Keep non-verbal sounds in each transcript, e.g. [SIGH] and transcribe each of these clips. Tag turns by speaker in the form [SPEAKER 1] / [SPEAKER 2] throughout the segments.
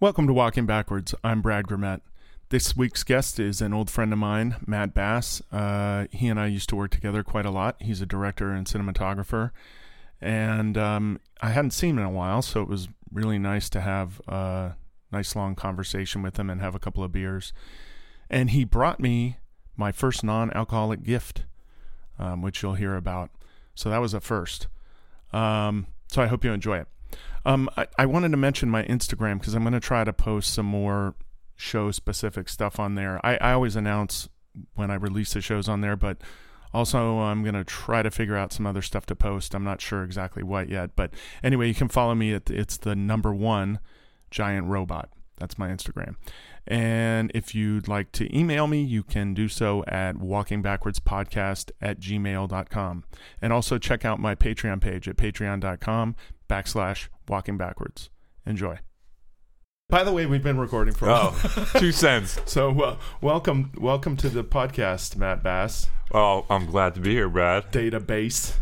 [SPEAKER 1] Welcome to Walking Backwards. I'm Brad Grimet. This week's guest is an old friend of mine, Matt Bass. Uh, he and I used to work together quite a lot. He's a director and cinematographer. And um, I hadn't seen him in a while, so it was really nice to have a nice long conversation with him and have a couple of beers. And he brought me my first non alcoholic gift, um, which you'll hear about. So that was a first. Um, so I hope you enjoy it. Um, I, I wanted to mention my Instagram because I'm going to try to post some more show specific stuff on there. I, I always announce when I release the shows on there, but also I'm going to try to figure out some other stuff to post. I'm not sure exactly what yet, but anyway, you can follow me at it's the number one giant robot. That's my Instagram. And if you'd like to email me, you can do so at walkingbackwardspodcast at gmail.com. And also check out my Patreon page at patreon.com backslash walking backwards. Enjoy. By the way, we've been recording for a while.
[SPEAKER 2] Oh, two cents.
[SPEAKER 1] So uh, welcome, welcome to the podcast, Matt Bass.
[SPEAKER 2] Oh, I'm glad to be here, Brad.
[SPEAKER 1] Database.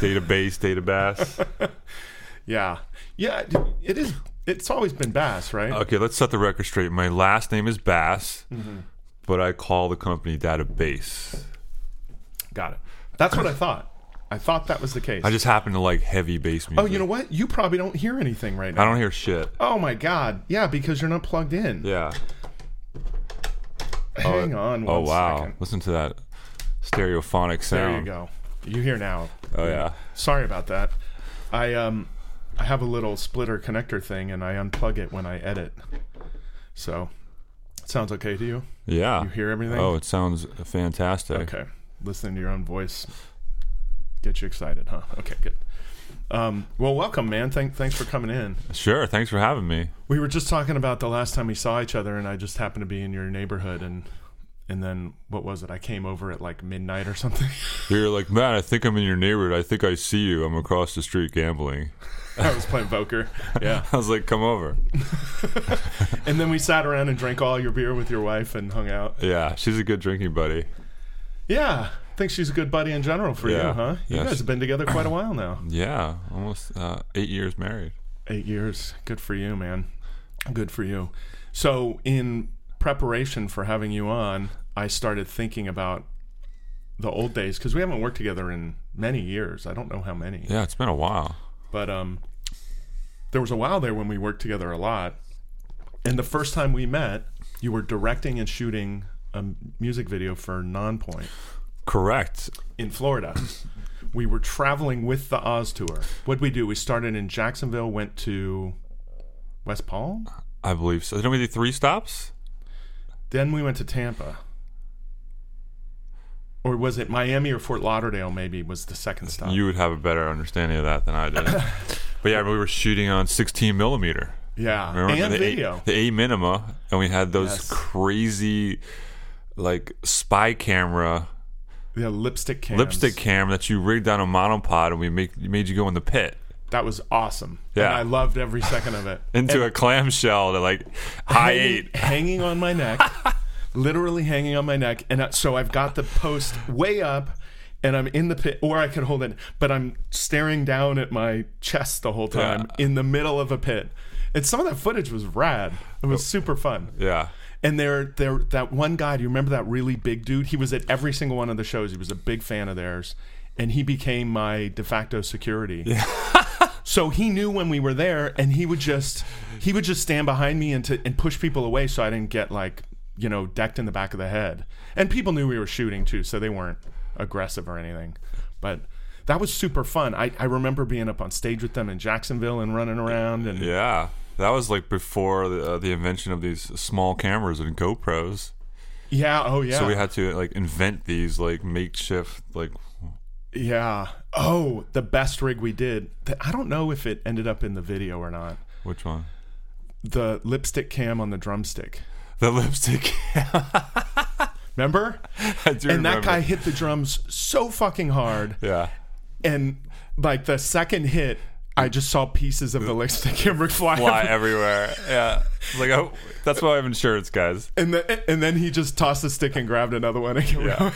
[SPEAKER 2] Database, database.
[SPEAKER 1] Yeah, yeah. It is. It's always been Bass, right?
[SPEAKER 2] Okay, let's set the record straight. My last name is Bass,
[SPEAKER 1] Mm-hmm.
[SPEAKER 2] but I call the company Database.
[SPEAKER 1] Got it. That's what I thought. I thought that was the case.
[SPEAKER 2] I just happen to like heavy bass music.
[SPEAKER 1] oh, you know what? You probably don't hear anything right
[SPEAKER 2] I
[SPEAKER 1] now.
[SPEAKER 2] don't hear shit.
[SPEAKER 1] Oh my God! Yeah, because you're not plugged in.
[SPEAKER 2] Yeah.
[SPEAKER 1] Hang on.
[SPEAKER 2] Oh
[SPEAKER 1] one second.
[SPEAKER 2] wow. Listen to that stereophonic sound.
[SPEAKER 1] There you go. You hear now.
[SPEAKER 2] Oh yeah.
[SPEAKER 1] Sorry about that. I um, I have a little splitter connector thing, and I unplug it when I edit. So, sounds okay to you?
[SPEAKER 2] Yeah.
[SPEAKER 1] You hear everything?
[SPEAKER 2] Oh, it sounds fantastic.
[SPEAKER 1] Okay. Listening to your own voice get you excited, huh? Okay, good. Um, well, welcome, man. Thank, thanks for coming in.
[SPEAKER 2] Sure. Thanks for having me.
[SPEAKER 1] We were just talking about the last time we saw each other, and I just happened to be in your neighborhood, and and then what was it? I came over at like midnight or something. [LAUGHS]
[SPEAKER 2] You're like, man, I think I'm in your neighborhood. I think I see you. I'm across the street gambling. [LAUGHS]
[SPEAKER 1] I was playing poker. Yeah,
[SPEAKER 2] I was like, come over.
[SPEAKER 1] and then we sat around and drank all your beer with your wife and hung out.
[SPEAKER 2] Yeah, she's a good drinking buddy.
[SPEAKER 1] Yeah, I think she's a good buddy in general for you,
[SPEAKER 2] Yeah.
[SPEAKER 1] huh? You
[SPEAKER 2] Yes.
[SPEAKER 1] guys have been together quite a while now.
[SPEAKER 2] Yeah, almost uh, eight years married.
[SPEAKER 1] Eight years. Good for you, man. Good for you. So, in preparation for having you on, I started thinking about the old days because we haven't worked together in many years. I don't know how many,
[SPEAKER 2] Yeah, it's been a while.
[SPEAKER 1] but um, there was a while there when we worked together a lot. And the first time we met, you were directing and shooting a music video for Nonpoint
[SPEAKER 2] Correct.
[SPEAKER 1] in Florida. we were traveling with the Oz tour. What'd we do? We started in Jacksonville, went to West Palm.
[SPEAKER 2] I believe so. Didn't we do three stops?
[SPEAKER 1] Then we went to Tampa. Or was it Miami or Fort Lauderdale? Maybe was the second stop.
[SPEAKER 2] You would have a better understanding of that than
[SPEAKER 1] [LAUGHS]
[SPEAKER 2] I did. but yeah, we were shooting on 16 millimeter.
[SPEAKER 1] yeah,
[SPEAKER 2] Remember
[SPEAKER 1] and
[SPEAKER 2] the
[SPEAKER 1] video.
[SPEAKER 2] A, the A minima, and we had those
[SPEAKER 1] Yes.
[SPEAKER 2] crazy, like spy camera,
[SPEAKER 1] the lipstick cams.
[SPEAKER 2] lipstick camera that you rigged on a monopod, and we make, made you go in the pit
[SPEAKER 1] That was awesome.
[SPEAKER 2] Yeah.
[SPEAKER 1] and I loved every second of
[SPEAKER 2] [LAUGHS]
[SPEAKER 1] it.
[SPEAKER 2] into a clamshell to like high eight.
[SPEAKER 1] hanging, hanging on my
[SPEAKER 2] [LAUGHS]
[SPEAKER 1] neck, literally hanging on my neck, and uh, so I've got the post way up, and I'm in the pit, or I could hold it, but I'm staring down at my chest the whole time in the middle of a pit. And some of that footage was rad. It
[SPEAKER 2] Oh.
[SPEAKER 1] was super fun.
[SPEAKER 2] Yeah.
[SPEAKER 1] And there, there, that one guy. Do you remember that really big dude? He was at every single one of the shows. He was a big fan of theirs, and he became my de facto security. [LAUGHS] so he knew when we were there, and he would just, he would just stand behind me and to, and push people away, so I didn't get like, you know, decked in the back of the head. And people knew we were shooting too, so they weren't aggressive or anything. But that was super fun. I, I remember being up on stage with them in Jacksonville and running around and.
[SPEAKER 2] Yeah, that was like before the, uh, the invention of these small cameras and GoPros.
[SPEAKER 1] Yeah, oh yeah.
[SPEAKER 2] So we had to like invent these like makeshift like
[SPEAKER 1] Yeah. Oh, the best rig we did. Th- I don't know if it ended up in the video or not.
[SPEAKER 2] which one?
[SPEAKER 1] The lipstick cam on the drumstick.
[SPEAKER 2] The [LAUGHS] lipstick.
[SPEAKER 1] Remember?
[SPEAKER 2] I do
[SPEAKER 1] And that
[SPEAKER 2] remember.
[SPEAKER 1] guy hit the drums so fucking hard.
[SPEAKER 2] Yeah.
[SPEAKER 1] And like the second hit, I just saw pieces of the lipstick cam fly. [LAUGHS]
[SPEAKER 2] Fly everywhere. Yeah. It's Like oh, that's why I have insurance, guys.
[SPEAKER 1] And, the, and then he just tossed a stick and grabbed another one. [LAUGHS]
[SPEAKER 2] Yeah.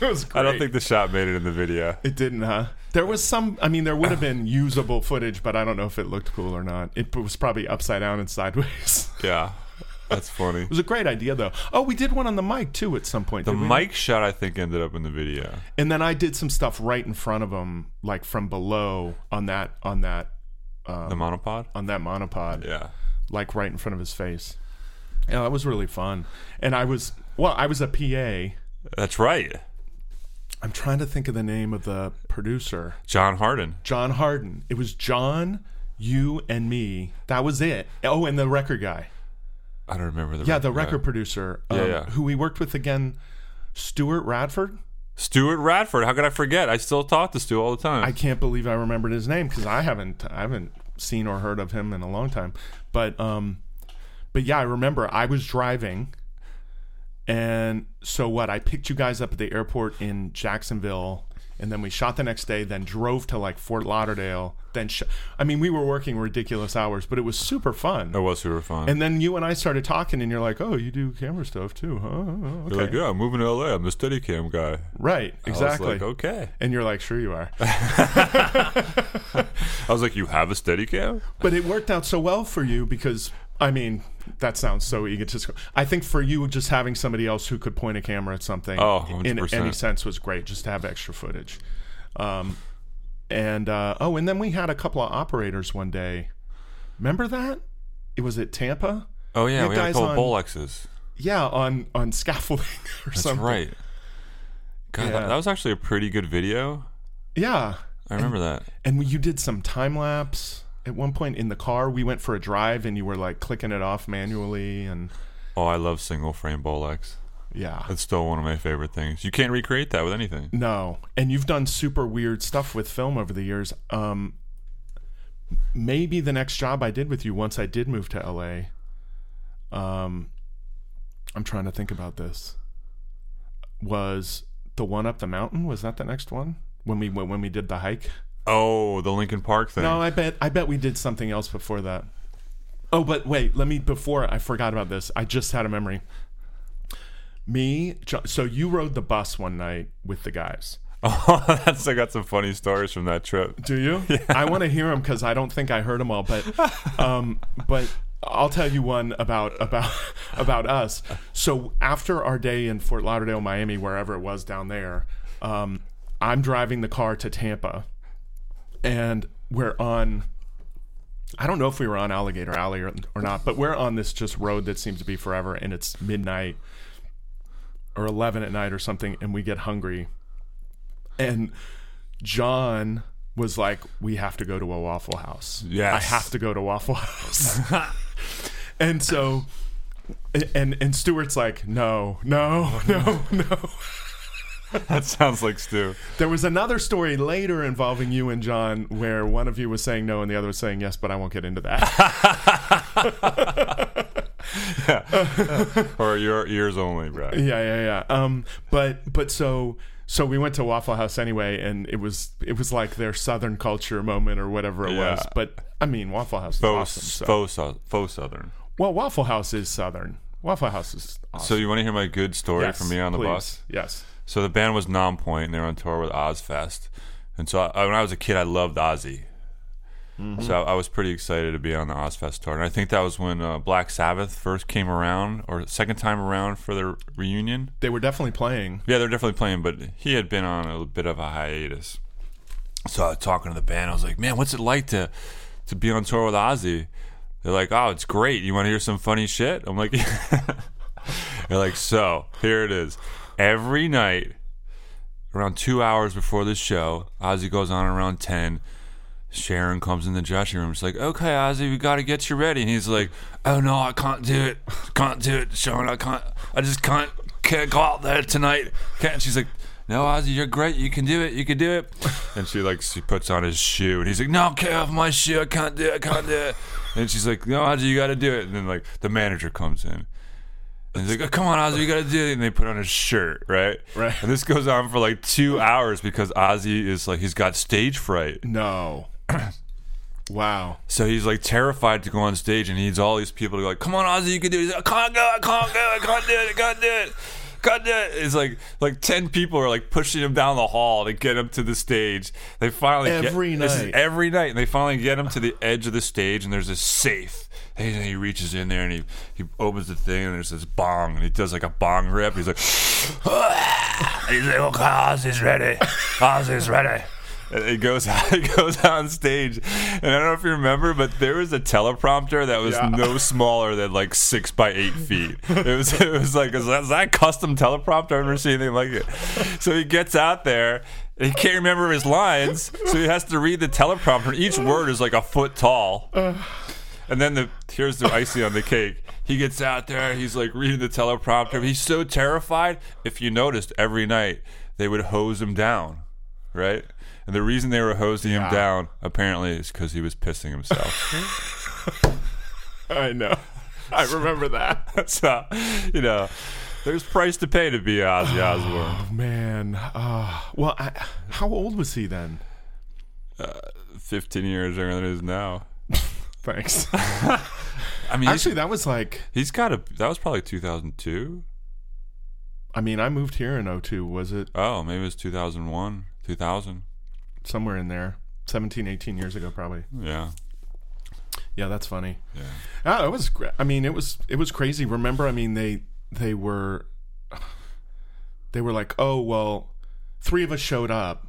[SPEAKER 1] it was great.
[SPEAKER 2] I don't think the shot made it in the video.
[SPEAKER 1] It didn't, huh? There was some. I mean, there would have been usable footage, but I don't know if it looked cool or not. It was probably upside down and sideways.
[SPEAKER 2] Yeah, that's funny.
[SPEAKER 1] It was a great idea, though. Oh, we did one on the mic too at some point.
[SPEAKER 2] The
[SPEAKER 1] did we?
[SPEAKER 2] mic shot, I think, ended up in the video.
[SPEAKER 1] and then I did some stuff right in front of him, like from below on that on that Oh.
[SPEAKER 2] The monopod.
[SPEAKER 1] on that monopod,
[SPEAKER 2] Yeah.
[SPEAKER 1] like right in front of his face. Yeah, that was really fun. And I was well, I was a PA.
[SPEAKER 2] That's right.
[SPEAKER 1] I'm trying to think of the name of the producer,
[SPEAKER 2] John Harden.
[SPEAKER 1] John Harden. It was John, you, and me. That was it. Oh, and the record guy.
[SPEAKER 2] I don't remember the
[SPEAKER 1] Yeah, the record producer, um,
[SPEAKER 2] Yeah, yeah.
[SPEAKER 1] who we worked with again, Stuart Radford.
[SPEAKER 2] Stuart Radford. How could I forget? I still talk to Stu all the time.
[SPEAKER 1] I can't believe I remembered his name because I haven't I haven't seen or heard of him in a long time. But um, but yeah, I remember I was driving, and so what? I picked you guys up at the airport in Jacksonville, and then we shot the next day. Then drove to like Fort Lauderdale. Then sh- I mean, we were working ridiculous hours, but it was super fun.
[SPEAKER 2] that was super fun.
[SPEAKER 1] And then you and I started talking, and you're like, "Oh, you do camera stuff too, huh? Oh,
[SPEAKER 2] You're
[SPEAKER 1] Okay,
[SPEAKER 2] like, yeah, I'm moving to LA. I'm the Steadicam guy.
[SPEAKER 1] right, exactly."
[SPEAKER 2] I was like, okay.
[SPEAKER 1] and you're like, "Sure, you are."
[SPEAKER 2] I was like, you have a Steadicam?
[SPEAKER 1] But it worked out so well for you because I mean that sounds so egotistical. I think for you, just having somebody else who could point a camera at something
[SPEAKER 2] Oh,
[SPEAKER 1] in
[SPEAKER 2] 100%.
[SPEAKER 1] any sense was great. Just to have extra footage. Um, and uh, oh, and then we had a couple of operators one day. Remember that? It was at Tampa.
[SPEAKER 2] Oh yeah,
[SPEAKER 1] You
[SPEAKER 2] we had a
[SPEAKER 1] guys
[SPEAKER 2] couple
[SPEAKER 1] on-
[SPEAKER 2] Bolexes.
[SPEAKER 1] Yeah, on on scaffolding [LAUGHS] or
[SPEAKER 2] That's
[SPEAKER 1] something.
[SPEAKER 2] right. God,
[SPEAKER 1] Yeah.
[SPEAKER 2] that, that was actually a pretty good video.
[SPEAKER 1] Yeah,
[SPEAKER 2] I remember that.
[SPEAKER 1] and you did some time lapse. At one point in the car, we went for a drive, and you were like clicking it off manually, and
[SPEAKER 2] Oh, I love single frame Bolex.
[SPEAKER 1] yeah,
[SPEAKER 2] That's still one of my favorite things. You can't recreate that with anything.
[SPEAKER 1] No, and you've done super weird stuff with film over the years. Um, maybe the next job I did with you once I did move to LA. Um, I'm trying to think about this. Was the one up the mountain? Was that the next one when we when we did the hike?
[SPEAKER 2] Oh, the Lincoln Park thing.
[SPEAKER 1] No, I bet I bet we did something else before that. Oh, but wait, let me before I forgot about this. I just had a memory. Me, Jo- so you rode the bus one night with the guys.
[SPEAKER 2] [LAUGHS] Oh, that's I got some funny stories from that trip. [LAUGHS]
[SPEAKER 1] Do you? I want to hear them because I don't think I heard them all. But, um, but I'll tell you one about about [LAUGHS] about us. So after our day in Fort Lauderdale, Miami, wherever it was down there, um, I'm driving the car to Tampa, and we're on. I don't know if we were on Alligator Alley or, or not, but we're on this just road that seems to be forever, and it's midnight or eleven at night or something, and we get hungry, and John was like, "We have to go to a Waffle House.
[SPEAKER 2] Yes.
[SPEAKER 1] I have to go to Waffle House." and so, and and Stuart's like, "No, no, no, no."
[SPEAKER 2] That sounds like Stu.
[SPEAKER 1] There was another story later involving you and John where one of you was saying no and the other was saying yes, but I won't get into
[SPEAKER 2] [LAUGHS]
[SPEAKER 1] that.
[SPEAKER 2] Or your ears only, Brad.
[SPEAKER 1] yeah, yeah, yeah. Um, but but so so we went to Waffle House anyway, and it was it was like their Southern culture moment or whatever it was.
[SPEAKER 2] Yeah.
[SPEAKER 1] But I mean, Waffle House is
[SPEAKER 2] Faux,
[SPEAKER 1] awesome. So.
[SPEAKER 2] faux, sou- faux Southern.
[SPEAKER 1] Well, Waffle House is Southern. Waffle House is awesome.
[SPEAKER 2] So you want to hear my good story from me on the
[SPEAKER 1] please.
[SPEAKER 2] bus?
[SPEAKER 1] Yes.
[SPEAKER 2] So the band was Nonpoint, and they were on tour with Ozfest. And so I, when I was a kid, I loved Ozzy. So I, I was pretty excited to be on the Ozfest tour, and I think that was when uh, Black Sabbath first came around, or second time around for their reunion.
[SPEAKER 1] They were definitely playing.
[SPEAKER 2] Yeah, they're definitely playing, but he had been on a bit of a hiatus. So I was talking to the band. I was like, "Man, what's it like to to be on tour with Ozzy?" They're like, "Oh, it's great. You want to hear some funny shit?" I'm like, [LAUGHS] "They're like, so here it is. Every night, around two hours before the show, Ozzy goes on around ten. Sharon comes in the dressing room. She's like, "Okay, Ozzy, we got to get you ready." And he's like, "Oh no, I can't do it. Can't do it, Sharon. I can't. I just can't. Can't go out there tonight." Can't. And she's like, "No, Ozzy, you're great. You can do it. You can do it." And she like she puts on his shoe, and he's like, "No, get off my shoe. I can't do it. I can't do it." And she's like, "No, Ozzy, you got to do it." And then like the manager comes in. And he's like, oh, come on, Ozzy, you gotta do it. And they put on his shirt, right?
[SPEAKER 1] Right.
[SPEAKER 2] And this goes on for like two hours because Ozzy is like, he's got stage fright. [CLEARS THROAT]
[SPEAKER 1] No. wow.
[SPEAKER 2] So he's like terrified to go on stage, and he needs all these people to go like, "Come on, Ozzy, you can do it." He's like, "I can't go, I can't go, I can't do it, I can't do it, can't do it." It's like like ten people are like pushing him down the hall to get him to the stage. They finally
[SPEAKER 1] Every
[SPEAKER 2] get, this is
[SPEAKER 1] night.
[SPEAKER 2] every night, and they finally get him to the edge of the stage, and there's a safe Hey, and he reaches in there and he, he opens the thing and there's this bong and he does like a bong rip. He's like, he's like, okay, Ozzy's ready. Ozzy's ready. And it goes out, [LAUGHS] it goes out on stage, and I don't know if you remember, but there was a teleprompter that was
[SPEAKER 1] Yeah.
[SPEAKER 2] no smaller than like six by eight feet. It was it was like is that, is that a custom teleprompter? I've never seen anything like it. So he gets out there. and He can't remember his lines, so he has to read the teleprompter. Each word is like a foot tall. And then the here's the icing on the cake. He gets out there. He's like reading the teleprompter. He's so terrified. If you noticed, every night they would hose him down, right? And the reason they were hosing
[SPEAKER 1] Yeah.
[SPEAKER 2] him down apparently is because he was pissing himself. [LAUGHS]
[SPEAKER 1] I [LAUGHS] know. I remember that.
[SPEAKER 2] so, you know, there's price to pay to be
[SPEAKER 1] [SIGHS]
[SPEAKER 2] Ozzy Osbourne.
[SPEAKER 1] Man. ah, well, I, how old was he then?
[SPEAKER 2] Fifteen years younger than he is now.
[SPEAKER 1] Thanks.
[SPEAKER 2] I mean,
[SPEAKER 1] [LAUGHS]
[SPEAKER 2] he's,
[SPEAKER 1] Actually, that was like,
[SPEAKER 2] he's got a. That was probably 2002.
[SPEAKER 1] I mean, I moved here in 02. Was it
[SPEAKER 2] Oh, maybe it was 2001, 2000.
[SPEAKER 1] somewhere in there? 17, 18 years ago, probably.
[SPEAKER 2] Yeah,
[SPEAKER 1] Yeah, that's funny.
[SPEAKER 2] yeah.
[SPEAKER 1] Oh, it was. gra- I mean, it was. It was crazy. Remember, I mean, they they were they were like, oh well, three of us showed up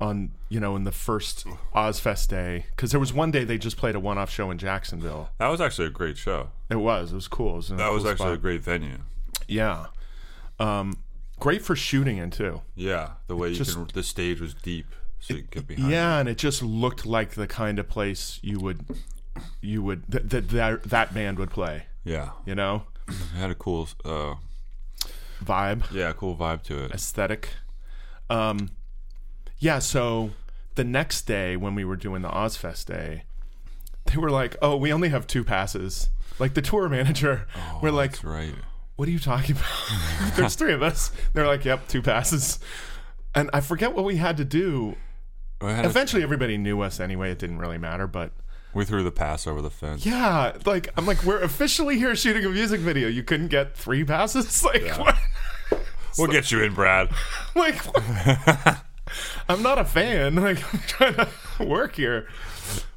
[SPEAKER 1] on you know in the first Ozfest day because there was one day they just played a one off show in Jacksonville.
[SPEAKER 2] That was actually a great show.
[SPEAKER 1] It was. It was cool. It was in a
[SPEAKER 2] That was
[SPEAKER 1] cool
[SPEAKER 2] actually a
[SPEAKER 1] spot.
[SPEAKER 2] great venue.
[SPEAKER 1] yeah, um, great for shooting in too.
[SPEAKER 2] Yeah, the way you
[SPEAKER 1] just-
[SPEAKER 2] can, the stage was deep, so you could get behind. it.
[SPEAKER 1] Yeah, and it just looked like the kind of place you would you would that that that, that band would play.
[SPEAKER 2] yeah,
[SPEAKER 1] You know,
[SPEAKER 2] it had a cool, uh,
[SPEAKER 1] vibe.
[SPEAKER 2] yeah, cool vibe to it.
[SPEAKER 1] aesthetic. Um, yeah, so the next day when we were doing the Ozfest day, they were like, "Oh, we only have two passes." Like the tour manager, [LAUGHS] we're like,
[SPEAKER 2] That's right.
[SPEAKER 1] "What are you talking about?" [LAUGHS] There's three of us. They're like, "Yep, two passes." And I forget what we had to do.
[SPEAKER 2] We, Oh, had a-
[SPEAKER 1] Eventually, everybody knew us anyway. It didn't really matter, but
[SPEAKER 2] we threw the pass over the fence.
[SPEAKER 1] yeah, like I'm like, we're officially here shooting a music video. You couldn't get three passes, [LAUGHS] like. What?
[SPEAKER 2] we'll get you in, Brad.
[SPEAKER 1] like I'm not a fan. [LAUGHS] Like I'm trying to work here,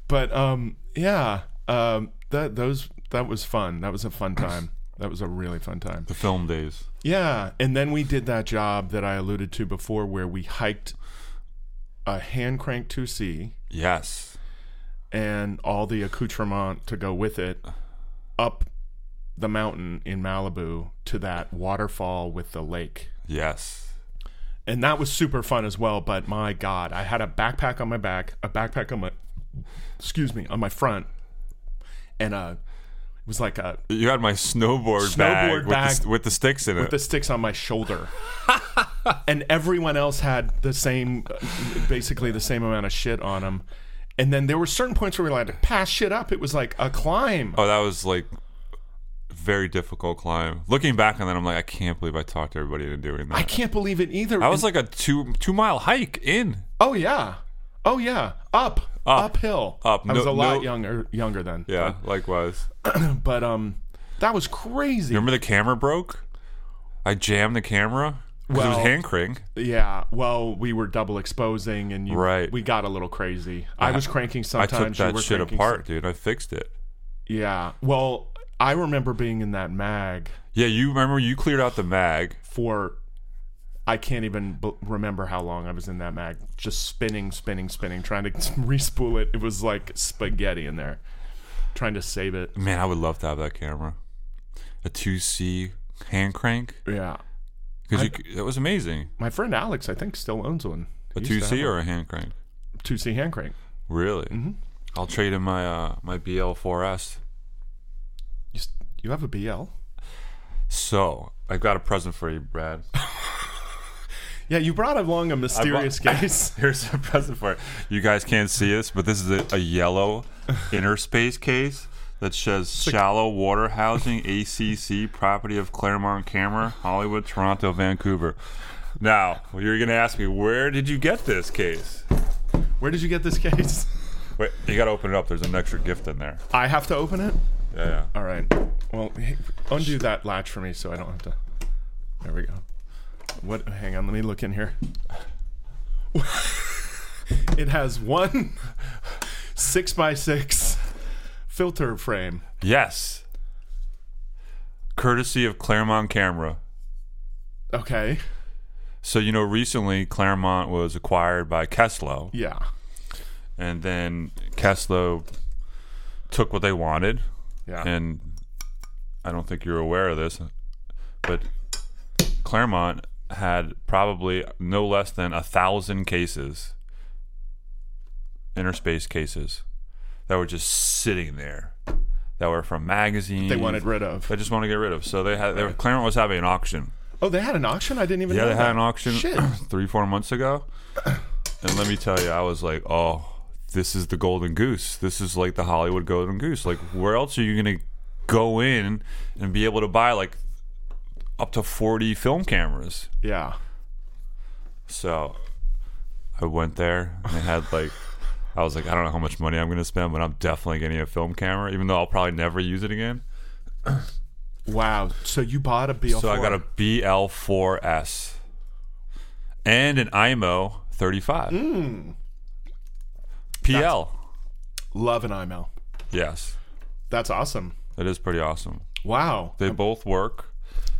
[SPEAKER 1] but um, yeah, um, that those that was fun. That was a fun time. That was a really fun time.
[SPEAKER 2] The film days.
[SPEAKER 1] Yeah, and then we did that job that I alluded to before, where we hiked a hand crank 2C
[SPEAKER 2] Yes.
[SPEAKER 1] and all the accoutrement to go with it up the mountain in Malibu to that waterfall with the lake.
[SPEAKER 2] Yes.
[SPEAKER 1] and that was super fun as well. But my God, I had a backpack on my back, a backpack on my, excuse me, on my front, and uh, it was like a
[SPEAKER 2] You had my snowboard, bag,
[SPEAKER 1] Snowboard
[SPEAKER 2] with,
[SPEAKER 1] bag.
[SPEAKER 2] The, s- with the sticks in it.
[SPEAKER 1] the sticks on my
[SPEAKER 2] [LAUGHS]
[SPEAKER 1] shoulder, and everyone else had the same, basically the same amount of shit on them. And then there were certain points where we had to pass shit up. It was like a climb.
[SPEAKER 2] oh, that was like very difficult climb. Looking back on that, I'm like, I can't believe I talked to everybody into doing that.
[SPEAKER 1] I can't believe it either.
[SPEAKER 2] that was like a two two mile hike in.
[SPEAKER 1] oh yeah, oh yeah, up, uphill.
[SPEAKER 2] Up.
[SPEAKER 1] I was
[SPEAKER 2] No-
[SPEAKER 1] a lot
[SPEAKER 2] no-
[SPEAKER 1] younger, younger then.
[SPEAKER 2] Yeah, likewise.
[SPEAKER 1] But um, that was crazy.
[SPEAKER 2] Remember the camera broke? I jammed the camera. 'Cause it was
[SPEAKER 1] Well-
[SPEAKER 2] hand crank.
[SPEAKER 1] Yeah, well, we were double exposing, and you,
[SPEAKER 2] Right.
[SPEAKER 1] we got a little crazy. I, was cranking
[SPEAKER 2] I
[SPEAKER 1] sometimes. you
[SPEAKER 2] took that
[SPEAKER 1] were
[SPEAKER 2] shit
[SPEAKER 1] cranking
[SPEAKER 2] apart, dude. I fixed it.
[SPEAKER 1] some- yeah, well, I remember being in that mag
[SPEAKER 2] Yeah, you remember you cleared out the mag.
[SPEAKER 1] for I can't even b- remember how long I was in that mag, just spinning, spinning, spinning, trying to [LAUGHS] respool it. It was like spaghetti in there, trying to save it.
[SPEAKER 2] Man, I would love to have that camera. A 2C hand crank.
[SPEAKER 1] Yeah,
[SPEAKER 2] Because that was amazing.
[SPEAKER 1] my friend Alex, I think, still owns one.
[SPEAKER 2] A 2C or a hand crank?
[SPEAKER 1] two C hand crank.
[SPEAKER 2] Really? Mm-hmm. I'll trade in my uh, my BL4S.
[SPEAKER 1] You, s- you have a BL?
[SPEAKER 2] So, I've got a present for you, Brad.
[SPEAKER 1] Yeah, you brought along a mysterious case.
[SPEAKER 2] [LAUGHS] Here's a present for you. You guys can't see this, but this is a, a yellow inner space case that says shallow water housing ACC property of Claremont Camera, Hollywood, Toronto, Vancouver. Now, you're going to ask me, where did you get this case?
[SPEAKER 1] Where did you get this case?
[SPEAKER 2] Wait, you got to open it up. There's an extra gift in there.
[SPEAKER 1] I have to open it.
[SPEAKER 2] Yeah, yeah.
[SPEAKER 1] All right. Well, hey, undo that latch for me so I don't have to. There we go. What? Hang on. Let me look in here. [LAUGHS] it has one six by six filter frame.
[SPEAKER 2] Yes. Courtesy of Claremont Camera.
[SPEAKER 1] Okay.
[SPEAKER 2] So, you know, recently Claremont was acquired by Keslo,
[SPEAKER 1] Yeah.
[SPEAKER 2] and then Keslo took what they wanted.
[SPEAKER 1] Yeah.
[SPEAKER 2] And I don't think you're aware of this, but Claremont had probably no less than a thousand cases, interspace cases, that were just sitting there, that were from magazines.
[SPEAKER 1] they wanted rid of.
[SPEAKER 2] They just want to get rid of. So they had. They were, Claremont was having an auction.
[SPEAKER 1] Oh, they had an auction. I didn't even.
[SPEAKER 2] Yeah,
[SPEAKER 1] know
[SPEAKER 2] they had
[SPEAKER 1] that.
[SPEAKER 2] an auction
[SPEAKER 1] Shit.
[SPEAKER 2] [CLEARS THROAT] three, four months ago. And let me tell you, I was like, oh, this is the golden goose. This is like the Hollywood golden goose. Like, where else are you going to go in and be able to buy like up to 40 film cameras?
[SPEAKER 1] Yeah.
[SPEAKER 2] So I went there and they had like, I was like, I don't know how much money I'm going to spend, but I'm definitely getting a film camera, even though I'll probably never use it again.
[SPEAKER 1] Wow. So you bought a BL4.
[SPEAKER 2] So I got a BL4S and an IMO 35. PL.
[SPEAKER 1] love an IML.
[SPEAKER 2] yes.
[SPEAKER 1] That's awesome.
[SPEAKER 2] That is pretty awesome.
[SPEAKER 1] Wow.
[SPEAKER 2] They both work.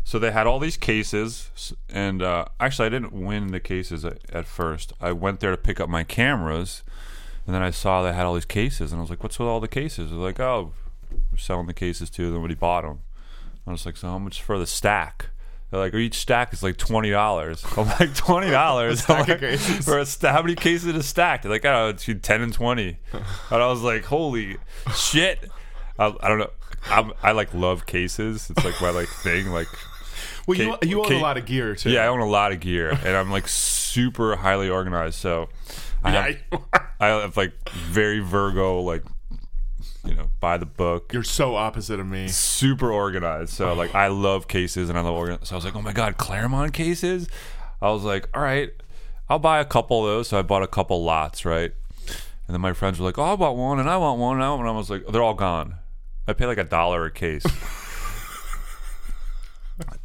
[SPEAKER 2] So they had all these cases, s- and uh, actually, I didn't win the cases at, at first. I went there to pick up my cameras, and then I saw they had all these cases, and I was like, "What's with all the cases?" They're like, "Oh, we're selling the cases to them. Nobody bought them." I was like, "So how much for the stack?" They're like, "Each stack is like twenty dollars." [LAUGHS] I'm like,
[SPEAKER 1] [LAUGHS]
[SPEAKER 2] twenty dollars
[SPEAKER 1] stack of cases.
[SPEAKER 2] for a sta- how many cases in a stack? They're like, "Oh, between ten
[SPEAKER 1] [LAUGHS]
[SPEAKER 2] and 20. and I was like, "Holy shit!" I, I don't know. I'm, I like love cases. It's like my like thing. Like,
[SPEAKER 1] Well, you,
[SPEAKER 2] Kate-
[SPEAKER 1] you own a
[SPEAKER 2] Kate-
[SPEAKER 1] lot of gear too.
[SPEAKER 2] yeah, I own a lot of gear, and I'm like super highly organized. So, I have,
[SPEAKER 1] Yeah, you are.
[SPEAKER 2] I have like very Virgo, like you know, by the
[SPEAKER 1] [LAUGHS]
[SPEAKER 2] book,
[SPEAKER 1] You're so opposite of me.
[SPEAKER 2] super organized. So like, I love cases, and I love organized. So I was like, oh my god, Claremont cases. I was like, all right, I'll buy a couple of those. So I bought a couple lots, right? And then my friends were like, oh, I want one, and I want one, and I want one. I was like, they're all gone. I paid like a dollar a case. [LAUGHS]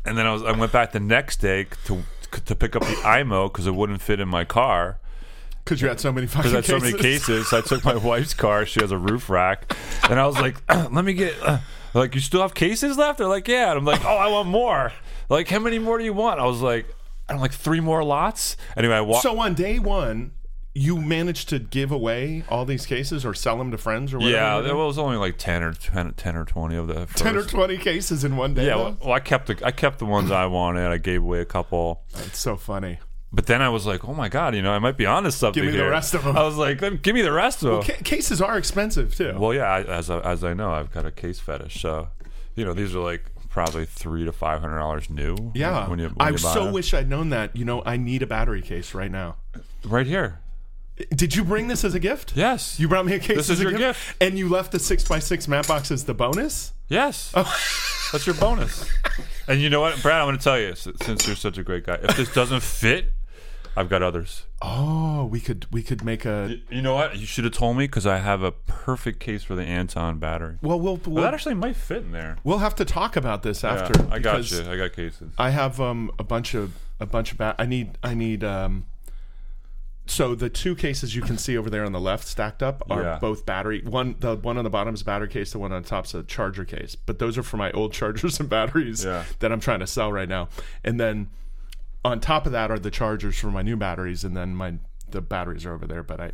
[SPEAKER 2] and then I was I went back the next day to to pick up the IMO because it wouldn't fit in my car
[SPEAKER 1] Because you had so many fucking
[SPEAKER 2] because I had so many
[SPEAKER 1] cases.
[SPEAKER 2] cases. So I took my wife's car. She has a roof rack, and I was like, [CLEARS THROAT] "Let me get." Uh, like, you still have cases left? They're like, "Yeah." And I'm like, "Oh, I want more." Like, how many more do you want? I was like, "I'm like three more lots." Anyway, I walked.
[SPEAKER 1] So on day one, you managed to give away all these cases or sell them to friends or whatever.
[SPEAKER 2] yeah,
[SPEAKER 1] you did?
[SPEAKER 2] there was only like ten or 10, 10 or twenty of the first.
[SPEAKER 1] ten or twenty cases in one day.
[SPEAKER 2] yeah,
[SPEAKER 1] though?
[SPEAKER 2] well, well, I kept the I kept the ones I wanted. I gave away a couple.
[SPEAKER 1] it's so funny.
[SPEAKER 2] But then I was like, "Oh my god, you know, I might be onto something."
[SPEAKER 1] me the
[SPEAKER 2] here.
[SPEAKER 1] rest of 'em.
[SPEAKER 2] I was like, "Let- "Give me the rest of them."
[SPEAKER 1] Ca- cases are expensive too.
[SPEAKER 2] Well, yeah, I, as I, as I know, I've got a case fetish, so you know these are like probably three to five hundred dollars new.
[SPEAKER 1] yeah,
[SPEAKER 2] when you, when
[SPEAKER 1] I
[SPEAKER 2] you buy
[SPEAKER 1] so
[SPEAKER 2] them.
[SPEAKER 1] wish I'd known that. You know, I need a battery case right now.
[SPEAKER 2] right here.
[SPEAKER 1] Did you bring this as a gift?
[SPEAKER 2] Yes,
[SPEAKER 1] You brought me a case.
[SPEAKER 2] This
[SPEAKER 1] as
[SPEAKER 2] is
[SPEAKER 1] a
[SPEAKER 2] your
[SPEAKER 1] gift,
[SPEAKER 2] gift.
[SPEAKER 1] and you left the six x six map box as the bonus.
[SPEAKER 2] yes,
[SPEAKER 1] Oh.
[SPEAKER 2] that's your bonus. And you know what, Brad? I'm going to tell you, s- since you're such a great guy, if this doesn't fit, I've got others.
[SPEAKER 1] Oh, we could we could make a.
[SPEAKER 2] Y- You know what? You should have told me because I have a perfect case for the Anton battery.
[SPEAKER 1] Well, we'll
[SPEAKER 2] Well,
[SPEAKER 1] we'll,
[SPEAKER 2] that actually might fit in there.
[SPEAKER 1] we'll have to talk about this
[SPEAKER 2] Yeah,
[SPEAKER 1] after.
[SPEAKER 2] I got
[SPEAKER 1] because
[SPEAKER 2] you. I got cases.
[SPEAKER 1] I have um a bunch of a bunch of bat. I need I need um. So the two cases you can see over there on the left stacked up are
[SPEAKER 2] Yeah.
[SPEAKER 1] both battery. One the one on the bottom is a battery case. The one on top's a charger case. But those are for my old chargers and batteries
[SPEAKER 2] Yeah.
[SPEAKER 1] that I'm trying to sell right now. And then on top of that are the chargers for my new batteries. And then my the batteries are over there. But I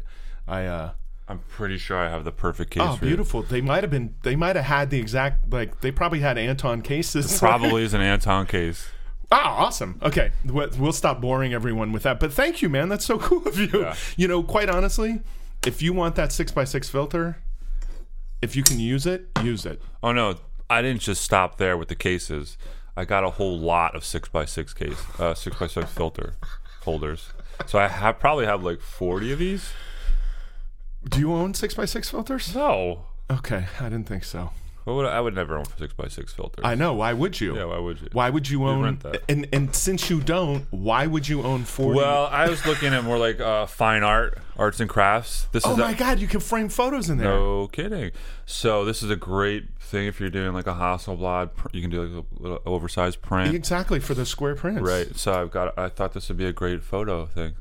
[SPEAKER 1] I uh
[SPEAKER 2] I'm pretty sure I have the perfect case
[SPEAKER 1] oh
[SPEAKER 2] for you.
[SPEAKER 1] beautiful. They might have been they might have had the exact like they probably had Anton cases.
[SPEAKER 2] Probably is an Anton case.
[SPEAKER 1] Ah, awesome. Okay, we'll we'll stop boring everyone with that. But thank you, man. That's so [LAUGHS] cool of you.
[SPEAKER 2] Yeah.
[SPEAKER 1] You know, quite honestly, if you want that six x six filter, if you can use it, use it.
[SPEAKER 2] Oh no, I didn't just stop there with the cases. I got a whole lot of six by six case, uh, six by six filter holders. So I have, probably have like forty of these.
[SPEAKER 1] Do you own six x six filters?
[SPEAKER 2] No,
[SPEAKER 1] Okay, I didn't think so.
[SPEAKER 2] what would I, I would never own six by six filters.
[SPEAKER 1] I know. Why would you?
[SPEAKER 2] yeah, why would you?
[SPEAKER 1] Why would you own?
[SPEAKER 2] rent that.
[SPEAKER 1] And and since you don't, why would you own forty?
[SPEAKER 2] Well, I was looking at more like uh, fine art, arts and crafts. This
[SPEAKER 1] oh
[SPEAKER 2] is a-
[SPEAKER 1] my God, you can frame photos in there.
[SPEAKER 2] No kidding. So this is a great thing if you're doing like a Hasselblad. pr- You can do like a little oversized print.
[SPEAKER 1] Exactly for the square prints.
[SPEAKER 2] Right. So I've got. I thought this would be a great photo thing.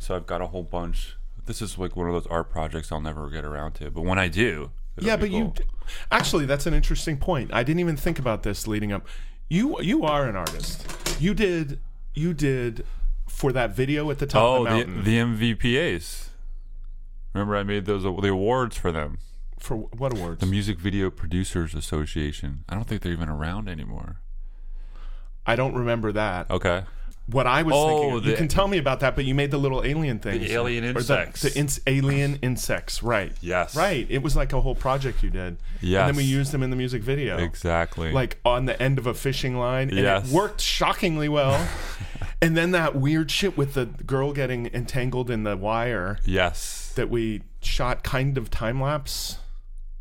[SPEAKER 2] So I've got a whole bunch. This is like one of those art projects I'll never get around to. But when I do, It'll
[SPEAKER 1] yeah,
[SPEAKER 2] be
[SPEAKER 1] but you
[SPEAKER 2] cool.
[SPEAKER 1] actually that's an interesting point. I didn't even think about this leading up. You you are an artist. You did you did for that video at the top
[SPEAKER 2] Oh,
[SPEAKER 1] of the
[SPEAKER 2] the,
[SPEAKER 1] mountain
[SPEAKER 2] the MVPAs. Remember, I made those the awards for them.
[SPEAKER 1] for what awards?
[SPEAKER 2] The Music Video Producers Association. I don't think they're even around anymore.
[SPEAKER 1] I don't remember that.
[SPEAKER 2] Okay.
[SPEAKER 1] What I was
[SPEAKER 2] Oh,
[SPEAKER 1] thinking, of- you
[SPEAKER 2] the-
[SPEAKER 1] can tell me about that, but you made the little alien things,
[SPEAKER 2] alien
[SPEAKER 1] Or the-
[SPEAKER 2] insects.
[SPEAKER 1] the, ins- alien insects, right?
[SPEAKER 2] Yes.
[SPEAKER 1] right. It was like a whole project you did.
[SPEAKER 2] Yes.
[SPEAKER 1] and then we used them in the music video.
[SPEAKER 2] Exactly.
[SPEAKER 1] like on the end of a fishing line and
[SPEAKER 2] Yes.
[SPEAKER 1] it worked shockingly
[SPEAKER 2] [LAUGHS]
[SPEAKER 1] well and then that weird shit with the girl getting entangled in the wire
[SPEAKER 2] yes.
[SPEAKER 1] that we shot kind of time lapse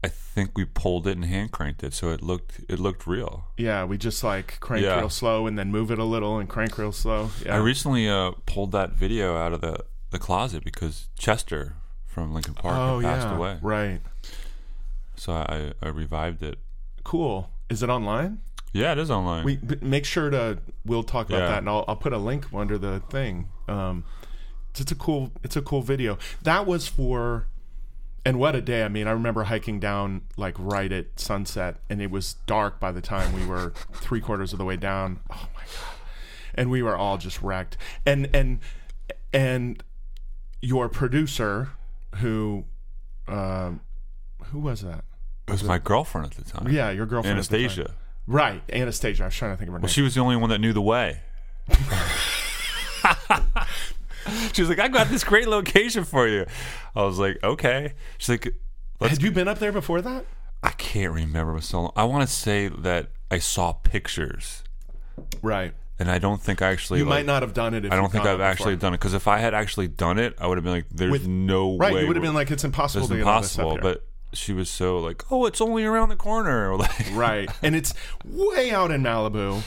[SPEAKER 2] I think we pulled it and hand cranked it, so it looked it looked real.
[SPEAKER 1] yeah we just like crank
[SPEAKER 2] Yeah.
[SPEAKER 1] real slow and then move it a little and crank real slow yeah
[SPEAKER 2] I recently uh, pulled that video out of the, the closet because Chester from Lincoln Park had
[SPEAKER 1] oh
[SPEAKER 2] passed
[SPEAKER 1] yeah
[SPEAKER 2] away.
[SPEAKER 1] right
[SPEAKER 2] So I, I revived it.
[SPEAKER 1] cool is it online
[SPEAKER 2] Yeah, it is online.
[SPEAKER 1] we b- make sure to we'll talk about
[SPEAKER 2] Yeah.
[SPEAKER 1] that and I'll, I'll put a link under the thing um it's, it's a cool it's a cool video that was for and what a day i mean i remember hiking down like right at sunset and it was dark by the time we were [LAUGHS] three quarters of the way down oh my god and we were all just wrecked and and and your producer who um who was that
[SPEAKER 2] it was my girlfriend at the time.
[SPEAKER 1] yeah your girlfriend at the time.
[SPEAKER 2] Anastasia.
[SPEAKER 1] right anastasia i was trying to think of her name
[SPEAKER 2] She was the only one that knew the
[SPEAKER 1] [LAUGHS]
[SPEAKER 2] way. she was like, I got this great location for you. I was like, okay. She's like, let's.
[SPEAKER 1] had you been up there before that
[SPEAKER 2] I can't remember. It was so long. I want to say that I saw pictures,
[SPEAKER 1] Right.
[SPEAKER 2] and I don't think I actually.
[SPEAKER 1] You
[SPEAKER 2] like,
[SPEAKER 1] might not have done it if
[SPEAKER 2] I don't
[SPEAKER 1] you've
[SPEAKER 2] think
[SPEAKER 1] gone
[SPEAKER 2] I've
[SPEAKER 1] before.
[SPEAKER 2] actually done it because if I had actually done it, I would have been like, "There's
[SPEAKER 1] With-
[SPEAKER 2] no
[SPEAKER 1] Right,
[SPEAKER 2] way."
[SPEAKER 1] you would have been like, it's impossible
[SPEAKER 2] "It's
[SPEAKER 1] to get all
[SPEAKER 2] impossible."
[SPEAKER 1] this stuff here.
[SPEAKER 2] But she was so like, "Oh, it's only around the corner." [LAUGHS] Or like,
[SPEAKER 1] right, and it's way out in Malibu,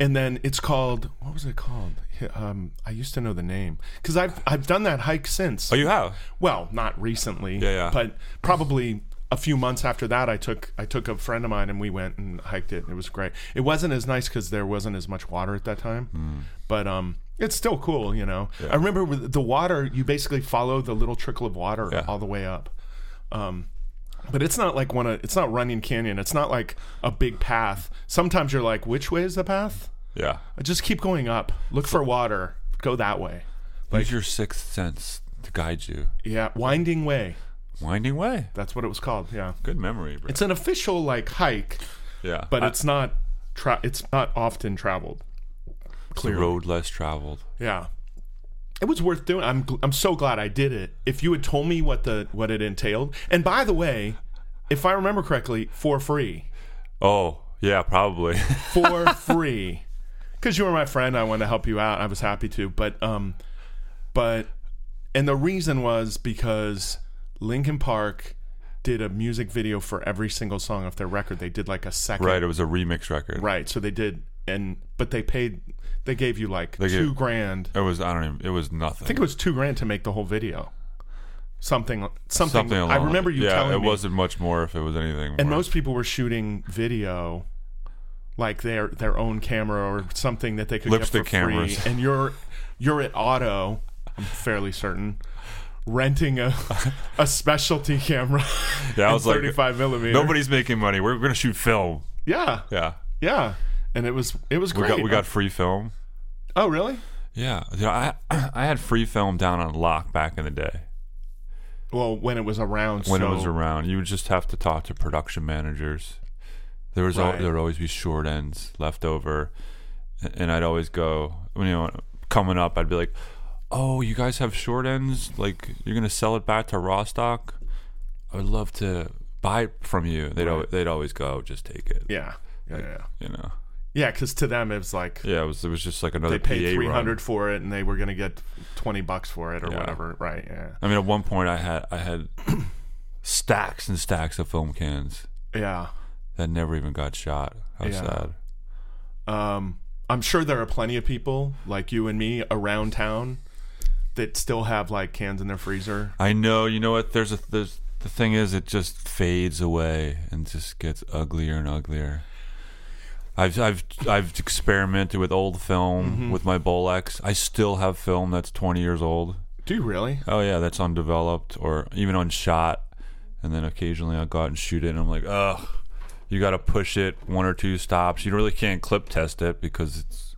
[SPEAKER 1] and then it's called what was it called? Um, I used to know the name because I've I've done that hike since.
[SPEAKER 2] "Oh, you have."
[SPEAKER 1] well, not recently,
[SPEAKER 2] Yeah, yeah.
[SPEAKER 1] but probably a few months after that, I took I took a friend of mine and we went and hiked it. It was great. It wasn't as nice because there wasn't as much water at that time,
[SPEAKER 2] Hmm.
[SPEAKER 1] but um, it's still cool, you know. I remember with the water, you basically follow the little trickle of water
[SPEAKER 2] Yeah.
[SPEAKER 1] all the way up. Um, but it's not like one of it's not Runyon Canyon. It's not like a big path. Sometimes you're like, which way is the path?
[SPEAKER 2] Yeah,
[SPEAKER 1] I just keep going up. Look for water. Go that way.
[SPEAKER 2] use your sixth sense to guide you.
[SPEAKER 1] Yeah, winding way.
[SPEAKER 2] Winding way.
[SPEAKER 1] That's what it was called. Yeah.
[SPEAKER 2] Good memory, bro.
[SPEAKER 1] It's an official like hike,
[SPEAKER 2] yeah,
[SPEAKER 1] but
[SPEAKER 2] I-
[SPEAKER 1] it's not tra- it's not often traveled.
[SPEAKER 2] it's a road less traveled.
[SPEAKER 1] Yeah. It was worth doing. I'm gl- I'm so glad I did it. If you had told me what the what it entailed. And by the way, if I remember correctly, for free.
[SPEAKER 2] Oh, yeah,
[SPEAKER 1] [LAUGHS]
[SPEAKER 2] probably.
[SPEAKER 1] For free. Cuz you were my friend, I wanted to help you out. I was happy to, but um but and the reason was because Linkin Park did a music video for every single song off their record. They did like a second
[SPEAKER 2] right, it was a remix record.
[SPEAKER 1] Right. So they did, and but they paid, they gave you like
[SPEAKER 2] gave-
[SPEAKER 1] two grand. I
[SPEAKER 2] It was. I don't even. It was nothing.
[SPEAKER 1] think it was two grand to make the whole video. Something, something.
[SPEAKER 2] Something. Along
[SPEAKER 1] I remember you
[SPEAKER 2] yeah,
[SPEAKER 1] telling
[SPEAKER 2] it
[SPEAKER 1] me.
[SPEAKER 2] wasn't much more. If it was anything.
[SPEAKER 1] and
[SPEAKER 2] more.
[SPEAKER 1] most people were shooting video, like their their own camera or something that they could
[SPEAKER 2] Lipstick
[SPEAKER 1] get for
[SPEAKER 2] cameras.
[SPEAKER 1] Free. And you're you're at auto. I'm fairly certain. Renting a a specialty
[SPEAKER 2] [LAUGHS]
[SPEAKER 1] camera,
[SPEAKER 2] Yeah, I was like,
[SPEAKER 1] 35 millimeter.
[SPEAKER 2] nobody's making money. We're gonna shoot film.
[SPEAKER 1] Yeah,
[SPEAKER 2] Yeah,
[SPEAKER 1] yeah, and it was it was
[SPEAKER 2] we
[SPEAKER 1] great.
[SPEAKER 2] got we got free film.
[SPEAKER 1] Oh, really?
[SPEAKER 2] Yeah, you know, I [CLEARS THROAT] I had free film down on lock back in the day
[SPEAKER 1] Well, when it was around.
[SPEAKER 2] when
[SPEAKER 1] so,
[SPEAKER 2] it was around. You would just have to talk to production managers. There was al-
[SPEAKER 1] Right.
[SPEAKER 2] there would always be short ends left over, a- and I'd always go. You know, coming up, I'd be like, "Oh, you guys have short ends? Like you're gonna sell it back to raw stock? I would love to buy it from you." They'd al- they'd always go, "Oh, "Just take it."
[SPEAKER 1] Yeah, yeah, yeah.
[SPEAKER 2] You know.
[SPEAKER 1] Yeah, because to them it was like
[SPEAKER 2] Yeah, it was it was just like another
[SPEAKER 1] they paid
[SPEAKER 2] PA
[SPEAKER 1] three
[SPEAKER 2] run.
[SPEAKER 1] hundred for it, and they were gonna get twenty bucks for it or
[SPEAKER 2] Yeah.
[SPEAKER 1] whatever, right? Yeah,
[SPEAKER 2] I mean, at one point, I had I had [CLEARS THROAT] stacks and stacks of film cans
[SPEAKER 1] yeah.
[SPEAKER 2] that never even got shot. How
[SPEAKER 1] Yeah.
[SPEAKER 2] sad.
[SPEAKER 1] Um, I'm sure there are plenty of people like you and me around town that still have like cans in their freezer.
[SPEAKER 2] I know. You know what? There's a there's the thing is, it just fades away and just gets uglier and uglier. I've I've I've experimented with old film with my Bolex. I still have film that's 20 years old.
[SPEAKER 1] Do you really?
[SPEAKER 2] Oh yeah, that's undeveloped or even unshot. and then occasionally I'll go out and shoot it, and I'm like, ugh, you got to push it one or two stops. You really can't clip test it because it's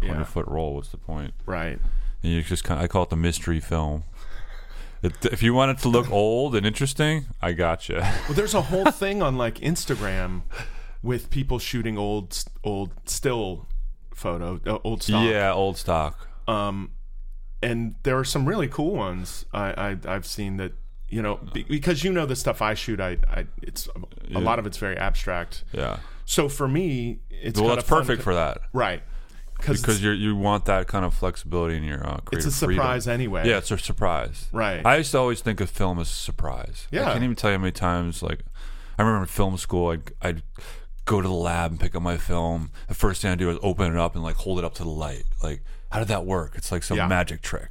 [SPEAKER 1] Yeah.
[SPEAKER 2] 100 foot roll. What's the point?
[SPEAKER 1] Right.
[SPEAKER 2] And you just kind I call it the mystery film. It, if you want it
[SPEAKER 1] [LAUGHS]
[SPEAKER 2] to look old and interesting, I got you.
[SPEAKER 1] Well, there's a [LAUGHS] whole thing on like Instagram with people shooting old old still photo uh, old stock.
[SPEAKER 2] Yeah, old stock.
[SPEAKER 1] Um, and there are some really cool ones I, I I've seen that you know be, because you know the stuff I shoot I, I it's a lot of it's very abstract.
[SPEAKER 2] Yeah.
[SPEAKER 1] So for me, it's
[SPEAKER 2] well,
[SPEAKER 1] kinda
[SPEAKER 2] that's
[SPEAKER 1] fun
[SPEAKER 2] perfect
[SPEAKER 1] to-
[SPEAKER 2] for that
[SPEAKER 1] right because
[SPEAKER 2] because you you want that kind of flexibility in your uh,
[SPEAKER 1] it's
[SPEAKER 2] creative
[SPEAKER 1] a
[SPEAKER 2] freedom.
[SPEAKER 1] surprise anyway.
[SPEAKER 2] Yeah, it's a surprise.
[SPEAKER 1] Right.
[SPEAKER 2] I used to always think of film as a surprise.
[SPEAKER 1] Yeah.
[SPEAKER 2] I can't even tell you how many times like I remember in film school I'd, I'd go to the lab and pick up my film. The first thing I do is open it up and like hold it up to the light. Like how did that work? It's like some
[SPEAKER 1] Yeah.
[SPEAKER 2] magic trick.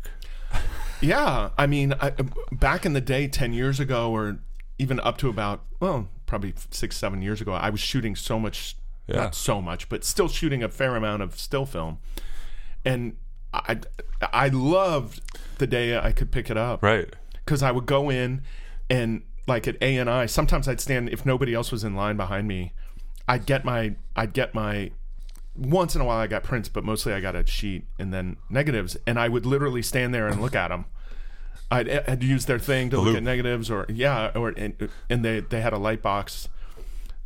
[SPEAKER 1] Yeah, I mean, I, back in the day, ten years ago, or even up to about well, probably six, seven years ago, I was shooting so much,
[SPEAKER 2] Yeah.
[SPEAKER 1] not so much, but still shooting a fair amount of still film, and I, I loved the day I could pick it up
[SPEAKER 2] Right.
[SPEAKER 1] because I would go in and like at A and I, sometimes I'd stand if nobody else was in line behind me, I'd get my I'd get my once in a while I got prints, but mostly I got a sheet and then negatives, and I would literally stand there and look at them. I'd, I'd use their thing to look
[SPEAKER 2] loop.
[SPEAKER 1] at negatives or yeah or and, and they they had a light box,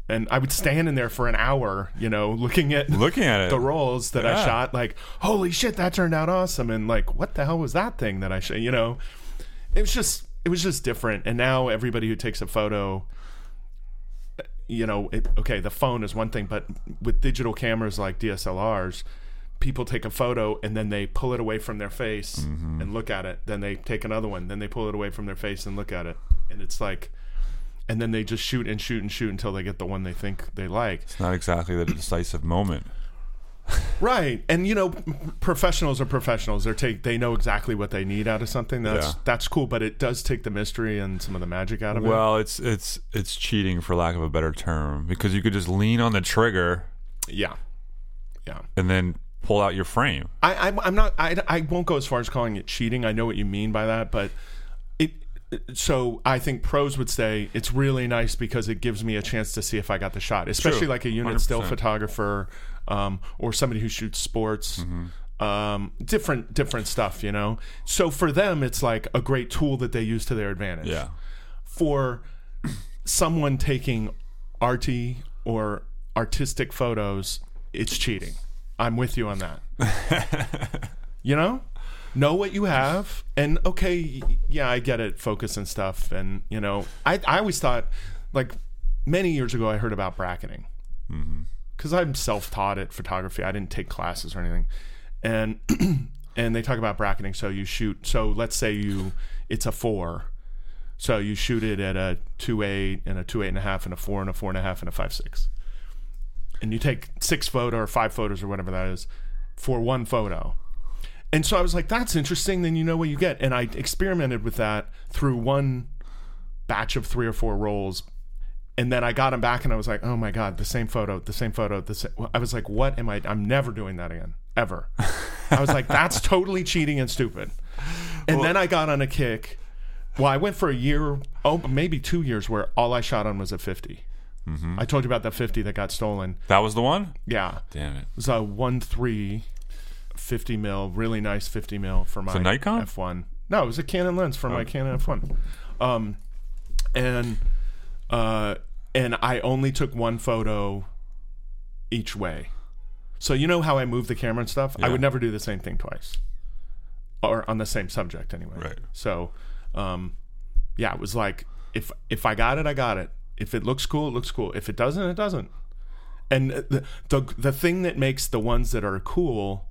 [SPEAKER 1] and I would stand in there for an hour, you know, looking at
[SPEAKER 2] Looking at it.
[SPEAKER 1] the rolls that I
[SPEAKER 2] Yeah.
[SPEAKER 1] shot, like, holy shit, that turned out awesome, and like, what the hell was that thing that I shot? You know, it was just it was just different. And now everybody who takes a photo, you know, it, okay, the phone is one thing, but with digital cameras like DSLRs, people take a photo and then they pull it away from their face and look at it. Then they take another one, then they pull it away from their face and look at it, and it's like. And then they just shoot and shoot and shoot until they get the one they think they like.
[SPEAKER 2] It's not exactly the decisive moment.
[SPEAKER 1] Right, and you know, professionals are professionals. They take they know exactly what they need out of something. That's
[SPEAKER 2] Yeah.
[SPEAKER 1] that's cool, but it does take the mystery and some of the magic out of
[SPEAKER 2] Well, it's it's it's cheating for lack of a better term because you could just lean on the trigger
[SPEAKER 1] it. Yeah, yeah.
[SPEAKER 2] and then pull out your frame.
[SPEAKER 1] I I'm, I'm not I I won't go as far as calling it cheating. I know what you mean by that, but it. So I think pros would say it's really nice because it gives me a chance to see if I got the shot, especially
[SPEAKER 2] True.
[SPEAKER 1] like a unit still
[SPEAKER 2] 100%.
[SPEAKER 1] photographer um, or somebody who shoots sports. Um, different different stuff, you know. So for them, it's like a great tool that they use to their advantage.
[SPEAKER 2] Yeah.
[SPEAKER 1] for someone taking arty or artistic photos, it's cheating. I'm with you on that. you know? Know what you have and okay, y- yeah, I get it, focus and stuff and you know, I I always thought like many years ago I heard about bracketing. Cuz I'm self-taught at photography. I didn't take classes or anything. And [CLEARS THROAT] and they talk about bracketing so you shoot so let's say you it's a 4 so you shoot it at a two eight and a two eight and a half and a four and a four and a half and a five six. And you take six photo or five photos or whatever that is for one photo. And so I was like, that's interesting. Then you know what you get. And I experimented with that through one batch of three or four rolls. And then I got them back and I was like, oh my God, the same photo, the same photo. The same. I was like, what am I? I'm never doing that again, ever. I was like, that's totally cheating and stupid. And then I got on a kick. Well, I went for a year, oh, maybe two years, where all I shot on was a 50.
[SPEAKER 2] Mm-hmm.
[SPEAKER 1] I told you about that 50 that got stolen.
[SPEAKER 2] That was the one?
[SPEAKER 1] Yeah.
[SPEAKER 2] Damn it.
[SPEAKER 1] It was a 1 3 50 mil, really nice 50 mil for my
[SPEAKER 2] a Nikon? Oh.
[SPEAKER 1] F1. No, it was a Canon lens for my Canon F1. Um, and uh, and I only took one photo each way. So you know how I move the camera and stuff? I
[SPEAKER 2] Yeah.
[SPEAKER 1] would never do the same thing twice. Or on the same subject anyway.
[SPEAKER 2] Right.
[SPEAKER 1] So um yeah, it was like if if I got it, I got it. If it looks cool, it looks cool. If it doesn't, it doesn't. And the the, the thing that makes the ones that are cool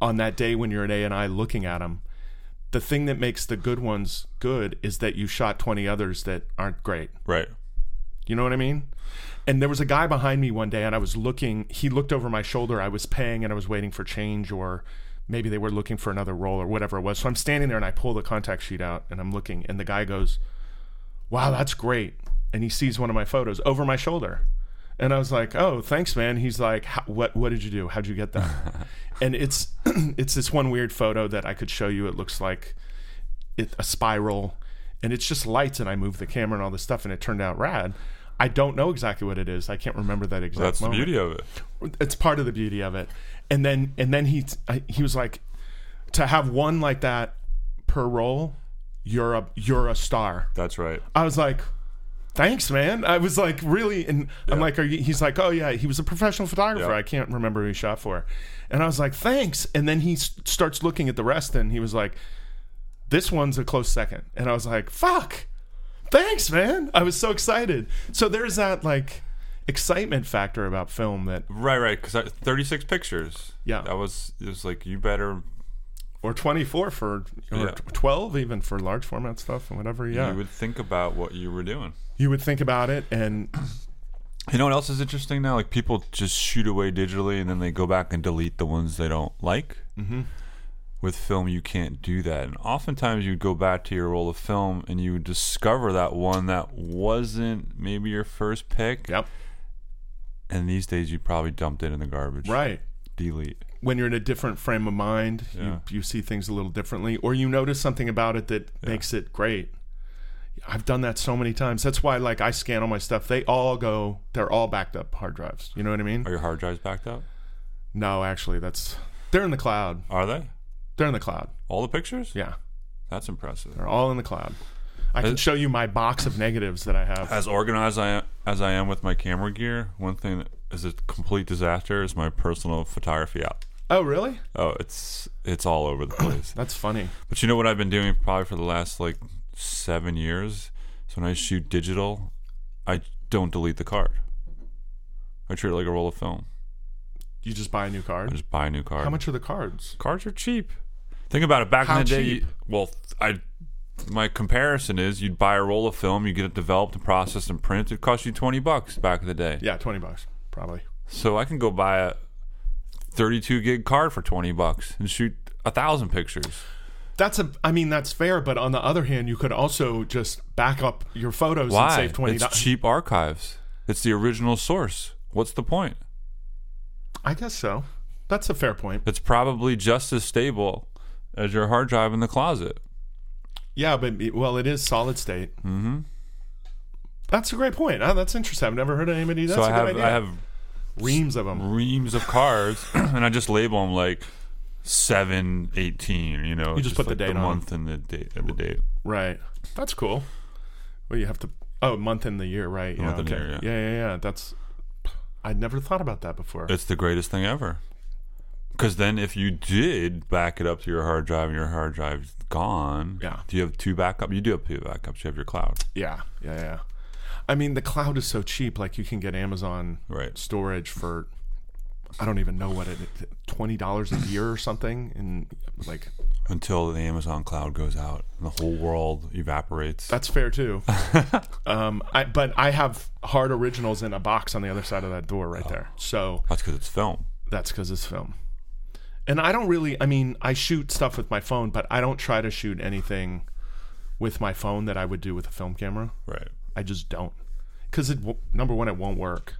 [SPEAKER 1] on that day when you're at A and I looking at them, the thing that makes the good ones good is that you shot 20 others that aren't great.
[SPEAKER 2] Right.
[SPEAKER 1] You know what I mean? And there was a guy behind me one day, and I was looking. He looked over my shoulder. I was paying, and I was waiting for change, or maybe they were looking for another roll, or whatever it was. So I'm standing there, and I pull the contact sheet out, and I'm looking, and the guy goes, "Wow, that's great!" And he sees one of my photos over my shoulder, and I was like, "Oh, thanks, man." He's like, "How- "What? What did you do? How'd you get
[SPEAKER 2] [LAUGHS]
[SPEAKER 1] that?" and it's [CLEARS THROAT] it's this one weird photo that I could show you. It looks like it, a spiral and it's just lights, and I move the camera and all this stuff, and it turned out rad. I don't know exactly what it is. I can't remember that exact.
[SPEAKER 2] That's the
[SPEAKER 1] moment
[SPEAKER 2] beauty of it.
[SPEAKER 1] it's part of the beauty of it and then and then he I- he was like to have one like that per role you're a you're a star
[SPEAKER 2] That's right.
[SPEAKER 1] i was like thanks man i was like really and i'm like are you he's like oh yeah he was a professional photographer
[SPEAKER 2] Yeah.
[SPEAKER 1] i can't remember who he shot for and i was like thanks and then he s- starts looking at the rest and he was like this one's a close second and i was like fuck thanks man i was so excited so there's that like excitement factor about film that
[SPEAKER 2] Right, right. Because 36 pictures.
[SPEAKER 1] Yeah.
[SPEAKER 2] That was, it was like, you better,
[SPEAKER 1] or 24 for or
[SPEAKER 2] Yeah.
[SPEAKER 1] tw- 12 even for large format stuff and whatever yeah
[SPEAKER 2] you would think about what you were doing.
[SPEAKER 1] think about it and
[SPEAKER 2] You know what else is interesting now? Like people just shoot away digitally and then they go back and delete the ones they don't like. Mm-hmm. With film, you can't do that. And oftentimes you go back to your roll of film and you discover that one that wasn't maybe your first pick.
[SPEAKER 1] yep
[SPEAKER 2] And these days you probably dumped it in the garbage.
[SPEAKER 1] right
[SPEAKER 2] Delete.
[SPEAKER 1] when you're in a different frame of mind
[SPEAKER 2] Yeah.
[SPEAKER 1] you, you see things a little differently or you notice something about it that makes it great i've done that so many times that's why like i scan all my stuff they all go they're all backed up hard drives you know what i mean
[SPEAKER 2] Are your hard drives backed up?
[SPEAKER 1] no actually that's they're in the cloud
[SPEAKER 2] Are they?
[SPEAKER 1] they're in the cloud
[SPEAKER 2] All the pictures?
[SPEAKER 1] yeah
[SPEAKER 2] That's impressive.
[SPEAKER 1] they're all in the cloud i can
[SPEAKER 2] As-
[SPEAKER 1] show you my box of negatives that i have
[SPEAKER 2] As organized Uh, I am, as I am with my camera gear, one thing that is a complete disaster is my personal photography app.
[SPEAKER 1] oh really
[SPEAKER 2] Oh, it's it's all over the
[SPEAKER 1] [COUGHS]
[SPEAKER 2] place.
[SPEAKER 1] that's funny
[SPEAKER 2] But you know what I've been doing probably for the last like seven years? is when I shoot digital, I don't delete the card. I treat it like a roll of film.
[SPEAKER 1] you just buy a new card
[SPEAKER 2] I just buy a new card.
[SPEAKER 1] How much are the cards?
[SPEAKER 2] Cards are cheap. Think about it. Back
[SPEAKER 1] How
[SPEAKER 2] in the day, you-
[SPEAKER 1] cheap?
[SPEAKER 2] well, I my comparison is you'd buy a roll of film, you get it developed and processed and printed. It cost you twenty bucks back in the day.
[SPEAKER 1] Yeah, twenty bucks probably.
[SPEAKER 2] So I can go buy a thirty-two gig card for twenty bucks and shoot a thousand pictures.
[SPEAKER 1] That's a. I mean, that's fair. But on the other hand, you could also just back up your photos and
[SPEAKER 2] Why?
[SPEAKER 1] save twenty
[SPEAKER 2] It's
[SPEAKER 1] dollars. [LAUGHS]
[SPEAKER 2] cheap archives. It's the original source. What's the point?
[SPEAKER 1] I guess so. That's a fair point.
[SPEAKER 2] It's probably just as stable as your hard drive in the closet.
[SPEAKER 1] Yeah, but it- well, it is solid state. Mm-hmm. That's a great point. Oh, that's interesting. I've never heard of anybody. That's
[SPEAKER 2] so
[SPEAKER 1] a
[SPEAKER 2] I
[SPEAKER 1] good
[SPEAKER 2] have
[SPEAKER 1] idea.
[SPEAKER 2] I have
[SPEAKER 1] reams of them.
[SPEAKER 2] reams of cards, [CLEARS THROAT] and I just label them like seven eighteen. You know,
[SPEAKER 1] You just put the
[SPEAKER 2] like
[SPEAKER 1] date on
[SPEAKER 2] the
[SPEAKER 1] 'em.
[SPEAKER 2] month, and the date of the date.
[SPEAKER 1] Right. That's cool. Well, you have to. Oh, month in the year, right? Yeah.
[SPEAKER 2] Month and
[SPEAKER 1] okay.
[SPEAKER 2] year, yeah.
[SPEAKER 1] yeah, yeah, yeah. That's. I'd never thought about that before.
[SPEAKER 2] It's the greatest thing ever. Because then, if you did back it up to your hard drive, and your hard drive's gone.
[SPEAKER 1] Yeah.
[SPEAKER 2] Do you have two backup? You do have two backups. You have your cloud,
[SPEAKER 1] Yeah, yeah, yeah. I mean, the cloud is so cheap. Like you can get Amazon
[SPEAKER 2] right?
[SPEAKER 1] storage for I don't even know what it twenty dollars a year or something, and like
[SPEAKER 2] Until the Amazon cloud goes out and the whole world evaporates.
[SPEAKER 1] that's fair too. um, I, but I have hard originals in a box on the other side of that door right there, so
[SPEAKER 2] That's because it's film.
[SPEAKER 1] that's because it's film. And I don't really. I mean, I shoot stuff with my phone, but I don't try to shoot anything with my phone that I would do with a film camera.
[SPEAKER 2] Right.
[SPEAKER 1] I just don't. Because it w- number one, it won't work.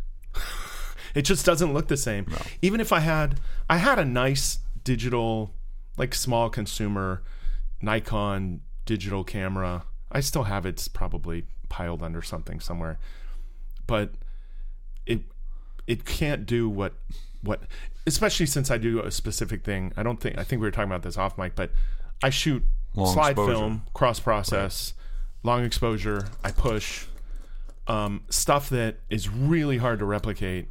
[SPEAKER 1] it just doesn't look the same. Even if I had, I had a nice digital, like small consumer Nikon digital camera. I still have it. It's probably piled under something somewhere, but it it can't do what what. Especially since I do a specific thing. I don't think. I think we were talking about this off mic, but I shoot
[SPEAKER 2] Long
[SPEAKER 1] slide
[SPEAKER 2] exposure.
[SPEAKER 1] film, cross process, long exposure. I push um, stuff that is really hard to replicate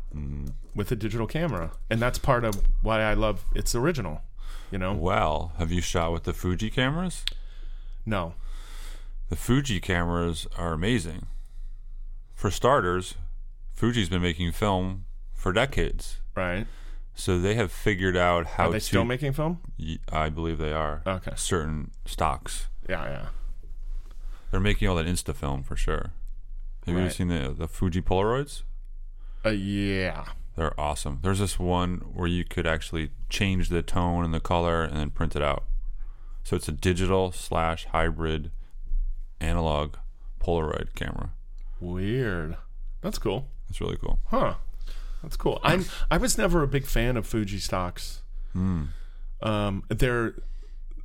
[SPEAKER 1] with a digital camera, and that's part of why I love its original. You know,
[SPEAKER 2] Well, have you shot with the Fuji cameras?
[SPEAKER 1] no,
[SPEAKER 2] The Fuji cameras are amazing. For starters, Fuji's been making film for decades.
[SPEAKER 1] right?
[SPEAKER 2] So they have figured out how
[SPEAKER 1] Are they
[SPEAKER 2] to
[SPEAKER 1] still making film?
[SPEAKER 2] Ye- I believe they are.
[SPEAKER 1] Okay.
[SPEAKER 2] Certain stocks.
[SPEAKER 1] Yeah, yeah.
[SPEAKER 2] They're making all that Insta film for sure. Have you ever
[SPEAKER 1] Right.
[SPEAKER 2] seen the the Fuji Polaroids?
[SPEAKER 1] Uh, yeah.
[SPEAKER 2] They're awesome. There's this one where you could actually change the tone and the color and then print it out. So it's a digital slash hybrid analog Polaroid camera.
[SPEAKER 1] Weird. That's cool.
[SPEAKER 2] That's really cool.
[SPEAKER 1] Huh. That's cool. I'm I was never a big fan of Fuji stocks. Um they're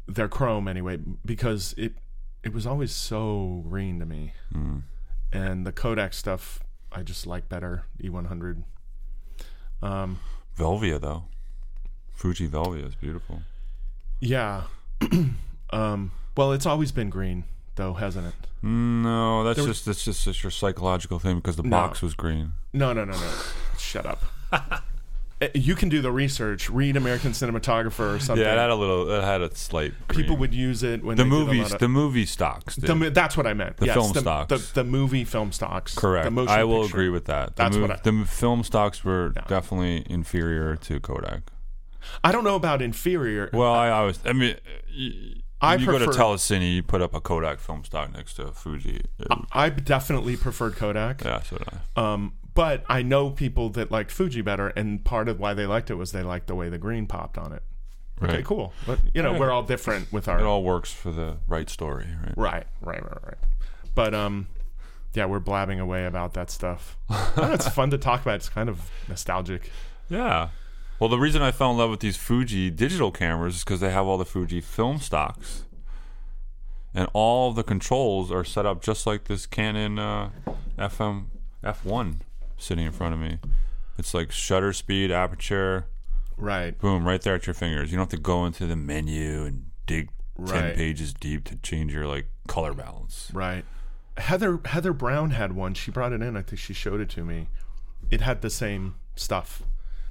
[SPEAKER 1] they're chrome anyway because it it was always so green to me.
[SPEAKER 2] Mm.
[SPEAKER 1] And the Kodak stuff, I just like better. E E100. Um,
[SPEAKER 2] Velvia though, Fuji Velvia is beautiful.
[SPEAKER 1] yeah. [CLEARS THROAT] um, well, it's always been green, though, hasn't it?
[SPEAKER 2] Mm, No, that's
[SPEAKER 1] There was-
[SPEAKER 2] just that's just, that's your psychological thing because the
[SPEAKER 1] No.
[SPEAKER 2] box was green.
[SPEAKER 1] No, no, no, no. Shut up.
[SPEAKER 2] [LAUGHS]
[SPEAKER 1] Uh, you can do the research. Read American Cinematographer or something.
[SPEAKER 2] Yeah, it had a little. It had a slight.
[SPEAKER 1] People
[SPEAKER 2] green.
[SPEAKER 1] would use it when
[SPEAKER 2] the
[SPEAKER 1] they did a lot
[SPEAKER 2] movies
[SPEAKER 1] of-
[SPEAKER 2] the movie stocks. Did.
[SPEAKER 1] The mo- that's what I meant.
[SPEAKER 2] The
[SPEAKER 1] yes,
[SPEAKER 2] film
[SPEAKER 1] the,
[SPEAKER 2] stocks.
[SPEAKER 1] The, the movie film stocks. The
[SPEAKER 2] Correct.
[SPEAKER 1] motion
[SPEAKER 2] I will
[SPEAKER 1] picture.
[SPEAKER 2] agree with that. The,
[SPEAKER 1] That's what I-
[SPEAKER 2] the m- film stocks were
[SPEAKER 1] Yeah.
[SPEAKER 2] definitely inferior to Kodak.
[SPEAKER 1] I don't know about inferior.
[SPEAKER 2] Well, I always, I mean, you,
[SPEAKER 1] I
[SPEAKER 2] you go to
[SPEAKER 1] prefer-
[SPEAKER 2] Telecine, you put up a Kodak film stock next to a Fuji.
[SPEAKER 1] Um, I definitely preferred Kodak.
[SPEAKER 2] yeah, so did I.
[SPEAKER 1] Um, but I know people that liked Fuji better, and part of why they liked it was they liked the way the green popped on it. Okay,
[SPEAKER 2] Right.
[SPEAKER 1] cool. But you know, we're all different with our
[SPEAKER 2] It all works for the right story, right?
[SPEAKER 1] right, right, right, right. But um, yeah, we're blabbing away about that stuff. I know it's fun to talk about. It's kind of nostalgic.
[SPEAKER 2] Yeah. Well, the reason I fell in love with these Fuji digital cameras is because they have all the Fuji film stocks, and all the controls are set up just like this Canon uh, FM F1 sitting in front of me. It's like shutter speed, aperture,
[SPEAKER 1] Right.
[SPEAKER 2] boom, right there at your fingers. You don't have to go into the menu and dig ten
[SPEAKER 1] Right.
[SPEAKER 2] pages deep to change your like color balance.
[SPEAKER 1] Right. Heather Heather Brown had one. She brought it in. I think she showed it to me. It had the same stuff,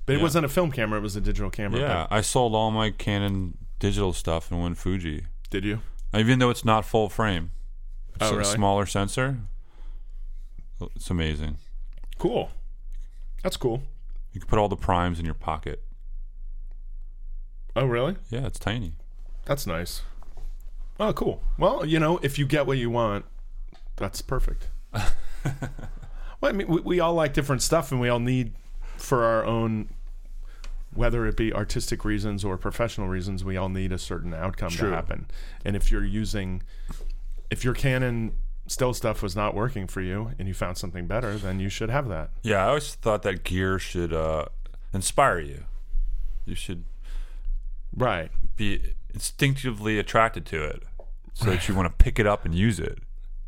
[SPEAKER 1] but it
[SPEAKER 2] Yeah.
[SPEAKER 1] wasn't a film camera. It was a digital camera.
[SPEAKER 2] Yeah, I sold all my Canon digital stuff and went Fuji.
[SPEAKER 1] Did you?
[SPEAKER 2] even though it's not full frame. It's
[SPEAKER 1] Oh,
[SPEAKER 2] a
[SPEAKER 1] really?
[SPEAKER 2] smaller sensor. Oh, It's amazing.
[SPEAKER 1] Cool. That's cool.
[SPEAKER 2] You can put all the primes in your pocket.
[SPEAKER 1] Oh, really?
[SPEAKER 2] Yeah, it's tiny.
[SPEAKER 1] That's nice. Oh, cool. Well, you know, if you get what you want, that's perfect. well, I mean, we, we all like different stuff, and we all need for our own, whether it be artistic reasons or professional reasons, we all need a certain outcome
[SPEAKER 2] True.
[SPEAKER 1] to happen. And if you're using, if your Canon still stuff was not working for you, and you found something better, then you should have that.
[SPEAKER 2] Yeah, I always thought that gear should uh, inspire you. You should
[SPEAKER 1] Right.
[SPEAKER 2] be instinctively attracted to it, so that you want to pick it up and use it.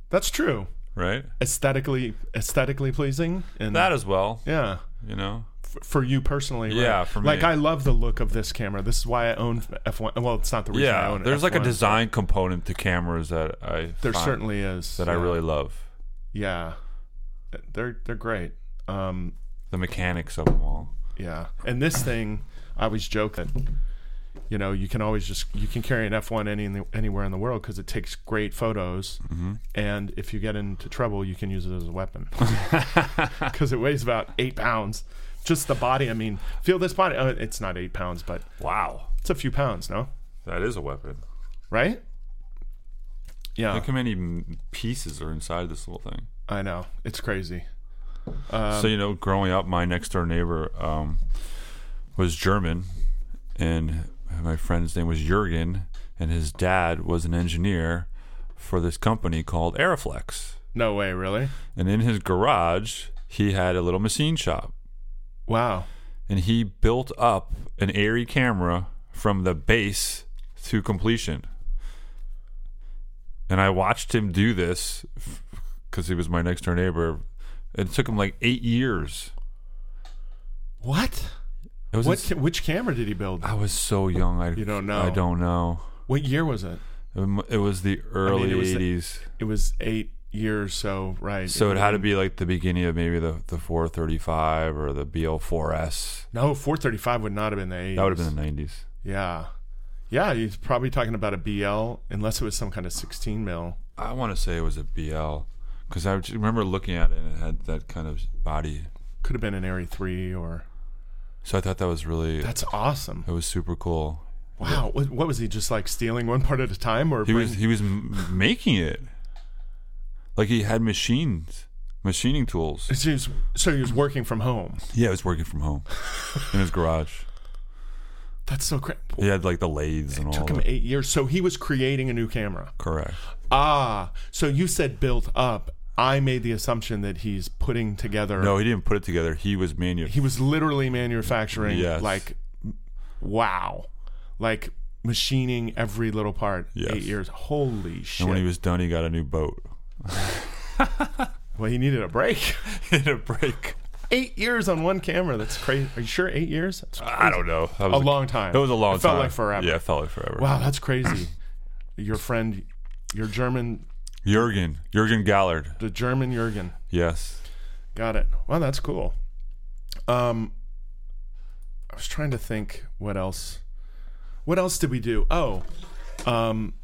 [SPEAKER 1] That's true.
[SPEAKER 2] Right?
[SPEAKER 1] Aesthetically, aesthetically pleasing, and
[SPEAKER 2] That as well.
[SPEAKER 1] yeah.
[SPEAKER 2] You know.
[SPEAKER 1] for you personally, right?
[SPEAKER 2] Yeah, for me.
[SPEAKER 1] Like I love the look of this camera. This is why I own F1. Well, it's not the reason I
[SPEAKER 2] Yeah.
[SPEAKER 1] own it.
[SPEAKER 2] There's like a
[SPEAKER 1] F1.
[SPEAKER 2] design component to cameras that I
[SPEAKER 1] There
[SPEAKER 2] find
[SPEAKER 1] certainly is
[SPEAKER 2] that I
[SPEAKER 1] yeah.
[SPEAKER 2] really love.
[SPEAKER 1] yeah. They're they're great. Um,
[SPEAKER 2] The mechanics of them all.
[SPEAKER 1] yeah, and this thing, I always joke that you know you can always just you can carry an F1 any in the, anywhere in the world because it takes great photos,
[SPEAKER 2] Mm-hmm.
[SPEAKER 1] and if you get into trouble, you can use it as a
[SPEAKER 2] [LAUGHS]
[SPEAKER 1] weapon [LAUGHS] because it weighs about eight pounds. Just the body. I mean, feel this body. Oh, it's not eight pounds, but
[SPEAKER 2] Wow,
[SPEAKER 1] it's a few pounds. No.
[SPEAKER 2] that is a weapon.
[SPEAKER 1] right? Yeah,
[SPEAKER 2] Look how many m- pieces are inside this little thing.
[SPEAKER 1] I know. It's crazy.
[SPEAKER 2] so you know, growing up, my next door neighbor um, was German, and my friend's name was Jürgen, and his dad was an engineer for this company called Aeroflex.
[SPEAKER 1] No way, really?
[SPEAKER 2] And in his garage, he had a little machine shop,
[SPEAKER 1] Wow.
[SPEAKER 2] and he built up an Airy camera from the base to completion. And I watched him do this because he was my next door neighbor. It took him like eight years.
[SPEAKER 1] What?
[SPEAKER 2] It was
[SPEAKER 1] What? ca- which camera did he build?
[SPEAKER 2] I was so young. I
[SPEAKER 1] You don't know.
[SPEAKER 2] I don't know.
[SPEAKER 1] What year was it?
[SPEAKER 2] Um, It was the early
[SPEAKER 1] it was the-
[SPEAKER 2] '80s,
[SPEAKER 1] It was eight years, so right.
[SPEAKER 2] so it had to be like the beginning of maybe the the 435 or the BL4S.
[SPEAKER 1] no 435 would not have been the eight.
[SPEAKER 2] That would have been the '90s.
[SPEAKER 1] yeah, yeah. He's probably talking about a BL, unless it was some kind of 16 mil.
[SPEAKER 2] I want to say it was a BL because I just remember looking at it and it had that kind of body.
[SPEAKER 1] Could have been an Airy three or.
[SPEAKER 2] So I thought that was really
[SPEAKER 1] That's awesome.
[SPEAKER 2] it was super cool.
[SPEAKER 1] Wow. What, what was he just like stealing one part at a time, or
[SPEAKER 2] He
[SPEAKER 1] bring-
[SPEAKER 2] was he was m- making it like he had machines, machining
[SPEAKER 1] [LAUGHS]
[SPEAKER 2] tools.
[SPEAKER 1] So he was- so he was working from home.
[SPEAKER 2] Yeah, he was working from home in his garage.
[SPEAKER 1] That's so great.
[SPEAKER 2] He had like the lathes and all.
[SPEAKER 1] Took him
[SPEAKER 2] that.
[SPEAKER 1] eight years, so he was creating a new camera.
[SPEAKER 2] Correct.
[SPEAKER 1] Ah, so you said built up. I made the assumption that he's putting together.
[SPEAKER 2] No, he didn't put it together. He was manual.
[SPEAKER 1] He was literally manufacturing,
[SPEAKER 2] Yes.
[SPEAKER 1] like, wow. Like, machining every little part.
[SPEAKER 2] Yes.
[SPEAKER 1] Eight years. Holy shit.
[SPEAKER 2] And when he was done, he got a
[SPEAKER 1] [LAUGHS]
[SPEAKER 2] new boat.
[SPEAKER 1] well, he needed a break. [LAUGHS]
[SPEAKER 2] He had a break.
[SPEAKER 1] eight years on one camera. That's crazy. Are you sure eight years? That's
[SPEAKER 2] I don't know. That
[SPEAKER 1] a
[SPEAKER 2] was
[SPEAKER 1] long time.
[SPEAKER 2] It was a long
[SPEAKER 1] It
[SPEAKER 2] time.
[SPEAKER 1] felt like forever.
[SPEAKER 2] Yeah, it felt like forever.
[SPEAKER 1] Wow, that's crazy. your friend, your German,
[SPEAKER 2] Jurgen. Jurgen Gallard.
[SPEAKER 1] the German Jurgen.
[SPEAKER 2] Yes.
[SPEAKER 1] Got it. Wow, that's cool. Um, I was trying to think what else. What else did we do? Oh, um,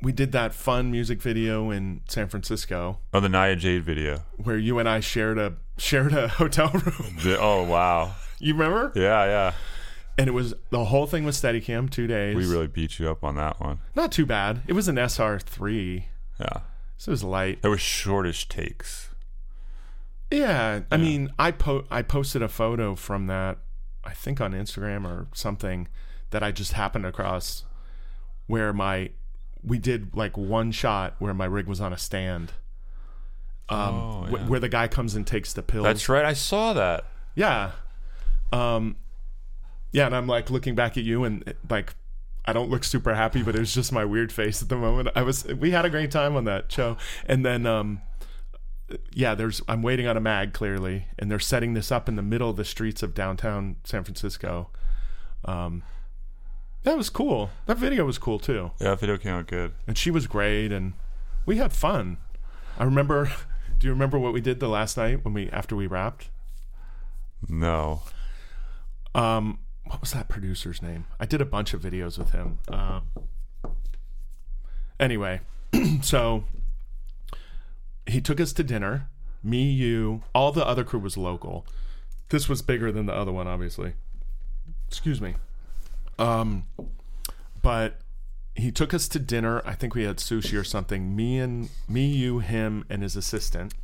[SPEAKER 1] we did that fun music video in San Francisco
[SPEAKER 2] Oh, the Nia Jade video.
[SPEAKER 1] where you and I shared a shared a [LAUGHS] hotel room.
[SPEAKER 2] The- oh, wow.
[SPEAKER 1] you remember?
[SPEAKER 2] Yeah, yeah.
[SPEAKER 1] And it was the whole thing was Steadicam, two days.
[SPEAKER 2] We really beat you up on that one.
[SPEAKER 1] Not too bad. It was an SR3,
[SPEAKER 2] Yeah.
[SPEAKER 1] so it was light.
[SPEAKER 2] There were shortish takes.
[SPEAKER 1] Yeah, I mean, I po- I posted a photo from that, I think on Instagram or something, that I just happened across, where my we did like one shot where my rig was on a stand, um,
[SPEAKER 2] Oh,
[SPEAKER 1] wh-
[SPEAKER 2] yeah.
[SPEAKER 1] where the guy comes and takes the pills.
[SPEAKER 2] That's right. I saw that.
[SPEAKER 1] yeah, um, yeah, and I'm like looking back at you and like. I don't look super happy, but it was just my weird face at the moment. I was we had a great time on that show, and then um, yeah, there's I'm waiting on a mag clearly, and they're setting this up in the middle of the streets of downtown San Francisco. Um, that was cool. That video was cool too,
[SPEAKER 2] Yeah, that video came out good.
[SPEAKER 1] and she was great, and we had fun. I remember. [LAUGHS] Do you remember what we did the last night when we after we wrapped?
[SPEAKER 2] No. [LAUGHS]
[SPEAKER 1] Um, what was that producer's name? I did a bunch of videos with him. Um, anyway, [CLEARS THROAT] so he took us to dinner. Me, you, all the other crew was local. This was bigger than the other one, obviously. Excuse me. Um, but he took us to dinner. I think we had sushi or something. Me and me, you, him, and his assistant.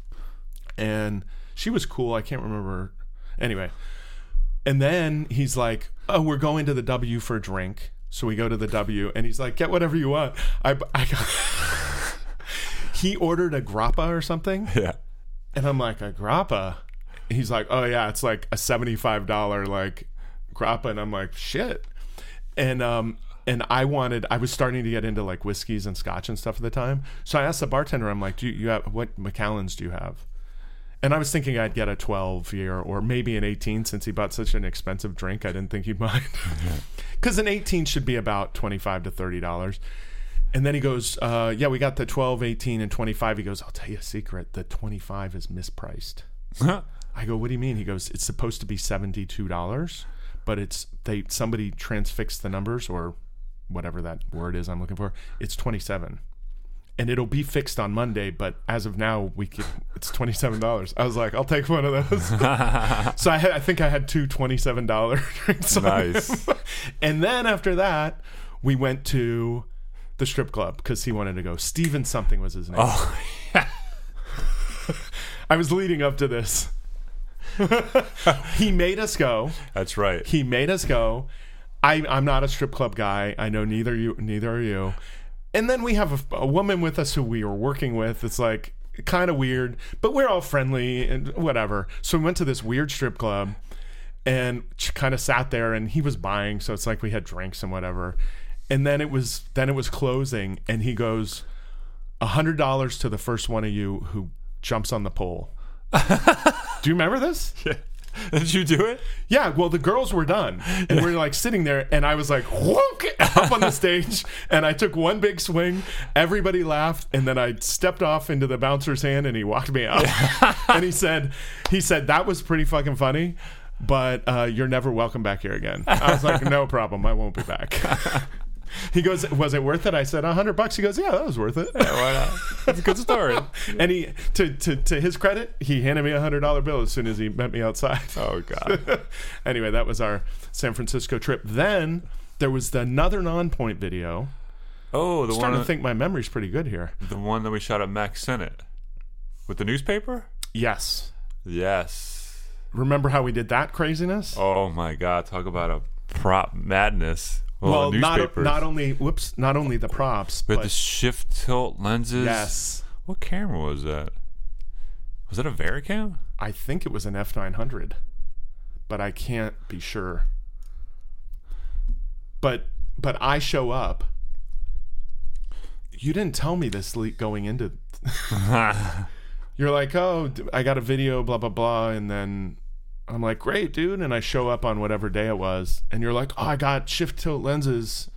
[SPEAKER 1] And she was cool. I can't remember. Anyway, and then he's like, "Oh, we're going to the W for a drink." So we go to the W, and he's like, "Get whatever you want." I, I [LAUGHS] he ordered a grappa or something,
[SPEAKER 2] Yeah. [LAUGHS]
[SPEAKER 1] and I'm like, "A grappa?" And he's like, "Oh yeah, it's like a seventy five dollar like grappa," and I'm like, "Shit." And um and I wanted I was starting to get into like whiskeys and scotch and stuff at the time, so I asked the bartender, "I'm like, do you, you have what Macallans do you have?" And I was thinking I'd get a 12 year or maybe an 18 since he bought such an expensive drink. I didn't think he'd [LAUGHS] mind. Because an 18 should be about 25 to $30. And then he goes, uh, Yeah, we got the 12, 18, and 25. He goes, I'll tell you a secret. The 25 is mispriced. I go, What do you mean? He goes, It's supposed to be $72, but it's they somebody transfixed the numbers or whatever that word is I'm looking for. It's 27 and it'll be fixed on Monday. But as of now, we can, it's twenty seven dollars. I was like, I'll take one of those. so I had, I think I had two twenty seven dollar [LAUGHS] drinks. on
[SPEAKER 2] Nice.
[SPEAKER 1] him. [LAUGHS] and then after that, we went to the strip club because he wanted to go. Steven something was his name.
[SPEAKER 2] Oh,
[SPEAKER 1] I was leading up to this. [LAUGHS] he made us go.
[SPEAKER 2] That's [LAUGHS] right.
[SPEAKER 1] He made us go. I, I'm not a strip club guy. I know neither you, neither are you. And then we have a, a woman with us who we were working with. It's like kind of weird, but we're all friendly and whatever. So we went to this weird strip club and kind of sat there. And he was buying, so it's like we had drinks and whatever. And then it was then it was closing, and he goes, "A hundred dollars to the first one of you who jumps on the pole." Do you remember this?
[SPEAKER 2] [LAUGHS] Did you do it?
[SPEAKER 1] Yeah, well, the girls were done, and we're like sitting there, and I was like, whoonk, [LAUGHS] up on the stage, and I took one big swing. Everybody laughed, and then I stepped off into the bouncer's hand, and he walked me out, and he said, he said that was pretty fucking funny, but uh, you're never welcome back here again. I was like, no problem, I won't be back. [LAUGHS] He goes, was it worth it? I said, a hundred bucks. He goes, yeah, that was worth it.
[SPEAKER 2] Why not? It's a good [LAUGHS] story.
[SPEAKER 1] And he, to, to, to his credit, he handed me a hundred dollar bill as soon as he met me outside
[SPEAKER 2] Oh, [LAUGHS] God.
[SPEAKER 1] [LAUGHS] anyway, that was our San Francisco trip. Then there was the another non-point video.
[SPEAKER 2] Oh, the
[SPEAKER 1] I'm starting
[SPEAKER 2] one,
[SPEAKER 1] to think my memory's pretty good here.
[SPEAKER 2] the one that we shot at Mac Senate with the newspaper?
[SPEAKER 1] Yes.
[SPEAKER 2] Yes.
[SPEAKER 1] Remember how we did that craziness?
[SPEAKER 2] Oh, my God. Talk about a prop madness. Well,
[SPEAKER 1] well,
[SPEAKER 2] the
[SPEAKER 1] not
[SPEAKER 2] newspapers.
[SPEAKER 1] not only whoops, not only the props,
[SPEAKER 2] but
[SPEAKER 1] but
[SPEAKER 2] the shift tilt lenses.
[SPEAKER 1] yes,
[SPEAKER 2] What camera was that? Was that a Vericam?
[SPEAKER 1] I think it was an F900, but I can't be sure. But but I show up. You didn't tell me this leak going into. You're like, oh, d- I got a video, blah blah blah, and then I'm like, great, dude, and I show up on whatever day it was, and you're like, oh, I got shift tilt lenses.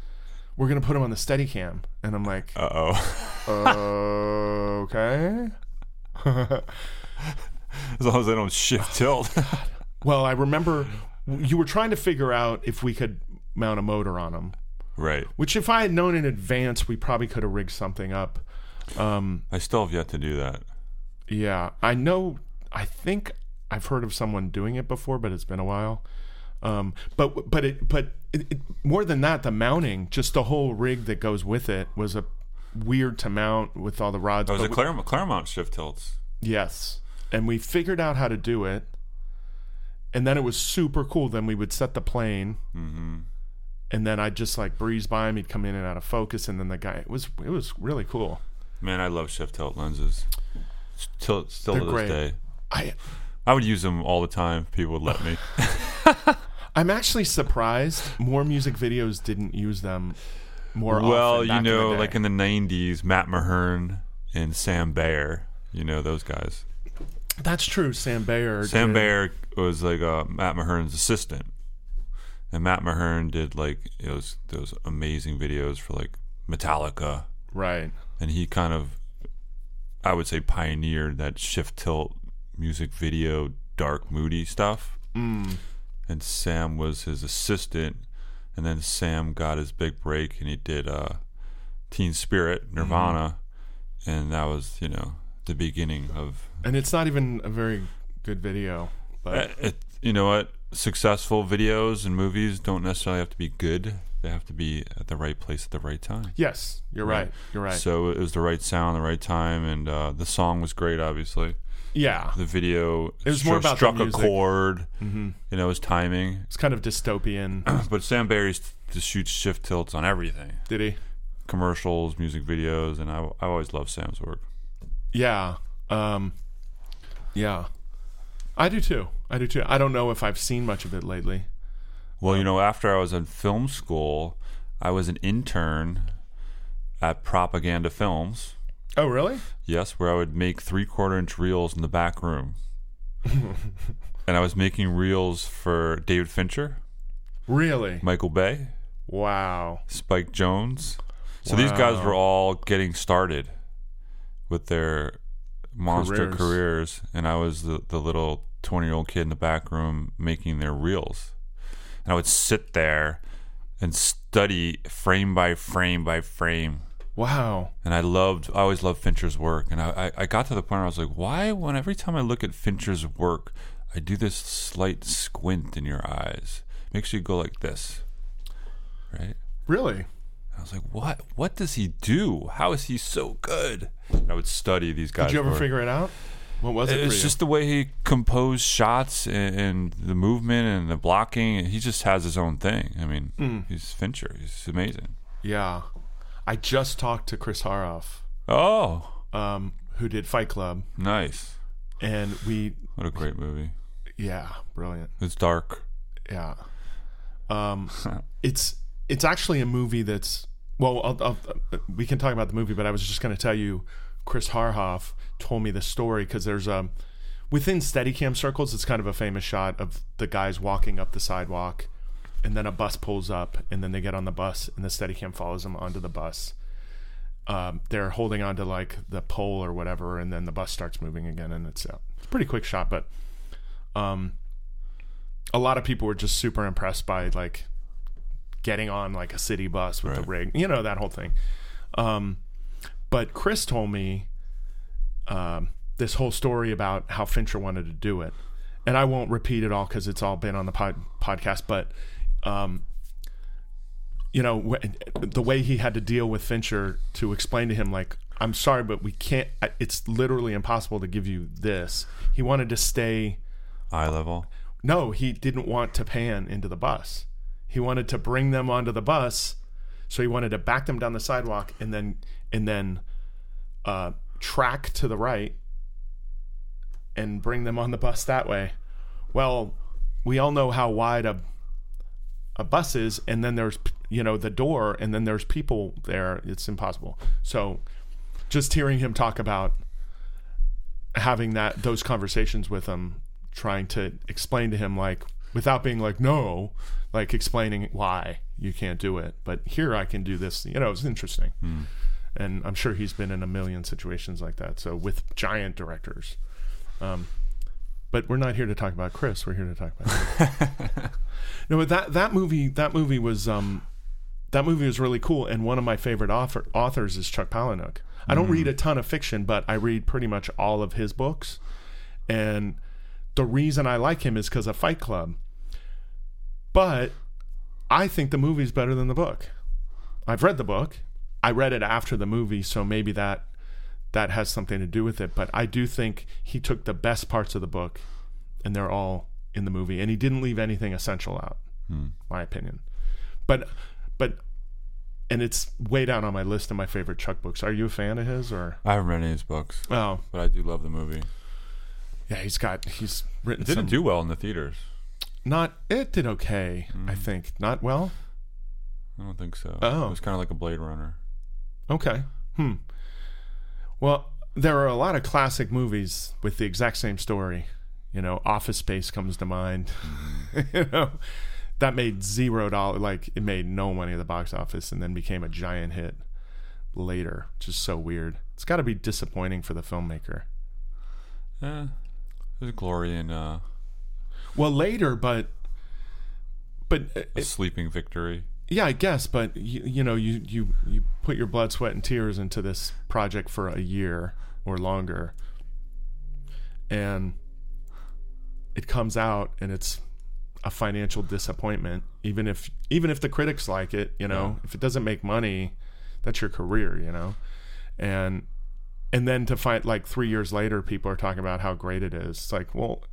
[SPEAKER 1] We're gonna put them on the Steadicam, and I'm like,
[SPEAKER 2] Uh oh.
[SPEAKER 1] okay.
[SPEAKER 2] [LAUGHS] as long as I don't shift tilt. [LAUGHS]
[SPEAKER 1] Well, I remember you were trying to figure out if we could mount a motor on them.
[SPEAKER 2] right.
[SPEAKER 1] Which, if I had known in advance, we probably could have rigged something up.
[SPEAKER 2] I still have yet to do that.
[SPEAKER 1] Yeah, I know. I think I've heard of someone doing it before, but it's been a while. Um, but but it but it, it, more than that, the mounting, just the whole rig that goes with it, was a weird to mount with all the rods.
[SPEAKER 2] That was
[SPEAKER 1] but
[SPEAKER 2] a Oh, Claremont, Claremont shift tilts.
[SPEAKER 1] Yes. And we figured out how to do it. And then it was super cool. Then we would set the plane.
[SPEAKER 2] Mm-hmm.
[SPEAKER 1] And then I'd just like breeze by him. He'd come in and out of focus. And then the guy, it was, it was really cool.
[SPEAKER 2] Man, I love shift tilt lenses. Still, still
[SPEAKER 1] They're
[SPEAKER 2] to this
[SPEAKER 1] great.
[SPEAKER 2] day.
[SPEAKER 1] I,
[SPEAKER 2] I would use them all the time. if People would let
[SPEAKER 1] [LAUGHS]
[SPEAKER 2] me.
[SPEAKER 1] I'm actually surprised more music videos didn't use them more
[SPEAKER 2] well,
[SPEAKER 1] often.
[SPEAKER 2] you
[SPEAKER 1] back in the
[SPEAKER 2] know,
[SPEAKER 1] day.
[SPEAKER 2] like in the '90s, Matt Mahern and Sam Bayer. You know those guys.
[SPEAKER 1] that's true. Sam Bayer.
[SPEAKER 2] Sam
[SPEAKER 1] did-
[SPEAKER 2] Bayer was like uh, Matt Mahern's assistant, and Matt Mahern did like it was those amazing videos for like Metallica,
[SPEAKER 1] Right.
[SPEAKER 2] and he kind of, I would say, pioneered that shift tilt music video, dark moody stuff. And Sam was his assistant, and then Sam got his big break, and he did uh, Teen Spirit, Nirvana, and that was you know the beginning of
[SPEAKER 1] And it's not even a very good video. But
[SPEAKER 2] it, Uh, it- you know what? Successful videos and movies don't necessarily have to be good. They have to be at the right place at the right time.
[SPEAKER 1] yes, you're right. You're right.
[SPEAKER 2] So it was the right sound, the right time, and uh, the song was great. Obviously,
[SPEAKER 1] yeah.
[SPEAKER 2] the video it
[SPEAKER 1] was more about the
[SPEAKER 2] struck a
[SPEAKER 1] music. Mm-hmm.
[SPEAKER 2] chord. You know, it was timing. [CLEARS THROAT]
[SPEAKER 1] It's kind of dystopian.
[SPEAKER 2] But Sam Barry's to shoot shift tilts on everything,
[SPEAKER 1] Did he?
[SPEAKER 2] commercials, music videos, and I, I always loved Sam's work.
[SPEAKER 1] Yeah. Um, yeah. I do too. I do too. I don't know if I've seen much of it lately.
[SPEAKER 2] Well, you know, after I was in film school, I was an intern at Propaganda Films.
[SPEAKER 1] Oh, really?
[SPEAKER 2] Yes, where I would make three quarter inch reels in the back room. and I was making reels for David Fincher,
[SPEAKER 1] Really?
[SPEAKER 2] Michael Bay,
[SPEAKER 1] Wow.
[SPEAKER 2] Spike Jones. So these guys were all getting started with their monster
[SPEAKER 1] Careers.
[SPEAKER 2] careers. And I was the, the little 20 year old kid in the back room making their reels. And I would sit there and study frame by frame by frame
[SPEAKER 1] Wow.
[SPEAKER 2] and I loved, I always loved Fincher's work. And I, I, I got to the point where I was like, why, when every time I look at Fincher's work, I do this slight squint in your eyes. Makes you go like this, right?
[SPEAKER 1] Really?
[SPEAKER 2] I was like, what? What does he do? How is he so good? And I would study these guys.
[SPEAKER 1] Did you ever
[SPEAKER 2] work.
[SPEAKER 1] figure it out? What was it, for
[SPEAKER 2] It's
[SPEAKER 1] you?
[SPEAKER 2] just the way he composed shots and, and the movement and the blocking. He just has his own thing. I mean,
[SPEAKER 1] Hmm.
[SPEAKER 2] he's Fincher. He's amazing.
[SPEAKER 1] yeah. I just talked to Chris Haroff,
[SPEAKER 2] Oh,
[SPEAKER 1] um, who did Fight Club,
[SPEAKER 2] nice.
[SPEAKER 1] and we,
[SPEAKER 2] What a great movie.
[SPEAKER 1] yeah, brilliant.
[SPEAKER 2] It's dark. [LAUGHS]
[SPEAKER 1] Yeah. Um, it's it's actually a movie that's well, I'll, I'll, we can talk about the movie, but I was just going to tell you, Chris Harhoff told me the story because there's a within Steadicam circles, it's kind of a famous shot of the guys walking up the sidewalk, and then a bus pulls up, and then they get on the bus, and the Steadicam follows them onto the bus. Um, they're holding onto like the pole or whatever, and then the bus starts moving again, and it's uh, it's a pretty quick shot, but um, a lot of people were just super impressed by like getting on like a city bus with the rig, you know, that whole thing. Um, but Chris told me um, this whole story about how Fincher wanted to do it, and I won't repeat it all because it's all been on the pod- podcast. But um, you know, wh- the way he had to deal with Fincher to explain to him, like, I'm sorry, but we can't. I- It's literally impossible to give you this. He wanted to stay
[SPEAKER 2] eye level.
[SPEAKER 1] no, he didn't want to pan into the bus. He wanted to bring them onto the bus, so he wanted to back them down the sidewalk and then and then uh, track to the right and bring them on the bus that way. Well, we all know how wide a uh, buses, and then there's you know the door, and then there's people there. It's impossible. So, just hearing him talk about having that those conversations with him, trying to explain to him like without being like no, like explaining why you can't do it, but here I can do this. You know, it's interesting. And I'm sure he's been in a million situations like that. So with giant directors, um, but we're not here to talk about Chris. We're here to talk about. No, but that that movie that movie was um that movie was really cool, and one of my favorite author, authors is Chuck Palahniuk. I don't read a ton of fiction, but I read pretty much all of his books, and the reason I like him is because of Fight Club. But I think the movie's better than the book. I've read the book. I read it after the movie, so maybe that that has something to do with it. But I do think he took the best parts of the book, and they're all in the movie, and he didn't leave anything essential out. My opinion, but but and it's way down on my list of my favorite Chuck books. Are you a fan of his or
[SPEAKER 2] I haven't read any of his books,
[SPEAKER 1] oh
[SPEAKER 2] but I do love the movie.
[SPEAKER 1] yeah he's got he's written
[SPEAKER 2] It didn't
[SPEAKER 1] some,
[SPEAKER 2] do well in the theaters.
[SPEAKER 1] not it did okay
[SPEAKER 2] Mm.
[SPEAKER 1] I think not well
[SPEAKER 2] I don't think so.
[SPEAKER 1] Oh.
[SPEAKER 2] It was kind of like a Blade Runner.
[SPEAKER 1] Okay. Hmm. Well, there are a lot of classic movies with the exact same story. You know, Office Space comes to mind. [LAUGHS]
[SPEAKER 2] Mm.
[SPEAKER 1] you know, that made zero dollar, like it made no money at the box office, and then became a giant hit later. Just so weird. It's got to be disappointing for the filmmaker.
[SPEAKER 2] Eh, there's glory in uh,
[SPEAKER 1] Well, later, but but uh,
[SPEAKER 2] a sleeping
[SPEAKER 1] [LAUGHS]
[SPEAKER 2] victory.
[SPEAKER 1] yeah, I guess. But you, you know, you you you put your blood, sweat, and tears into this project for a year or longer, and it comes out, and it's a financial disappointment. Even if even if the critics like it, you know, if it doesn't make money, that's your career, you know, and and then to find like three years later, people are talking about how great it is. It's like, well.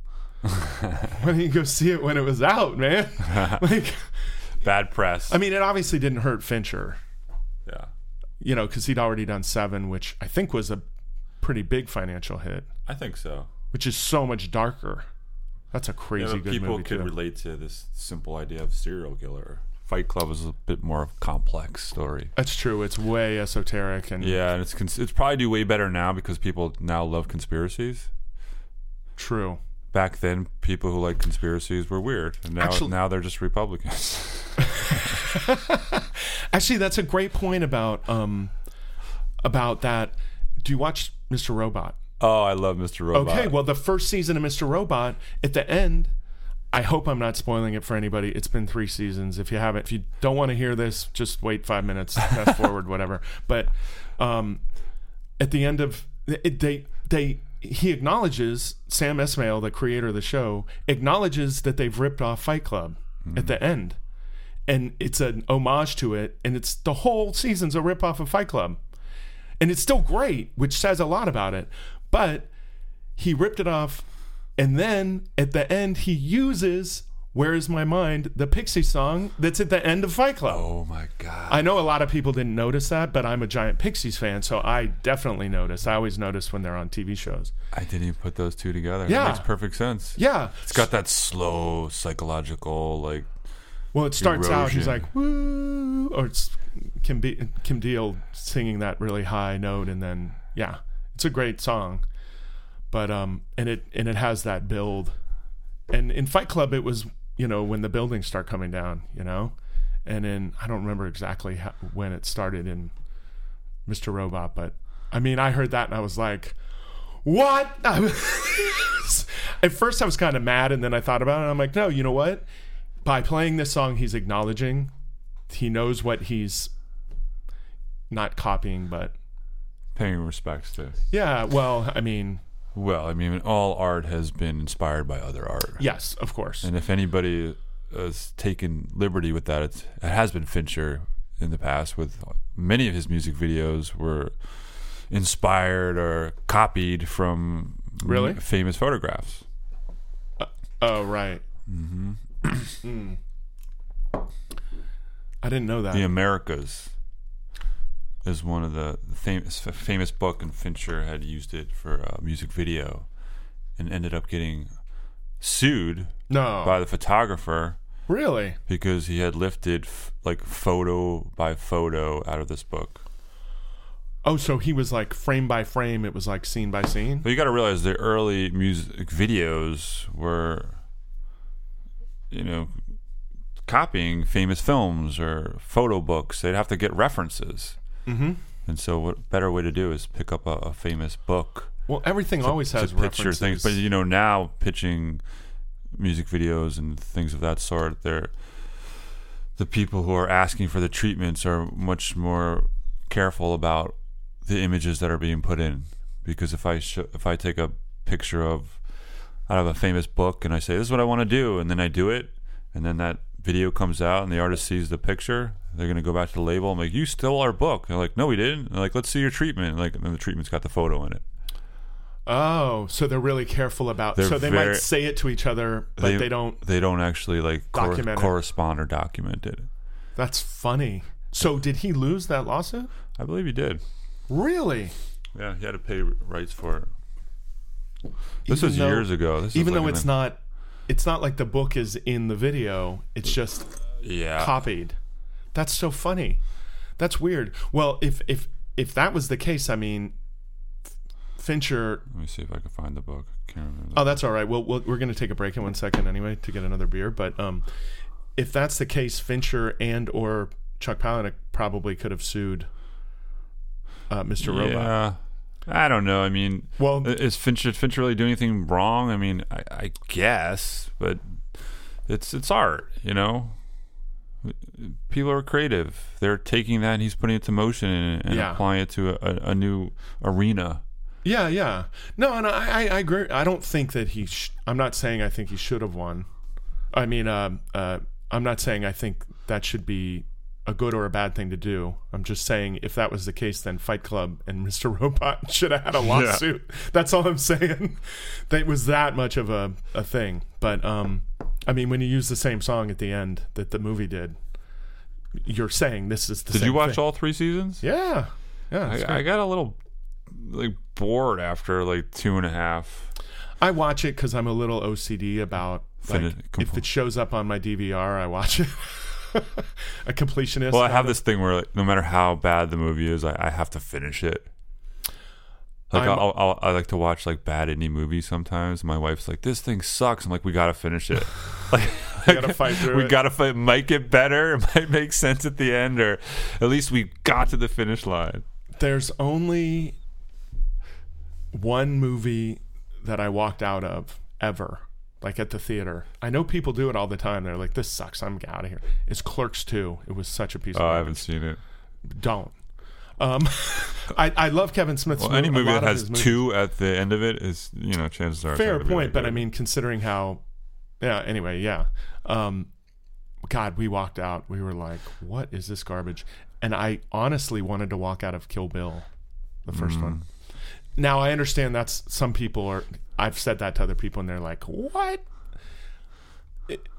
[SPEAKER 1] why didn't you go see it when it was out, man? [LAUGHS] like,
[SPEAKER 2] Bad press.
[SPEAKER 1] I mean, it obviously didn't hurt Fincher,
[SPEAKER 2] yeah.
[SPEAKER 1] you know, because he'd already done Seven, which I think was a pretty big financial hit,
[SPEAKER 2] I think so.
[SPEAKER 1] which is so much darker. That's a
[SPEAKER 2] Yeah,
[SPEAKER 1] crazy
[SPEAKER 2] but
[SPEAKER 1] good
[SPEAKER 2] people
[SPEAKER 1] movie
[SPEAKER 2] could
[SPEAKER 1] too.
[SPEAKER 2] relate to this simple idea of serial killer. Fight Club is a bit more of a complex story.
[SPEAKER 1] That's true. It's way esoteric and
[SPEAKER 2] Yeah, and it's cons- it's probably do way better now because people now love conspiracies.
[SPEAKER 1] true.
[SPEAKER 2] Back then, people who liked conspiracies were weird, and now
[SPEAKER 1] Actually-
[SPEAKER 2] now they're just Republicans. [LAUGHS]
[SPEAKER 1] Actually, that's a great point about um about that. Do you watch Mr. Robot?
[SPEAKER 2] oh, I love Mr. Robot.
[SPEAKER 1] Okay, well, the first season of Mr. Robot at the end. I hope I'm not spoiling it for anybody. It's been three seasons. If you haven't, if you don't want to hear this, just wait five minutes, fast forward, whatever. But um, at the end of it, they they he acknowledges Sam Esmail, the creator of the show, acknowledges that they've ripped off Fight Club at the end, and it's an homage to it, and it's the whole season's a rip off of Fight Club, and it's still great, which says a lot about it. But he ripped it off and then at the end he uses where is my mind the pixie song that's at the end of fight club
[SPEAKER 2] oh my god.
[SPEAKER 1] i know a lot of people didn't notice that but i'm a giant pixies fan so i definitely notice i always notice when they're on tv shows
[SPEAKER 2] I didn't even put those two together.
[SPEAKER 1] Yeah.
[SPEAKER 2] It makes perfect sense.
[SPEAKER 1] yeah
[SPEAKER 2] It's got that slow psychological like
[SPEAKER 1] well it starts out he's
[SPEAKER 2] Erosion.
[SPEAKER 1] like woo or it's kim, Be- kim deal singing that really high note and then yeah it's a great song but um and it and it has that build and in Fight Club, it was you know when the buildings start coming down, you know, and in I don't remember exactly how, when it started in Mr. Robot, but I mean I heard that and I was like, what? [LAUGHS] I was- At first I was kind of mad, and then I thought about it. and I'm like, no, you know what? By playing this song, he's acknowledging he knows what he's not copying, but
[SPEAKER 2] paying respects to.
[SPEAKER 1] yeah, well, I mean,
[SPEAKER 2] Well, I mean, all art has been inspired by other art.
[SPEAKER 1] yes, of course.
[SPEAKER 2] And if anybody uh, has taken liberty with that, it's, it has been Fincher in the past. With many of his music videos were inspired or copied from
[SPEAKER 1] Really?
[SPEAKER 2] m- famous photographs.
[SPEAKER 1] Oh right. [CLEARS THROAT] Mm-hmm. I didn't know that.
[SPEAKER 2] The Americas is one of the famous famous book, and Fincher had used it for a music video, and ended up getting sued
[SPEAKER 1] No.
[SPEAKER 2] by the photographer
[SPEAKER 1] Really?
[SPEAKER 2] because he had lifted f- like photo by photo out of this book.
[SPEAKER 1] Oh, so he was like frame by frame. It was like scene by scene.
[SPEAKER 2] But you got to realize the early music videos were, you know, copying famous films or photo books. They'd have to get references.
[SPEAKER 1] Mm-hmm.
[SPEAKER 2] And so, what better way to do is pick up a, a famous book
[SPEAKER 1] Well, everything always
[SPEAKER 2] to
[SPEAKER 1] has
[SPEAKER 2] picture
[SPEAKER 1] references.
[SPEAKER 2] things. But you know, now pitching music videos and things of that sort, they're the people who are asking for the treatments are much more careful about the images that are being put in. Because if I show, if I take a picture of out of a famous book and I say this is what I want to do, and then I do it, and then that video comes out and the artist sees the picture, they're gonna go back to the label. I'm like, you stole our book. And they're like, no, we didn't. And they're like, let's see your treatment. And like, and then the treatment's got the photo in it.
[SPEAKER 1] oh, so they're really careful about.
[SPEAKER 2] They're
[SPEAKER 1] So they might
[SPEAKER 2] very-
[SPEAKER 1] say it to each other, but they don't.
[SPEAKER 2] they don't actually like cor-
[SPEAKER 1] Document it.
[SPEAKER 2] correspond or document it.
[SPEAKER 1] That's funny. So did he lose that lawsuit?
[SPEAKER 2] I believe he did.
[SPEAKER 1] Really?
[SPEAKER 2] Yeah, he had to pay rights for it. This
[SPEAKER 1] Even
[SPEAKER 2] was
[SPEAKER 1] though-
[SPEAKER 2] years ago. This was,
[SPEAKER 1] Even
[SPEAKER 2] like,
[SPEAKER 1] though
[SPEAKER 2] in
[SPEAKER 1] it's
[SPEAKER 2] the-
[SPEAKER 1] not, it's not like the book is in the video. It's just
[SPEAKER 2] yeah,
[SPEAKER 1] copied. That's so funny. That's weird. Well, if if if that was the case, I mean, F- Fincher.
[SPEAKER 2] Let me see if I can find the book. Can't remember.
[SPEAKER 1] Oh, that's all right. Well, we'll we're going to take a break in one second anyway to get another beer. But um, if that's the case, Fincher and or Chuck Palahniuk probably could have sued uh, Mr. Robot.
[SPEAKER 2] yeah, Uh, I don't know. I mean,
[SPEAKER 1] Well,
[SPEAKER 2] i- is Finch did Finch really do anything wrong? I mean, I, I guess, but it's it's art, you know. People are creative. They're taking that and he's putting it to motion and, and
[SPEAKER 1] Yeah.
[SPEAKER 2] applying it to a, a, a new arena.
[SPEAKER 1] yeah, yeah. No, and I, I, I agree. I don't think that he. Sh- I'm not saying I think he should have won. I mean, um uh, I'm not saying I think that should be a good or a bad thing to do. I'm just saying if that was the case, then Fight Club and [LAUGHS] Mr. Robot should have had a lawsuit. That's all I'm [LAUGHS] saying. that was that much of a, a thing. But um, I mean, when you use the same song at the end that the movie did, you're saying this is the
[SPEAKER 2] Did
[SPEAKER 1] same
[SPEAKER 2] you watch
[SPEAKER 1] thing.
[SPEAKER 2] all three seasons?
[SPEAKER 1] Yeah. Yeah. it's
[SPEAKER 2] I, I got a little like bored after like two and a half.
[SPEAKER 1] I watch it because I'm a little OCD about like
[SPEAKER 2] Fini-
[SPEAKER 1] if
[SPEAKER 2] compl-
[SPEAKER 1] it shows up on my DVR, I watch it. [LAUGHS] a completionist.
[SPEAKER 2] Well, I have this thing where like, no matter how bad the movie is, I, I have to finish it. Like
[SPEAKER 1] I'm-
[SPEAKER 2] I'll, I'll, I like to watch like bad indie movies sometimes. My wife's like, "This thing sucks." I'm like, "We gotta
[SPEAKER 1] [LAUGHS]
[SPEAKER 2] finish it. [LAUGHS] Like,
[SPEAKER 1] We
[SPEAKER 2] [LAUGHS]
[SPEAKER 1] gotta fight through
[SPEAKER 2] we
[SPEAKER 1] it.
[SPEAKER 2] gotta fight. Might get better. [LAUGHS] It might make sense at the end, or at least we got to the finish line."
[SPEAKER 1] There's only one movie that I walked out of ever, like at the theater. I know people do it all the time. They're like, "This sucks. I'm out of here." It's Clerks 2. It was such a piece.
[SPEAKER 2] Oh,
[SPEAKER 1] of
[SPEAKER 2] I haven't seen it.
[SPEAKER 1] Don't. Um, [LAUGHS] I, I love Kevin Smith's
[SPEAKER 2] Well,
[SPEAKER 1] mo-
[SPEAKER 2] any
[SPEAKER 1] a
[SPEAKER 2] movie
[SPEAKER 1] lot
[SPEAKER 2] that
[SPEAKER 1] of
[SPEAKER 2] has
[SPEAKER 1] his movies.
[SPEAKER 2] two at the end of it is, you know, chances are it's not
[SPEAKER 1] fair
[SPEAKER 2] gonna be
[SPEAKER 1] point
[SPEAKER 2] that
[SPEAKER 1] but i
[SPEAKER 2] good.
[SPEAKER 1] mean considering how yeah anyway yeah um god we walked out we were like what is this garbage and i honestly wanted to walk out of kill bill the first one now i understand that's some people are i've said that to other people and they're like what It-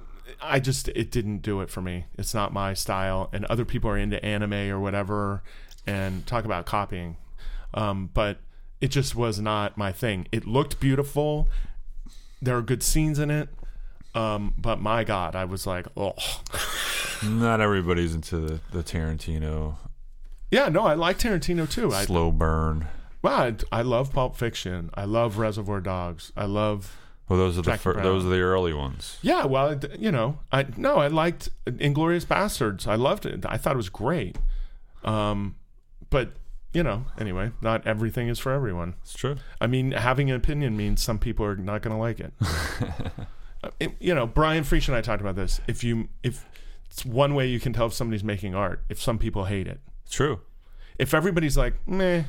[SPEAKER 1] I just it didn't do it for me. It's not my style, and other people are into anime or whatever, and talk about copying um, but it just was not my thing. It looked beautiful. There are good scenes in it, um, but my God, I was like, oh,
[SPEAKER 2] Not everybody's into the, the Tarantino
[SPEAKER 1] yeah, no, I like Tarantino too. I
[SPEAKER 2] slow burn.
[SPEAKER 1] wow, I, I love Pulp Fiction. I love Reservoir Dogs. I love
[SPEAKER 2] Well, those are the
[SPEAKER 1] Jackie
[SPEAKER 2] fir-
[SPEAKER 1] Brown.
[SPEAKER 2] those are the early ones.
[SPEAKER 1] yeah. Well, I- you know, I no, I liked Inglorious Bastards. I loved it. I thought it was great. Um, but you know, anyway, not everything is for everyone.
[SPEAKER 2] It's true.
[SPEAKER 1] I mean, having an opinion means some people are not going to like it.
[SPEAKER 2] [LAUGHS]
[SPEAKER 1] Uh, it- You know, Brian Freesh and I talked about this. If you, if it's one way you can tell if somebody's making art, if some people hate it,
[SPEAKER 2] It's true.
[SPEAKER 1] if everybody's like, meh,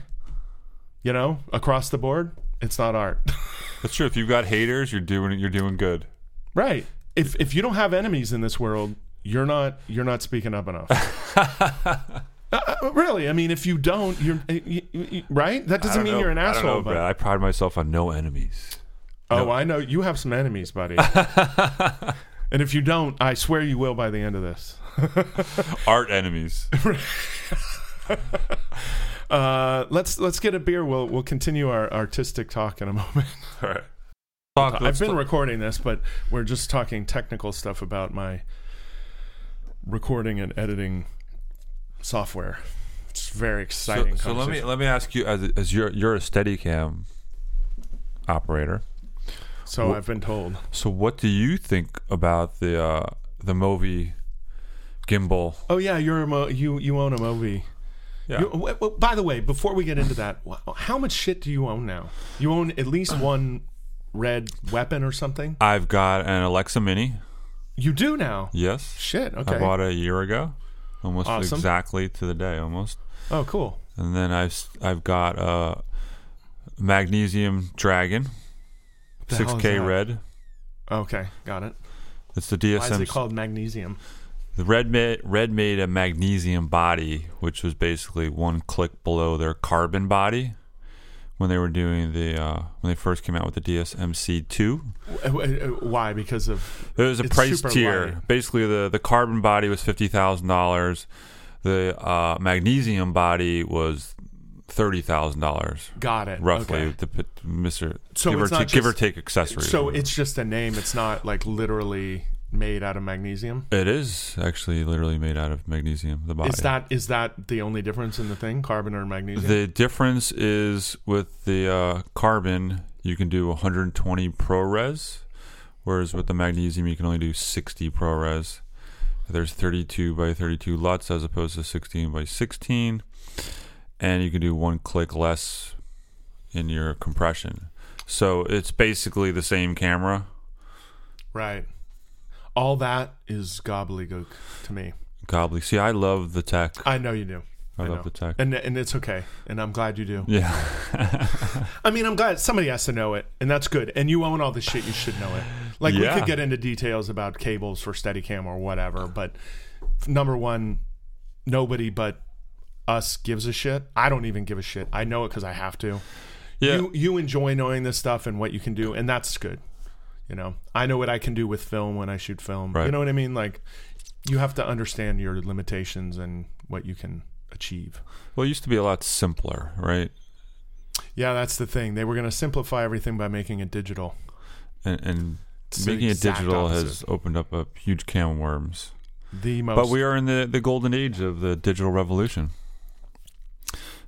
[SPEAKER 1] you know, across the board, it's not art, [LAUGHS]
[SPEAKER 2] That's true. If you've got haters, you're doing you're doing good.
[SPEAKER 1] right? If if you don't have enemies in this world, you're not you're not speaking up enough.
[SPEAKER 2] [LAUGHS]
[SPEAKER 1] Uh, uh, really, I mean, if you don't, you're uh, you, you- you- right. That doesn't
[SPEAKER 2] I don't
[SPEAKER 1] mean
[SPEAKER 2] know-
[SPEAKER 1] you're an
[SPEAKER 2] I don't
[SPEAKER 1] asshole.
[SPEAKER 2] know,
[SPEAKER 1] but-
[SPEAKER 2] Brad. I pride myself on no enemies.
[SPEAKER 1] Oh, I know. You have some enemies,
[SPEAKER 2] [LAUGHS]
[SPEAKER 1] buddy. and if you don't, I swear you will by the end of this.
[SPEAKER 2] Art enemies.
[SPEAKER 1] Uh, let's let's get a beer. We'll we'll continue our artistic talk in a [LAUGHS] moment. Uh,
[SPEAKER 2] All right. Talk,
[SPEAKER 1] I've been recording this, but we're just talking technical stuff about my recording and editing software. It's very exciting.
[SPEAKER 2] So, so let me
[SPEAKER 1] conversation.
[SPEAKER 2] let me ask you, as, as you're you're a Steadicam operator,
[SPEAKER 1] So I've been told.
[SPEAKER 2] so what do you think about the uh, the Movi gimbal?
[SPEAKER 1] Oh yeah, you're a mo- you you own a Movi.
[SPEAKER 2] Yeah,
[SPEAKER 1] You- w- w- by the way, before we get into that, wh- how much shit do you own now? You own at
[SPEAKER 2] [CLEARS THROAT]
[SPEAKER 1] least one red weapon or something.
[SPEAKER 2] I've got an Alexa Mini.
[SPEAKER 1] You do now.
[SPEAKER 2] Yes,
[SPEAKER 1] Shit. Okay.
[SPEAKER 2] I bought it a year ago, almost
[SPEAKER 1] Awesome.
[SPEAKER 2] exactly to the day, almost.
[SPEAKER 1] oh, cool.
[SPEAKER 2] And then I've s- I've got a Magnesium Dragon,
[SPEAKER 1] the hell
[SPEAKER 2] six
[SPEAKER 1] is
[SPEAKER 2] K
[SPEAKER 1] that?
[SPEAKER 2] red.
[SPEAKER 1] Okay, got it.
[SPEAKER 2] It's the
[SPEAKER 1] Why is
[SPEAKER 2] DSM
[SPEAKER 1] it called magnesium?
[SPEAKER 2] The Red made, Red made a magnesium body, which was basically one click below their carbon body when they were doing the uh, when they first came out with the DSMC two.
[SPEAKER 1] W- w- uh, Why? Because of
[SPEAKER 2] It was a
[SPEAKER 1] It's
[SPEAKER 2] price
[SPEAKER 1] super
[SPEAKER 2] tier.
[SPEAKER 1] light.
[SPEAKER 2] Basically, the the carbon body was fifty thousand dollars. The uh, magnesium body was thirty thousand dollars,
[SPEAKER 1] got it.
[SPEAKER 2] roughly.
[SPEAKER 1] Okay.
[SPEAKER 2] To put Mister
[SPEAKER 1] So
[SPEAKER 2] give, or
[SPEAKER 1] it's not
[SPEAKER 2] take, give or
[SPEAKER 1] just-
[SPEAKER 2] take accessories.
[SPEAKER 1] So it's just a name. It's not like literally made out of magnesium.
[SPEAKER 2] it is actually literally made out of magnesium. The body
[SPEAKER 1] Is that is that the only difference in the thing? Carbon or magnesium?
[SPEAKER 2] The difference is with the uh, carbon, you can do 120 ProRes, whereas with the magnesium, you can only do 60 ProRes. There's 32 by 32 LUTs as opposed to 16 by 16, and you can do one click less in your compression. So it's basically the same camera.
[SPEAKER 1] right. All that is gobbledygook to me.
[SPEAKER 2] Gobbly. See, I love the tech.
[SPEAKER 1] I know you do.
[SPEAKER 2] I,
[SPEAKER 1] I
[SPEAKER 2] love
[SPEAKER 1] know.
[SPEAKER 2] the tech.
[SPEAKER 1] And and it's okay. And I'm glad you do.
[SPEAKER 2] yeah.
[SPEAKER 1] I mean, I'm glad somebody has to know it, and that's good. And you own all this shit, you should know it. Like
[SPEAKER 2] Yeah.
[SPEAKER 1] we could get into details about cables for Steadicam or whatever, but number one, nobody but us gives a shit. I don't even give a shit. I know it because I have to.
[SPEAKER 2] Yeah.
[SPEAKER 1] You you enjoy knowing this stuff and what you can do, and that's good. You know, I know what I can do with film when I shoot film. You
[SPEAKER 2] Right.
[SPEAKER 1] know what I mean? Like, you have to understand your limitations and what you can achieve.
[SPEAKER 2] well, it used to be a lot simpler, right?
[SPEAKER 1] Yeah, that's the thing. They were going to simplify everything by making it digital.
[SPEAKER 2] And, and
[SPEAKER 1] It's the
[SPEAKER 2] making it
[SPEAKER 1] exact
[SPEAKER 2] digital
[SPEAKER 1] opposite. Oh,
[SPEAKER 2] has opened up a huge can of worms.
[SPEAKER 1] the most.
[SPEAKER 2] But we are in the, the golden age of the digital revolution.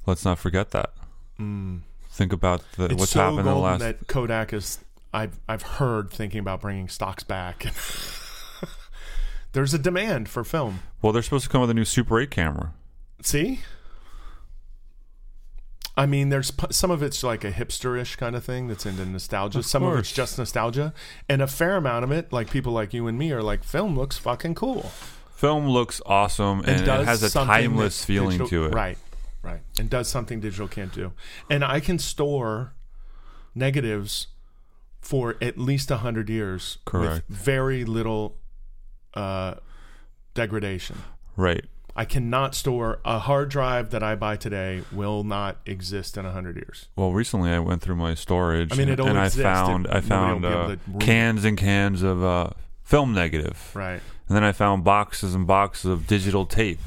[SPEAKER 2] Let's not forget that.
[SPEAKER 1] Mm.
[SPEAKER 2] Think about the,
[SPEAKER 1] it's
[SPEAKER 2] what's
[SPEAKER 1] so
[SPEAKER 2] happened in the
[SPEAKER 1] golden
[SPEAKER 2] last.
[SPEAKER 1] that Kodak is. I've I've heard thinking about bringing stocks back. [LAUGHS] There's a demand for film.
[SPEAKER 2] well, they're supposed to come with a new Super 8 camera.
[SPEAKER 1] See. I mean, there's p- some of it's like a hipsterish kind of thing that's into nostalgia.
[SPEAKER 2] Of
[SPEAKER 1] some of it's
[SPEAKER 2] course.
[SPEAKER 1] just nostalgia, and a fair amount of it, like people like you and me, are like, film looks fucking cool.
[SPEAKER 2] Film looks awesome and, it has a
[SPEAKER 1] something
[SPEAKER 2] timeless
[SPEAKER 1] that
[SPEAKER 2] feeling
[SPEAKER 1] digital-
[SPEAKER 2] to it.
[SPEAKER 1] Right, right. And does something digital can't do. And I can store negatives for at least 100 years
[SPEAKER 2] Correct.
[SPEAKER 1] with very little uh, degradation.
[SPEAKER 2] Right.
[SPEAKER 1] I cannot store a hard drive that I buy today will not exist in 100 years.
[SPEAKER 2] Well, recently I went through my storage
[SPEAKER 1] I mean,
[SPEAKER 2] and,
[SPEAKER 1] it'll
[SPEAKER 2] and I
[SPEAKER 1] exist. It-
[SPEAKER 2] found I
[SPEAKER 1] nobody will
[SPEAKER 2] found
[SPEAKER 1] be able
[SPEAKER 2] uh,
[SPEAKER 1] to ruin it.
[SPEAKER 2] cans and cans of uh, film negative.
[SPEAKER 1] Right.
[SPEAKER 2] And then I found boxes and boxes of digital tape.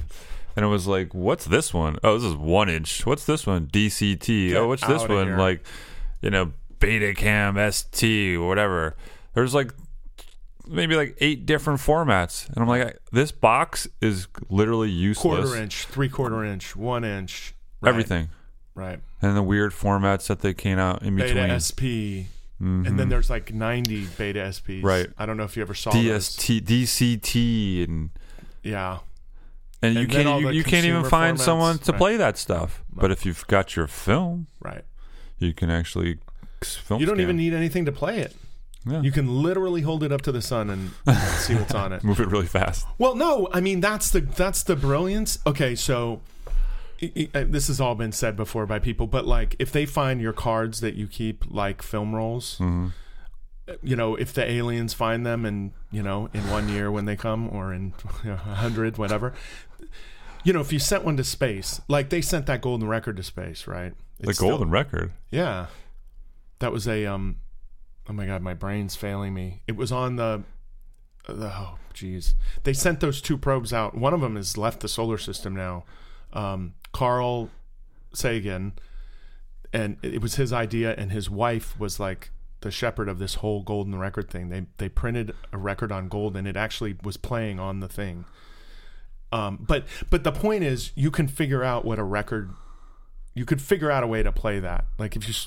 [SPEAKER 2] And it was like, what's this one? Oh, this is one inch. What's this one? DCT.
[SPEAKER 1] Get
[SPEAKER 2] oh, what's this
[SPEAKER 1] outta
[SPEAKER 2] one?
[SPEAKER 1] here.
[SPEAKER 2] Like, you know, Betacam ST or whatever. There's like maybe like eight different formats. And I'm like, I- this box is literally useless.
[SPEAKER 1] Quarter inch, three quarter inch, one inch. Right,
[SPEAKER 2] Everything.
[SPEAKER 1] Right.
[SPEAKER 2] And the weird formats that they came out in between. Mm-hmm.
[SPEAKER 1] Beta SP. And then there's like 90 beta SPs.
[SPEAKER 2] Right.
[SPEAKER 1] I don't know if you ever saw those.
[SPEAKER 2] DST, DCT, and
[SPEAKER 1] Yeah.
[SPEAKER 2] and you
[SPEAKER 1] And then all
[SPEAKER 2] can't you,
[SPEAKER 1] the
[SPEAKER 2] you can't even
[SPEAKER 1] consumer
[SPEAKER 2] find
[SPEAKER 1] formats,
[SPEAKER 2] someone to
[SPEAKER 1] right.
[SPEAKER 2] play that stuff. But if you've got your film,
[SPEAKER 1] Right.
[SPEAKER 2] you can actually s- film.
[SPEAKER 1] You don't
[SPEAKER 2] scan.
[SPEAKER 1] even need anything to play it.
[SPEAKER 2] Yeah.
[SPEAKER 1] You can literally hold it up to the sun
[SPEAKER 2] [LAUGHS]
[SPEAKER 1] and see what's on it.
[SPEAKER 2] move it really fast.
[SPEAKER 1] Well, no, I mean that's the that's the brilliance. Okay, so i- i- this has all been said before by people, but like if they find your cards that you keep like film rolls,
[SPEAKER 2] Mm-hmm.
[SPEAKER 1] uh, you know, if the aliens find them and, you know, in 1 year when they come or in [LAUGHS] you know, 100 whatever, you know, if you sent one to space, like they sent that golden record to space, right?
[SPEAKER 2] The
[SPEAKER 1] It's still-
[SPEAKER 2] golden record.
[SPEAKER 1] Yeah. That was a um oh my god, my brain's failing me. It was on the the oh jeez. They sent those two probes out. One of them has left the solar system now. Um Carl Sagan and it was his idea and his wife was like the shepherd of this whole golden record thing. They they printed a record on gold and it actually was playing on the thing. Um, but but the point is, you can figure out what a record. You could figure out a way to play that. Like if you, s-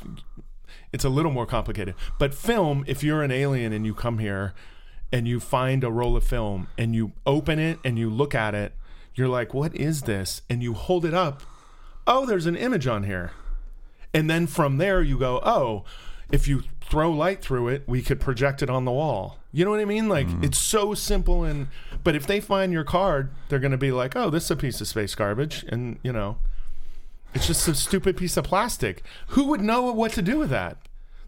[SPEAKER 1] it's a little more complicated. But film, if you're an alien and you come here, and you find a roll of film and you open it and you look at it, you're like, what is this? And you hold it up. Oh, there's an image on here. And then from there, you go, oh, if you throw light through it, we could project it on the wall. You know what I mean? Like, it's so simple. And, but if they find your card, they're going to be like, oh, this is a piece of space garbage. And, you know, it's just a stupid piece of plastic. Who would know what to do with that?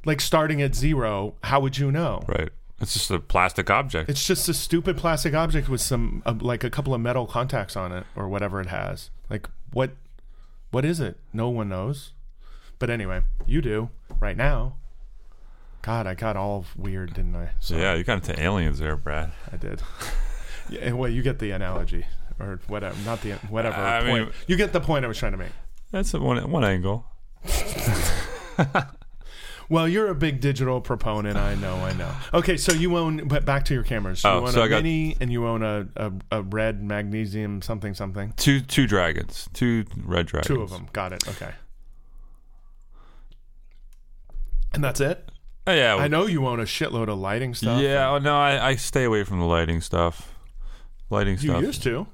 [SPEAKER 1] Like, starting at zero, how would you know?
[SPEAKER 2] Right. It's just a plastic object.
[SPEAKER 1] It's just a stupid plastic object with some, uh, like, a couple of metal contacts on it or whatever it has. Like, what, what is it? No one knows. But anyway, you do right now. God, I got all weird, didn't I? So
[SPEAKER 2] yeah, you got into aliens there, Brad.
[SPEAKER 1] I did. [LAUGHS] Yeah, and well, you get the analogy or whatever, not the whatever
[SPEAKER 2] I mean-
[SPEAKER 1] point. you get the point I was trying to make.
[SPEAKER 2] That's a one one angle.
[SPEAKER 1] Well, you're a big digital proponent. I know, I know. Okay, so you own, but back to your cameras. You
[SPEAKER 2] Oh,
[SPEAKER 1] own
[SPEAKER 2] so
[SPEAKER 1] a
[SPEAKER 2] I got-
[SPEAKER 1] mini, and you own a, a, a red magnesium something something.
[SPEAKER 2] Two two dragons, two red dragons.
[SPEAKER 1] Two of them. Got it. Okay. And that's it.
[SPEAKER 2] Oh, yeah,
[SPEAKER 1] I know you own a shitload of lighting stuff.
[SPEAKER 2] Yeah, oh, no, I, I stay away from the lighting stuff. Lighting
[SPEAKER 1] You
[SPEAKER 2] stuff.
[SPEAKER 1] used to.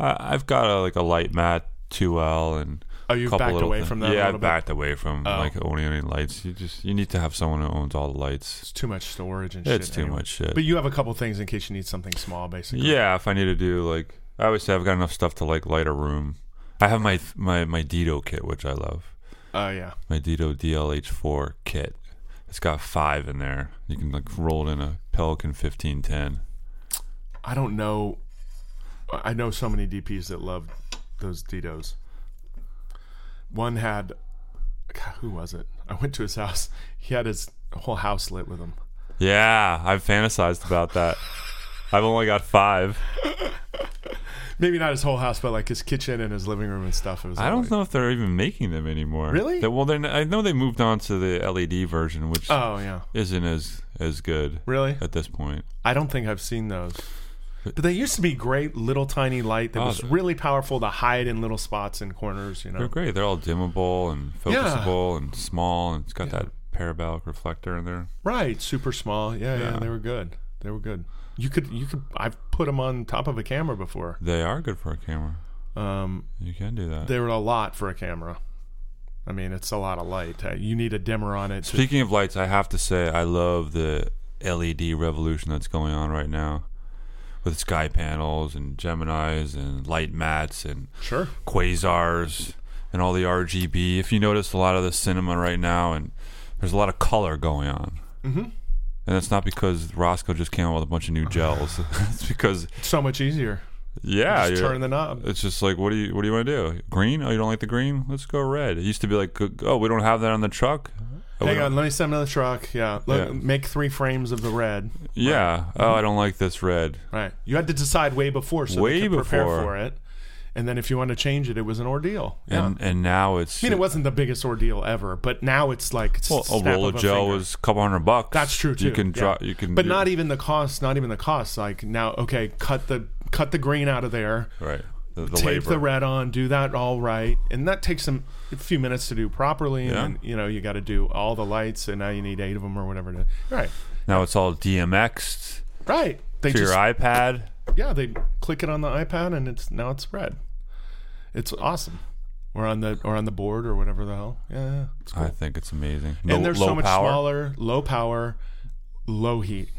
[SPEAKER 2] I, I've got a, like a light mat 2L and
[SPEAKER 1] Oh,
[SPEAKER 2] a
[SPEAKER 1] you've
[SPEAKER 2] couple
[SPEAKER 1] backed
[SPEAKER 2] little
[SPEAKER 1] away
[SPEAKER 2] thing-
[SPEAKER 1] from that a
[SPEAKER 2] Yeah, I
[SPEAKER 1] little bit.
[SPEAKER 2] backed away from
[SPEAKER 1] Oh.
[SPEAKER 2] like owning any lights. You just you need to have someone who owns all the lights.
[SPEAKER 1] It's too much storage and shit.
[SPEAKER 2] It's too
[SPEAKER 1] anyway.
[SPEAKER 2] much shit.
[SPEAKER 1] But you have a couple things in case you need something small, basically.
[SPEAKER 2] yeah, if I need to do like I always say I've got enough stuff to like light a room. I have my my my Dito kit which I love.
[SPEAKER 1] Oh yeah.
[SPEAKER 2] my Dito DLH4 kit. It's got five in there. You can like roll it in a Pelican 1510.
[SPEAKER 1] I don't know. I know so many DPs that love those Ditos. One had, God, who was it? I went to his house. He had his whole house lit with him.
[SPEAKER 2] Yeah, I've fantasized
[SPEAKER 1] [LAUGHS]
[SPEAKER 2] about that. I've only got five.
[SPEAKER 1] Maybe not his whole house, but like his kitchen and his living room and stuff. It was
[SPEAKER 2] I
[SPEAKER 1] all,
[SPEAKER 2] don't
[SPEAKER 1] like-
[SPEAKER 2] know if they're even making them anymore.
[SPEAKER 1] Really?
[SPEAKER 2] They- well, they're, n- I know they moved on to the LED version, which
[SPEAKER 1] Oh yeah,
[SPEAKER 2] isn't as as good
[SPEAKER 1] really?
[SPEAKER 2] at this point.
[SPEAKER 1] I don't think I've seen those. But they used to be great little tiny light that
[SPEAKER 2] Oh,
[SPEAKER 1] was
[SPEAKER 2] they're-
[SPEAKER 1] really powerful to hide in little spots and corners. You know,
[SPEAKER 2] They're great. They're all dimmable and focusable and small, and it's got that parabolic reflector in there.
[SPEAKER 1] Right, super small. Yeah, yeah,
[SPEAKER 2] Yeah.
[SPEAKER 1] they were good. They were good. You could, you could. I've put them on top of a camera before.
[SPEAKER 2] They are good for a camera.
[SPEAKER 1] Um,
[SPEAKER 2] You can do that.
[SPEAKER 1] they were a lot for a camera. I mean, it's a lot of light. Uh, You need a dimmer on it.
[SPEAKER 2] [LAUGHS]
[SPEAKER 1] To,
[SPEAKER 2] Speaking of lights, I have to say I love the LED revolution that's going on right now with sky panels and Geminis and light mats and
[SPEAKER 1] sure.
[SPEAKER 2] quasars and all the RGB. If you notice a lot of the cinema right now and there's a lot of color going on.
[SPEAKER 1] Mhm.
[SPEAKER 2] And it's not because Roscoe just came out with a bunch of new gels. [LAUGHS] it's because
[SPEAKER 1] It's so much easier.
[SPEAKER 2] yeah,
[SPEAKER 1] Just
[SPEAKER 2] you're-
[SPEAKER 1] turn the knob.
[SPEAKER 2] it's just like what do you what do you want to do? Green? Oh, you don't like the green? Let's go red. It used to be like oh, we don't have that on the truck. Oh, we
[SPEAKER 1] Hang
[SPEAKER 2] don't-
[SPEAKER 1] on, let me send another truck. Yeah, Look,
[SPEAKER 2] Yeah.
[SPEAKER 1] make three frames of the red.
[SPEAKER 2] Yeah. Oh, I don't like this red.
[SPEAKER 1] Right. You had to decide way before, so
[SPEAKER 2] Way
[SPEAKER 1] they could prepare
[SPEAKER 2] before.
[SPEAKER 1] for it. And then if you want to change it, it was an ordeal. Yeah.
[SPEAKER 2] And and now it's
[SPEAKER 1] I mean, it wasn't the biggest ordeal ever, but now it's like it's
[SPEAKER 2] well, a
[SPEAKER 1] snap
[SPEAKER 2] roll of
[SPEAKER 1] a
[SPEAKER 2] gel
[SPEAKER 1] finger.
[SPEAKER 2] was a couple hundred bucks.
[SPEAKER 1] That's true, too.
[SPEAKER 2] You can
[SPEAKER 1] Yeah.
[SPEAKER 2] drop. You can,
[SPEAKER 1] But
[SPEAKER 2] do-
[SPEAKER 1] not even the cost. Not even the cost. Like now, okay, cut the cut the green out of there.
[SPEAKER 2] right. The, the
[SPEAKER 1] tape
[SPEAKER 2] labor.
[SPEAKER 1] the red on. Do that all right, and that takes some a few minutes to do properly. And
[SPEAKER 2] Yeah.
[SPEAKER 1] then, you know you got to do all the lights, and now you need eight of them or whatever. To, right,
[SPEAKER 2] now it's all DMX
[SPEAKER 1] right. They
[SPEAKER 2] to
[SPEAKER 1] just
[SPEAKER 2] your iPad.
[SPEAKER 1] yeah, they click it on the iPad, and it's now it's red. It's awesome. Or on the or on the board or whatever the hell. Yeah, yeah. it's cool.
[SPEAKER 2] I think it's amazing.
[SPEAKER 1] and they're
[SPEAKER 2] low
[SPEAKER 1] so much
[SPEAKER 2] power.
[SPEAKER 1] smaller, low power, low heat.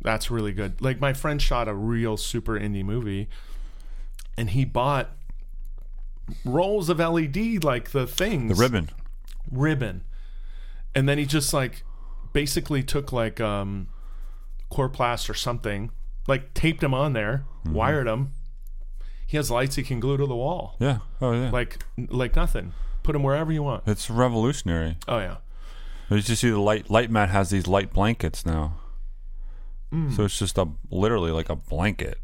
[SPEAKER 1] That's really good. Like my friend shot a real super indie movie, and he bought rolls of LED, like the things,
[SPEAKER 2] The ribbon.
[SPEAKER 1] ribbon, and then he just like basically took like um, coroplast or something, like taped them on there, wired them. He has lights he can glue to the wall,
[SPEAKER 2] Yeah. Oh yeah.
[SPEAKER 1] like like nothing. Put them wherever you want.
[SPEAKER 2] it's revolutionary.
[SPEAKER 1] Oh yeah.
[SPEAKER 2] You just see the light light mat has these light blankets now. So it's just a literally like a blanket.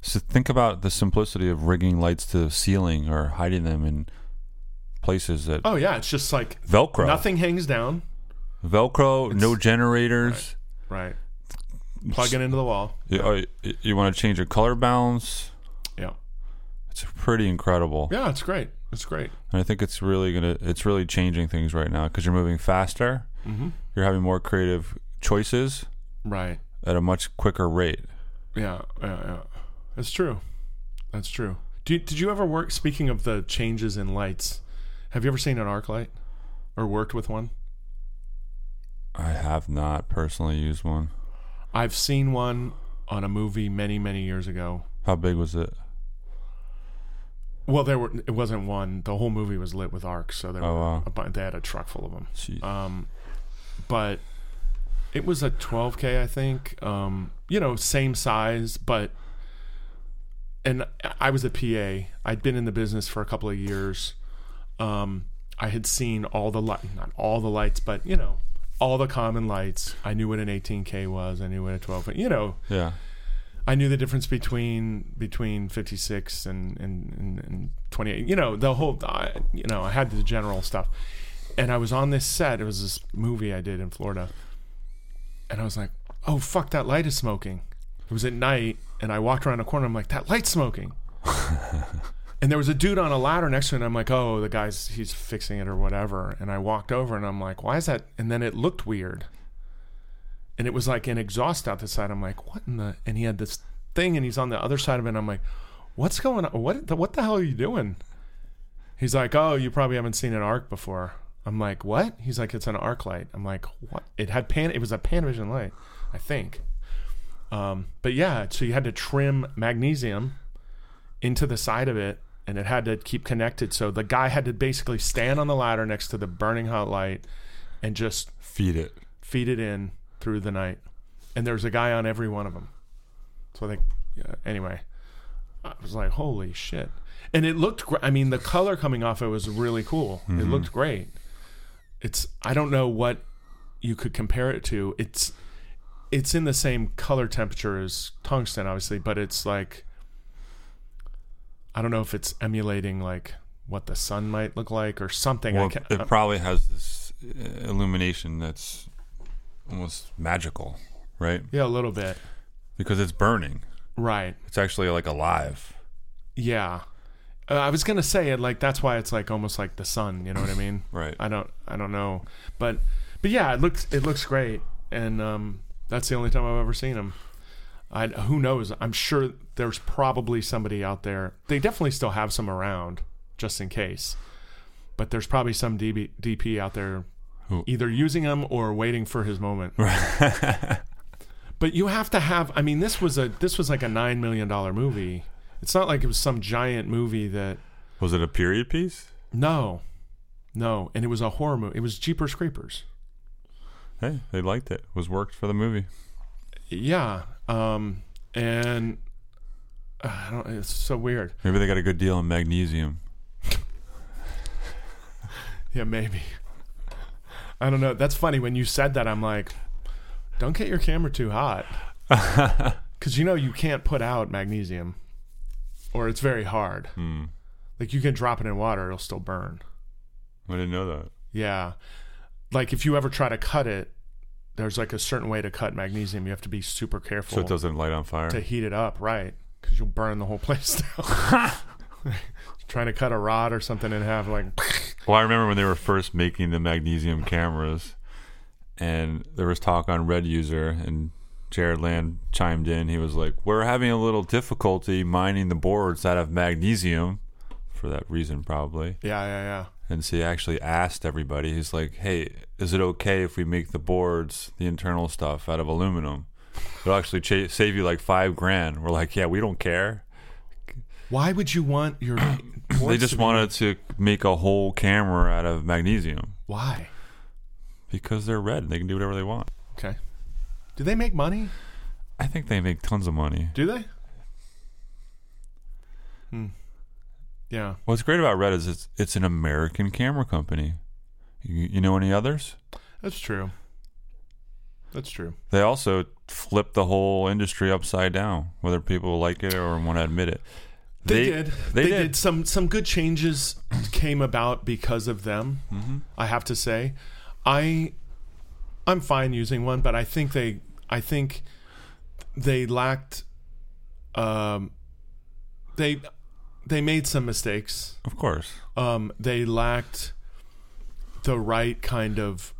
[SPEAKER 2] So think about the simplicity of rigging lights to the ceiling or hiding them in places that
[SPEAKER 1] Oh yeah. It's just like
[SPEAKER 2] Velcro.
[SPEAKER 1] Nothing hangs down.
[SPEAKER 2] Velcro, no generators.
[SPEAKER 1] Right. plug it into the wall.
[SPEAKER 2] You, oh, you, you want to change your color balance?
[SPEAKER 1] Yeah.
[SPEAKER 2] It's pretty incredible.
[SPEAKER 1] Yeah, it's great. It's great.
[SPEAKER 2] And I think it's really gonna it's really changing things right now because you're moving faster.
[SPEAKER 1] Mhm.
[SPEAKER 2] You're having more creative choices
[SPEAKER 1] Right.
[SPEAKER 2] at a much quicker rate.
[SPEAKER 1] Yeah, yeah, yeah. That's true. That's true. Do you, did you ever work? Speaking of the changes in lights, have you ever seen an arc light or worked with one?
[SPEAKER 2] I have not personally used one.
[SPEAKER 1] I've seen one on a movie many, many years ago.
[SPEAKER 2] How big was it?
[SPEAKER 1] Well, there were. It wasn't one. The whole movie was lit with arcs, so there
[SPEAKER 2] Oh,
[SPEAKER 1] were
[SPEAKER 2] wow.
[SPEAKER 1] a bunch. They had a truck full of them.
[SPEAKER 2] Jeez.
[SPEAKER 1] Um, but it was a 12k, I think. Um, you know, same size, but and I was a PA. I'd been in the business for a couple of years. Um, I had seen all the light, not all the lights, but you know, all the common lights. I knew what an 18k was. I knew what a 12. You know,
[SPEAKER 2] yeah.
[SPEAKER 1] I knew the difference between between 56 and and, and, and 28. You know, the whole I, you know, I had the general stuff. And I was on this set, it was this movie I did in Florida. And I was like, "Oh fuck, that light is smoking." It was at night and I walked around a corner, I'm like, "That light's smoking." and there was a dude on a ladder next to it and I'm like, "Oh, the guy's he's fixing it or whatever." And I walked over and I'm like, "Why is that?" And then it looked weird and it was like an exhaust out the side. I'm like, what in the? And he had this thing, and he's on the other side of it. And I'm like, what's going on? What the, what the hell are you doing? He's like, oh, you probably haven't seen an arc before. I'm like, what? He's like, it's an arc light. I'm like, what? It had pan. It was a Panavision light, I think. Um, but yeah, so you had to trim magnesium into the side of it, and it had to keep connected. So the guy had to basically stand on the ladder next to the burning hot light, and just
[SPEAKER 2] Feed it.
[SPEAKER 1] feed it in through the night, and there's a guy on every one of them. So I think, yeah, anyway, I was like, holy shit! And it looked, gr- I mean, the color coming off it was really cool. It
[SPEAKER 2] Mm-hmm.
[SPEAKER 1] looked great. It's, I don't know what you could compare it to. It's, it's in the same color temperature as tungsten, obviously, but it's like, I don't know if it's emulating like what the sun might look like or something. I
[SPEAKER 2] Well,
[SPEAKER 1] can't, uh,
[SPEAKER 2] it probably has this uh, illumination that's almost magical, right?
[SPEAKER 1] yeah, a little bit,
[SPEAKER 2] Because it's burning.
[SPEAKER 1] right?
[SPEAKER 2] It's actually like alive.
[SPEAKER 1] Yeah. Uh, I was gonna say it like that's why it's like almost like the sun, you know what I mean?
[SPEAKER 2] Right.
[SPEAKER 1] I don't I don't know. But but yeah, it looks it looks great and um that's the only time I've ever seen them. I who knows? I'm sure there's probably somebody out there. They definitely still have some around just in case. But there's probably some DB, DP out there
[SPEAKER 2] Who-
[SPEAKER 1] either using them or waiting for his moment. [LAUGHS] But you have to have. I mean, this was a this was like a nine million dollar movie. It's not like it was some giant movie that.
[SPEAKER 2] Was it a period piece?
[SPEAKER 1] No, no, and it was a horror movie. It was Jeepers Creepers.
[SPEAKER 2] Hey, they liked it. Was worked for the movie.
[SPEAKER 1] Yeah, um, and uh, I don't. It's so weird.
[SPEAKER 2] Maybe they got a good deal on magnesium. [LAUGHS]
[SPEAKER 1] Yeah, maybe. [LAUGHS] I don't know. That's funny. When you said that, I'm like, don't get your camera too hot,
[SPEAKER 2] Hmm.
[SPEAKER 1] because you know you can't put out magnesium, or it's very hard.
[SPEAKER 2] Hmm.
[SPEAKER 1] Like you can drop it in water, it'll still burn.
[SPEAKER 2] I didn't know that.
[SPEAKER 1] Yeah. Like if you ever try to cut it, there's like a certain way to cut magnesium. You have to be super careful
[SPEAKER 2] So it doesn't light on fire.
[SPEAKER 1] to heat it up, right? Because you'll burn the whole [LAUGHS] place down.
[SPEAKER 2] [LAUGHS]
[SPEAKER 1] Trying to cut a rod or something and have like,
[SPEAKER 2] Well, I remember when they were first making the magnesium cameras, and there was talk on Red User, and Jared Land chimed in. He was like, "We're having a little difficulty mining the boards that have magnesium, for that reason probably."
[SPEAKER 1] yeah, yeah, yeah.
[SPEAKER 2] And so he actually asked everybody. He's like, "Hey, is it okay if we make the boards, the internal stuff, out of aluminum? It'll actually cha- save you like five grand." We're like, "Yeah, we don't care."
[SPEAKER 1] Why would you want
[SPEAKER 2] [CLEARS THROAT]
[SPEAKER 1] your?
[SPEAKER 2] They just wanted to make a whole camera out of magnesium
[SPEAKER 1] Why?
[SPEAKER 2] because they're red and they can do whatever they want.
[SPEAKER 1] Okay. Do they make money?
[SPEAKER 2] I think they make tons of money.
[SPEAKER 1] Do they? Hmm. Yeah.
[SPEAKER 2] What's great about Red is it's it's an American camera company. You, you know any others?
[SPEAKER 1] That's true. That's true.
[SPEAKER 2] They also flip the whole industry upside down, whether people like it or want to admit it.
[SPEAKER 1] They, did.
[SPEAKER 2] They, did.
[SPEAKER 1] Some some good changes came about because of them. I have to say, I I'm fine using one, but I think they I think they lacked um they they made some mistakes.
[SPEAKER 2] Of course.
[SPEAKER 1] Um they lacked the right kind of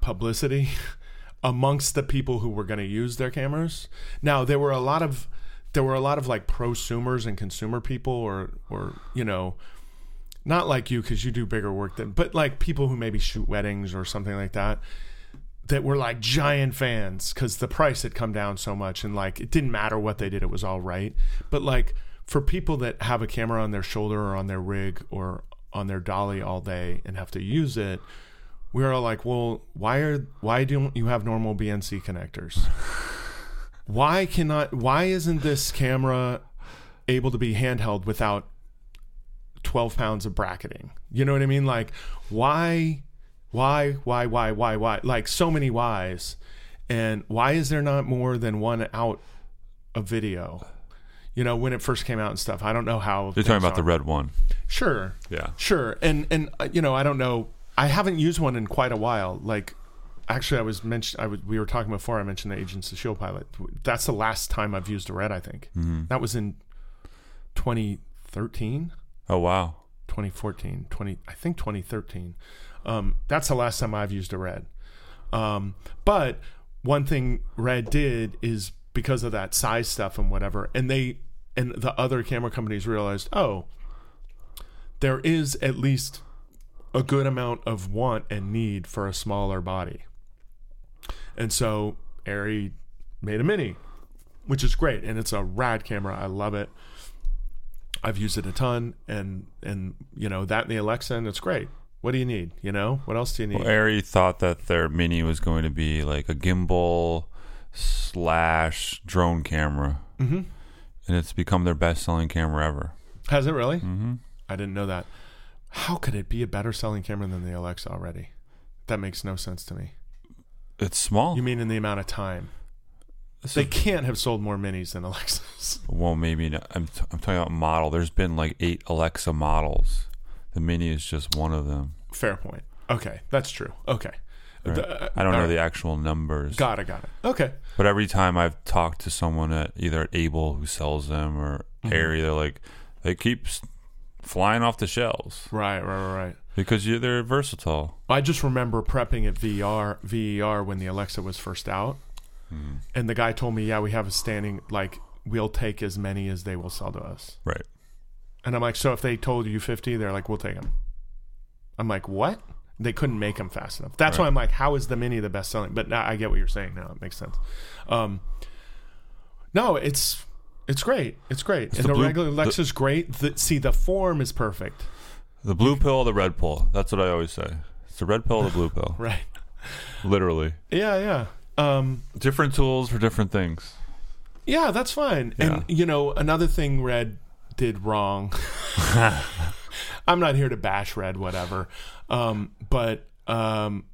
[SPEAKER 1] publicity [LAUGHS] amongst the people who were going to use their cameras. Now, there were a lot of there were a lot of like prosumers and consumer people or or you know not like you cuz you do bigger work than but like people who maybe shoot weddings or something like that that were like giant fans cuz the price had come down so much and like it didn't matter what they did it was all right. But like for people that have a camera on their shoulder or on their rig or on their dolly all day and have to use it we were all like, well, why are why don't you have normal BNC connectors? Why cannot why isn't this camera able to be handheld without 12 pounds of bracketing? You know what I mean? Like why why why why why why like so many whys and why is there not more than one out of video? You know, when it first came out and stuff. I don't know how
[SPEAKER 2] You're talking about the red one.
[SPEAKER 1] Sure.
[SPEAKER 2] Yeah.
[SPEAKER 1] Sure, and and uh, you know, I don't know. I haven't used one in quite a while. Like, actually, I was mentioned. I was, we were talking before. I mentioned the Agents of Shield pilot. That's the last time I've used a red. I think that was in 2013,
[SPEAKER 2] Oh wow.
[SPEAKER 1] 2014, 20. I think 2013. Um, that's the last time I've used a red. Um, but one thing red did is because of that size stuff and whatever, and they and the other camera companies realized, oh, there is at least a good amount of want and need for a smaller body. And so Airy made a mini, which is great, and it's a rad camera. I love it. I've used it a ton, and and you know that and the Alexa, and it's great. What do you need? You know, what else do you need?
[SPEAKER 2] Airy thought that their mini was going to be like a gimbal slash drone camera, mm-hmm. and it's become their best-selling camera ever.
[SPEAKER 1] Has it really? Mm-hmm. I didn't know that. How could it be a better selling camera than the Alexa already? That makes no sense to me.
[SPEAKER 2] It's small.
[SPEAKER 1] You mean in the amount of time?
[SPEAKER 2] This
[SPEAKER 1] They
[SPEAKER 2] is-
[SPEAKER 1] can't have sold more minis than Alexas. [LAUGHS]
[SPEAKER 2] well, maybe not. I'm t- I'm talking about model. There's been like eight Alexa models. The mini is just one of them.
[SPEAKER 1] Fair point. Okay, that's true. Okay.
[SPEAKER 2] Right?
[SPEAKER 1] The- uh,
[SPEAKER 2] I don't know
[SPEAKER 1] all right.
[SPEAKER 2] the actual numbers,
[SPEAKER 1] Got it. Got it. Okay.
[SPEAKER 2] but every time I've talked to someone at either at Able who sells them or Airy, they're like they keep s- flying off the shelves
[SPEAKER 1] Right. Right. Right. right.
[SPEAKER 2] because you, they're versatile.
[SPEAKER 1] I just remember prepping at VR VER E when the Alexa was first out,
[SPEAKER 2] Hmm.
[SPEAKER 1] and the guy told me, "Yeah, we have a standing like we'll take as many as they will sell to us."
[SPEAKER 2] Right.
[SPEAKER 1] And I'm like, "So if they told you 50, they're like, we'll take them." I'm like, "What?" They couldn't make them fast enough. That's why I'm like, "How is the mini the best selling?" But now I get what you're saying. Now it makes sense. Um, no, it's it's great. It's great. and
[SPEAKER 2] the
[SPEAKER 1] the,
[SPEAKER 2] blue-
[SPEAKER 1] regular
[SPEAKER 2] the-
[SPEAKER 1] Alexa's great. The, see, the form is perfect.
[SPEAKER 2] The blue pill or the red pill? That's what I always say. It's the red pill or the
[SPEAKER 1] [SIGHS]
[SPEAKER 2] blue pill.
[SPEAKER 1] Right.
[SPEAKER 2] Literally.
[SPEAKER 1] Yeah. Yeah. Um,
[SPEAKER 2] Different tools for different things.
[SPEAKER 1] Yeah, that's fine. And you know, another thing Red did wrong. I'm not here to bash Red, whatever. Um, but um,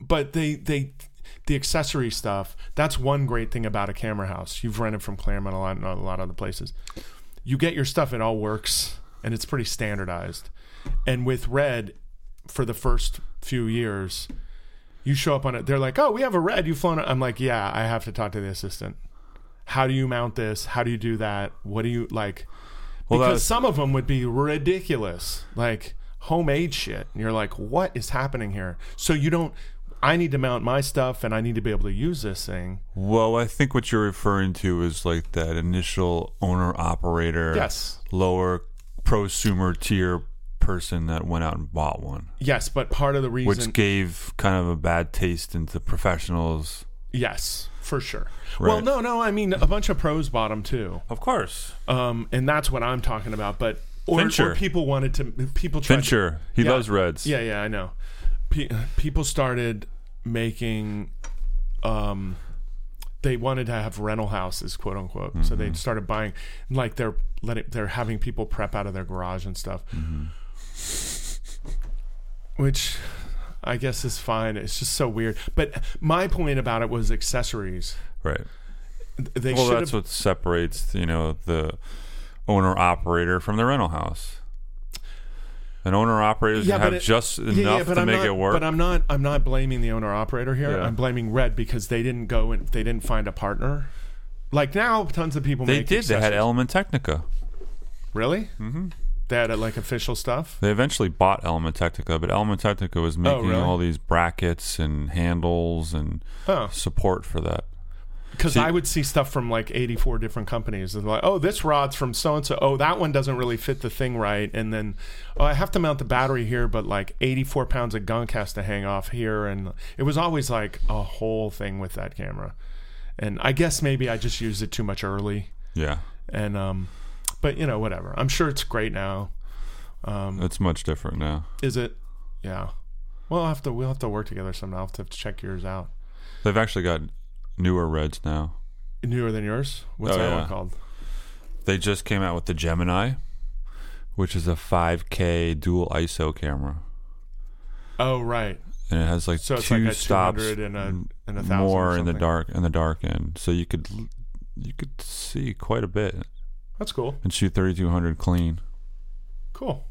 [SPEAKER 1] but they they the accessory stuff. That's one great thing about a camera house. You've rented from Claremont a lot and a lot of other places. You get your stuff; it all works, and it's pretty standardized. And with Red, for the first few years, you show up on it. They're like, "Oh, we have a Red. You've flown." it." I'm like, "Yeah, I have to talk to the assistant." how do you mount this? How do you do that? What do you like?
[SPEAKER 2] Well, that
[SPEAKER 1] because
[SPEAKER 2] was-
[SPEAKER 1] some of them would be ridiculous, like homemade shit. And you're like, what is happening here? So you don't. I need to mount my stuff, and I need to be able to use this thing.
[SPEAKER 2] Well, I think what you're referring to is like that initial owner operator,
[SPEAKER 1] Yes.
[SPEAKER 2] lower prosumer tier person that went out and bought one,
[SPEAKER 1] Yes, but part of the
[SPEAKER 2] which
[SPEAKER 1] reason,
[SPEAKER 2] gave kind of a bad taste into professionals.
[SPEAKER 1] yes, for sure. Well,
[SPEAKER 2] Right.
[SPEAKER 1] no, no. I mean, a bunch of pros bought them too,
[SPEAKER 2] Of course.
[SPEAKER 1] um, and that's what I'm talking about. But or, or
[SPEAKER 2] Fincher.
[SPEAKER 1] people wanted to. People tried. to-
[SPEAKER 2] Fincher, he
[SPEAKER 1] Yeah.
[SPEAKER 2] loves reds.
[SPEAKER 1] Yeah, yeah, I know. Pe- people started making, um, they wanted to have rental houses, quote unquote. So they
[SPEAKER 2] Mm-hmm.
[SPEAKER 1] started buying, like they're letting, they're having people prep out of their garage and stuff,
[SPEAKER 2] Mm-hmm.
[SPEAKER 1] which I guess is fine. It's just so weird. But my point about it was accessories.
[SPEAKER 2] Right.
[SPEAKER 1] They
[SPEAKER 2] Well,
[SPEAKER 1] should
[SPEAKER 2] that's
[SPEAKER 1] have.
[SPEAKER 2] what separates, you know, the owner operator from the rental house. an owner operator should
[SPEAKER 1] Yeah, but
[SPEAKER 2] have
[SPEAKER 1] it-
[SPEAKER 2] just enough
[SPEAKER 1] but
[SPEAKER 2] to
[SPEAKER 1] I'm
[SPEAKER 2] make
[SPEAKER 1] not,
[SPEAKER 2] it work.
[SPEAKER 1] But I'm not. I'm not blaming the owner operator here.
[SPEAKER 2] Yeah.
[SPEAKER 1] I'm blaming Red because they didn't go and they didn't find a partner. Like now, tons of people
[SPEAKER 2] they
[SPEAKER 1] make
[SPEAKER 2] did. They had
[SPEAKER 1] accessories.
[SPEAKER 2] Element Technica.
[SPEAKER 1] really. Mm-hmm. They had uh, like official stuff.
[SPEAKER 2] They eventually bought Element Technica, but Element Technica was making
[SPEAKER 1] Oh, really?
[SPEAKER 2] all these brackets and handles and
[SPEAKER 1] Oh,
[SPEAKER 2] support for that.
[SPEAKER 1] because
[SPEAKER 2] See-
[SPEAKER 1] I would see stuff from like 84 different companies. They're like, oh, this rod's from so and so. Oh, that one doesn't really fit the thing right. And then, oh, I have to mount the battery here, but like 84 pounds of gunk has to hang off here. And it was always like a whole thing with that camera. And I guess maybe I just used it too much early.
[SPEAKER 2] Yeah,
[SPEAKER 1] and um but you know whatever i'm sure it's great now Um,
[SPEAKER 2] it's much different now.
[SPEAKER 1] is it yeah well i'll have to we'll have to work together somehow i'll have to check yours out
[SPEAKER 2] They've actually got newer Reds now.
[SPEAKER 1] newer than yours what's
[SPEAKER 2] Oh,
[SPEAKER 1] that one
[SPEAKER 2] yeah.
[SPEAKER 1] called
[SPEAKER 2] They just came out with the Gemini, which is a 5K dual ISO camera,
[SPEAKER 1] oh right
[SPEAKER 2] and it has like
[SPEAKER 1] so it's
[SPEAKER 2] two
[SPEAKER 1] like a
[SPEAKER 2] stops
[SPEAKER 1] 200 and a
[SPEAKER 2] m-
[SPEAKER 1] and a thousand or
[SPEAKER 2] more in the
[SPEAKER 1] something.
[SPEAKER 2] dark in the dark end. So you could l- you could see quite a bit
[SPEAKER 1] that's cool
[SPEAKER 2] and shoot 3200 clean.
[SPEAKER 1] cool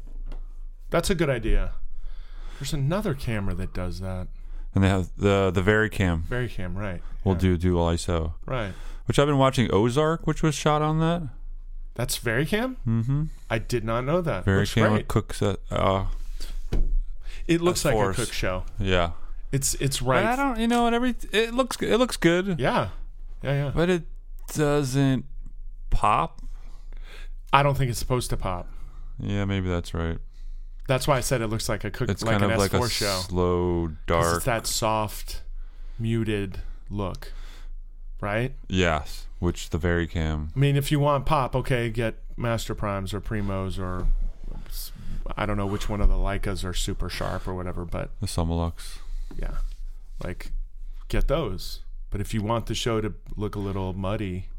[SPEAKER 1] that's a good idea there's another camera that does that
[SPEAKER 2] And they have the the Vericam
[SPEAKER 1] Vericam, right
[SPEAKER 2] will
[SPEAKER 1] Yeah,
[SPEAKER 2] do dual ISO.
[SPEAKER 1] right
[SPEAKER 2] Which I've been watching Ozark, which was shot on that.
[SPEAKER 1] that's Vericam?
[SPEAKER 2] Mm-hmm.
[SPEAKER 1] I did not know that.
[SPEAKER 2] Very
[SPEAKER 1] Looks
[SPEAKER 2] camera
[SPEAKER 1] great.
[SPEAKER 2] cooks. At, uh,
[SPEAKER 1] It looks
[SPEAKER 2] of
[SPEAKER 1] like a
[SPEAKER 2] course.
[SPEAKER 1] cook show.
[SPEAKER 2] yeah.
[SPEAKER 1] It's it's
[SPEAKER 2] But I
[SPEAKER 1] right.
[SPEAKER 2] don't. You know what? Every it looks. It looks good.
[SPEAKER 1] Yeah. Yeah, yeah.
[SPEAKER 2] But it doesn't pop.
[SPEAKER 1] I don't think it's supposed to pop.
[SPEAKER 2] Yeah, maybe that's right.
[SPEAKER 1] That's why I said it looks like a cook,
[SPEAKER 2] It's
[SPEAKER 1] like
[SPEAKER 2] kind
[SPEAKER 1] an
[SPEAKER 2] of like
[SPEAKER 1] S4
[SPEAKER 2] a
[SPEAKER 1] show. 'Cause
[SPEAKER 2] slow dark.
[SPEAKER 1] It's that soft, muted look, right?
[SPEAKER 2] yes, which the very cam.
[SPEAKER 1] I mean, if you want pop, okay, get Master Primes or Primos or I don't know which one of the Leicas are super sharp or whatever, but
[SPEAKER 2] The Summilux.
[SPEAKER 1] yeah, like get those. But if you want the show to look a little muddy,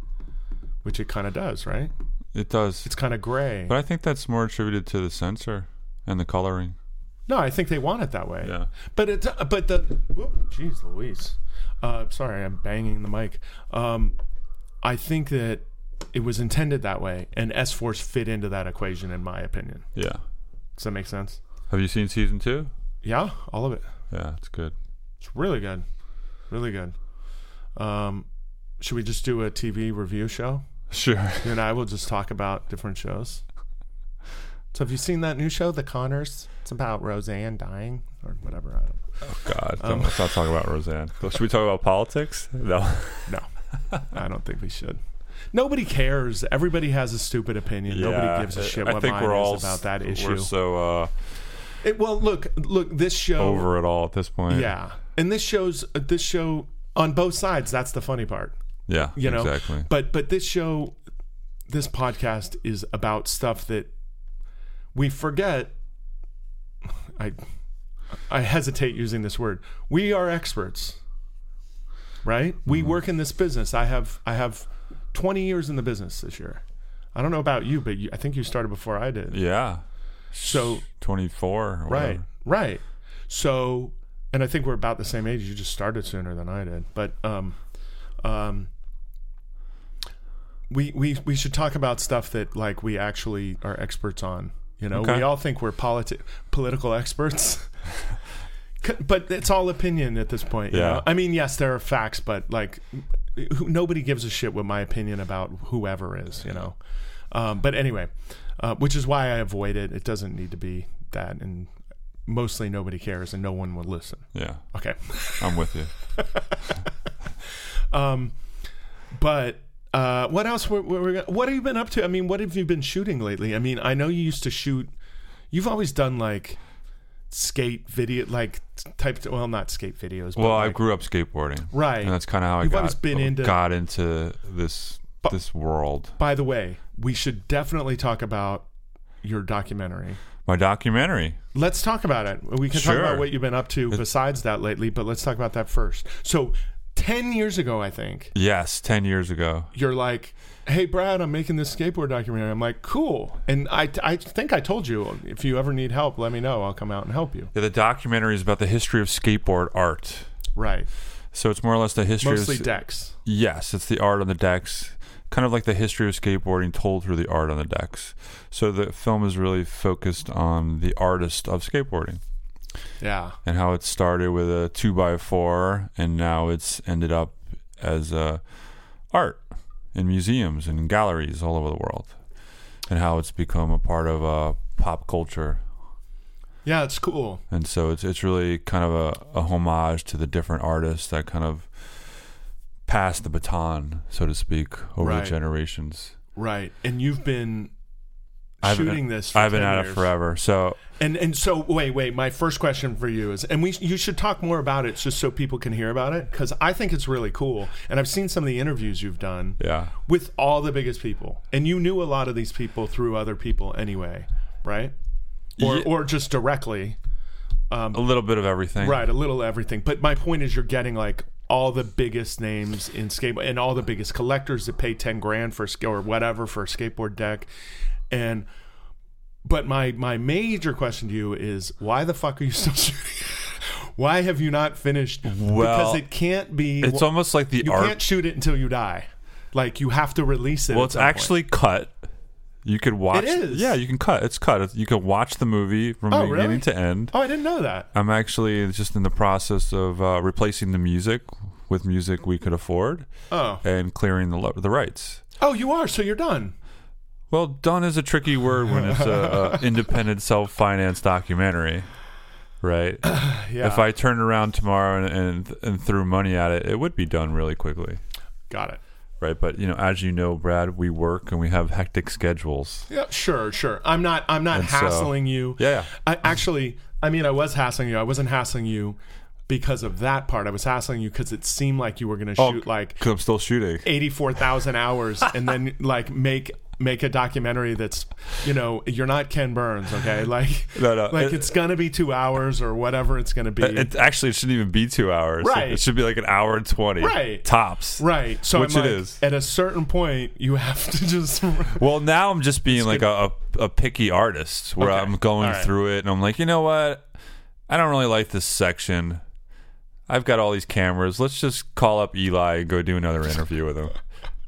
[SPEAKER 1] which it kind of does, right?
[SPEAKER 2] It does.
[SPEAKER 1] It's kind of gray.
[SPEAKER 2] But I think that's more attributed to the sensor and the coloring.
[SPEAKER 1] No, I think they want it that way.
[SPEAKER 2] Yeah.
[SPEAKER 1] But it's but the whoop, jeez Louise. Uh, sorry, I'm banging the mic. Um, I think that it was intended that way, and S Force fit into that equation, in my opinion.
[SPEAKER 2] Yeah.
[SPEAKER 1] Does that make sense?
[SPEAKER 2] Have you seen season two?
[SPEAKER 1] Yeah, all of it.
[SPEAKER 2] Yeah, it's good.
[SPEAKER 1] It's really good, really good. Um, should we just do a TV review show?
[SPEAKER 2] Sure.
[SPEAKER 1] You and I will just talk about different shows. So, have you seen that new show, The Connors? It's about Roseanne dying or whatever. I don't know.
[SPEAKER 2] Oh, God, don't, let's not talk about Roseanne. Should we talk about politics? No.
[SPEAKER 1] No, I don't think we should. Nobody cares. Everybody has a stupid opinion. Nobody gives a shit
[SPEAKER 2] I
[SPEAKER 1] what
[SPEAKER 2] think
[SPEAKER 1] mine
[SPEAKER 2] we're
[SPEAKER 1] is
[SPEAKER 2] all
[SPEAKER 1] about that
[SPEAKER 2] s-
[SPEAKER 1] issue.
[SPEAKER 2] We're so uh,
[SPEAKER 1] It- well, look, look. This show,
[SPEAKER 2] over it all at this point.
[SPEAKER 1] yeah, and this shows this show on both sides. That's the funny part,
[SPEAKER 2] yeah,
[SPEAKER 1] you know.
[SPEAKER 2] exactly.
[SPEAKER 1] But but this show, this podcast is about stuff that we forget. I I hesitate using this word. We are experts, right? We work in this business. I have I have 20 years in the business this year. I don't know about you, but you, I think you started before I did.
[SPEAKER 2] Yeah,
[SPEAKER 1] So
[SPEAKER 2] twenty four.
[SPEAKER 1] right, right. So, and I think we're about the same age. You just started sooner than I did, but um, um, we we we should talk about stuff that like we actually are experts on. You know,
[SPEAKER 2] Okay.
[SPEAKER 1] we all think we're politi- political experts. [LAUGHS] C- But it's all opinion at this point. you
[SPEAKER 2] Yeah.
[SPEAKER 1] know? I mean, yes, there are facts, but like, who, nobody gives a shit what my opinion about whoever is, you know. Um, but anyway, uh, which is why I avoid it. It doesn't need to be that, and mostly nobody cares, and no one will listen.
[SPEAKER 2] Yeah,
[SPEAKER 1] Okay,
[SPEAKER 2] I'm with you.
[SPEAKER 1] but. Uh, what else? Were, were, we- what have you been up to? I mean, what have you been shooting lately? I mean, I know you used to shoot. You've always done like skate video, like type. Well, not skate videos. But
[SPEAKER 2] Well, I
[SPEAKER 1] like,
[SPEAKER 2] grew up skateboarding,
[SPEAKER 1] right.
[SPEAKER 2] and that's kind of how
[SPEAKER 1] You've
[SPEAKER 2] I
[SPEAKER 1] always
[SPEAKER 2] got
[SPEAKER 1] been into-
[SPEAKER 2] got into this this world.
[SPEAKER 1] By the way, we should definitely talk about your documentary.
[SPEAKER 2] My documentary.
[SPEAKER 1] Let's talk about it. We can talk about
[SPEAKER 2] Sure.
[SPEAKER 1] what you've been up to besides that lately, but let's talk about that first. So, 10 years ago, I think,
[SPEAKER 2] Yes, ten years ago.
[SPEAKER 1] you're like, hey, Brad, I'm making this skateboard documentary. I'm like, cool. And I, I think I told you, if you ever need help, let me know. I'll come out and help you.
[SPEAKER 2] Yeah, the documentary is about the history of skateboard art.
[SPEAKER 1] Right.
[SPEAKER 2] So it's more or less the history
[SPEAKER 1] Mostly
[SPEAKER 2] of
[SPEAKER 1] decks.
[SPEAKER 2] Yes, it's the art on the decks. kind of like the history of skateboarding told through the art on the decks. So the film is really focused on the artist of skateboarding
[SPEAKER 1] Yeah.
[SPEAKER 2] and how it started with a two by four and now it's ended up as uh, art in museums and galleries all over the world and how it's become a part of uh, pop culture
[SPEAKER 1] Yeah, it's cool.
[SPEAKER 2] and so it's it's really kind of a, a homage to the different artists that kind of passed the baton so to speak over
[SPEAKER 1] Right.
[SPEAKER 2] the generations
[SPEAKER 1] Right. And you've been
[SPEAKER 2] I've been-
[SPEAKER 1] shooting this for
[SPEAKER 2] i've been
[SPEAKER 1] 10
[SPEAKER 2] at it
[SPEAKER 1] years.
[SPEAKER 2] forever so
[SPEAKER 1] And and so wait, wait, my first question for you is and we you should talk more about it just so people can hear about it cuz I think it's really cool and I've seen some of the interviews you've done
[SPEAKER 2] yeah
[SPEAKER 1] with all the biggest people. And you knew a lot of these people through other people anyway, right? Or
[SPEAKER 2] Ye-
[SPEAKER 1] or just directly.
[SPEAKER 2] a little bit of everything
[SPEAKER 1] Um, Right, a little everything. But my point is, you're getting like all the biggest names in skateboard and all the biggest collectors that pay ten grand for sk- or whatever for a skateboard deck, and. But my my major question to you is why the fuck are you still [LAUGHS] shooting? why have you not finished?
[SPEAKER 2] Well,
[SPEAKER 1] because it can't be.
[SPEAKER 2] it's almost like the
[SPEAKER 1] you
[SPEAKER 2] art
[SPEAKER 1] can't shoot it until you die. Like you have to release it.
[SPEAKER 2] Well,
[SPEAKER 1] at
[SPEAKER 2] it's
[SPEAKER 1] some point.
[SPEAKER 2] actually cut. You could watch.
[SPEAKER 1] It is?
[SPEAKER 2] Yeah, you can cut. It's cut. It's- You can watch the movie from
[SPEAKER 1] Oh,
[SPEAKER 2] beginning
[SPEAKER 1] really?
[SPEAKER 2] to end.
[SPEAKER 1] Oh, I didn't know that.
[SPEAKER 2] I'm actually just in the process of uh, replacing the music with music we could afford
[SPEAKER 1] Oh,
[SPEAKER 2] and clearing the lo- the rights.
[SPEAKER 1] oh, you are. So you're done.
[SPEAKER 2] Well, done is a tricky word when it's
[SPEAKER 1] [LAUGHS]
[SPEAKER 2] a, a independent, self-financed documentary, right?
[SPEAKER 1] [CLEARS THROAT] Yeah.
[SPEAKER 2] If I turned around tomorrow and, and and threw money at it, it would be done really quickly,
[SPEAKER 1] got it.
[SPEAKER 2] right? But you know, as you know, Brad, we work and we have hectic schedules.
[SPEAKER 1] Yeah, sure, sure. I'm not. I'm not
[SPEAKER 2] And so-
[SPEAKER 1] hassling you.
[SPEAKER 2] Yeah.
[SPEAKER 1] I actually, I mean, I was hassling you. I wasn't hassling you because of that part. I was hassling you because it seemed like you were going to
[SPEAKER 2] Oh.
[SPEAKER 1] shoot like
[SPEAKER 2] Because I'm still shooting.
[SPEAKER 1] eighty-four thousand
[SPEAKER 2] [LAUGHS]
[SPEAKER 1] hours and then like make make a documentary that's, you know, you're not Ken Burns,
[SPEAKER 2] [LAUGHS]
[SPEAKER 1] okay? Like,
[SPEAKER 2] No, no,
[SPEAKER 1] like
[SPEAKER 2] it-
[SPEAKER 1] it's going to be two hours or whatever it's going to be.
[SPEAKER 2] It actually it shouldn't even be two hours.
[SPEAKER 1] Right.
[SPEAKER 2] It should be like an hour and twenty.
[SPEAKER 1] Right.
[SPEAKER 2] Tops.
[SPEAKER 1] right. So
[SPEAKER 2] Which
[SPEAKER 1] I'm
[SPEAKER 2] it
[SPEAKER 1] like,
[SPEAKER 2] is.
[SPEAKER 1] at a certain point, you have to just. [LAUGHS]
[SPEAKER 2] Well, now I'm just being like a, a a picky artist where
[SPEAKER 1] Okay.
[SPEAKER 2] I'm going
[SPEAKER 1] All right.
[SPEAKER 2] through it and I'm like, you know what? I don't really like this section. I've got all these cameras. Let's just call up Eli and go
[SPEAKER 1] [LAUGHS]
[SPEAKER 2] do another interview with him.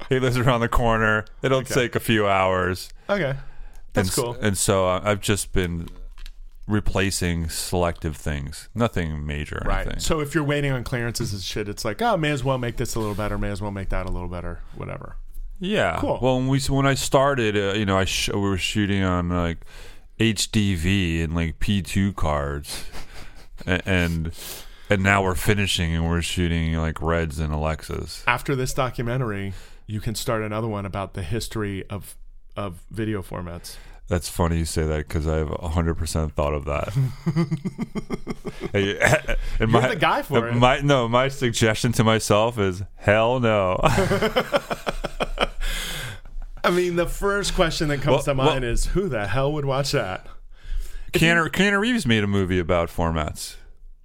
[SPEAKER 2] He lives around the corner. It'll take a few hours.
[SPEAKER 1] okay. That's
[SPEAKER 2] and, s-
[SPEAKER 1] cool.
[SPEAKER 2] And so I- I've just been replacing selective things. Nothing major. or
[SPEAKER 1] Right.
[SPEAKER 2] anything.
[SPEAKER 1] So if you're waiting on clearances and shit, it's like, oh, may as well make this a little better, may as well make that a little better, whatever.
[SPEAKER 2] Yeah.
[SPEAKER 1] Cool.
[SPEAKER 2] Well, when we when I started, uh, you know, I sh- we were shooting on like HDV and like P2 cards, A- and and now we're finishing and we're shooting like Reds and Alexas.
[SPEAKER 1] after this documentary, you can start another one about the history of of video formats.
[SPEAKER 2] That's funny you say that because I've hundred percent thought of that. Hey, [LAUGHS] and uh,
[SPEAKER 1] You're the guy for it.
[SPEAKER 2] My no, my suggestion to myself is hell no.
[SPEAKER 1] I mean, the first question that comes to
[SPEAKER 2] Well-
[SPEAKER 1] mind is, who the hell would watch that?
[SPEAKER 2] Keanu, Keanu Reeves made a movie about formats.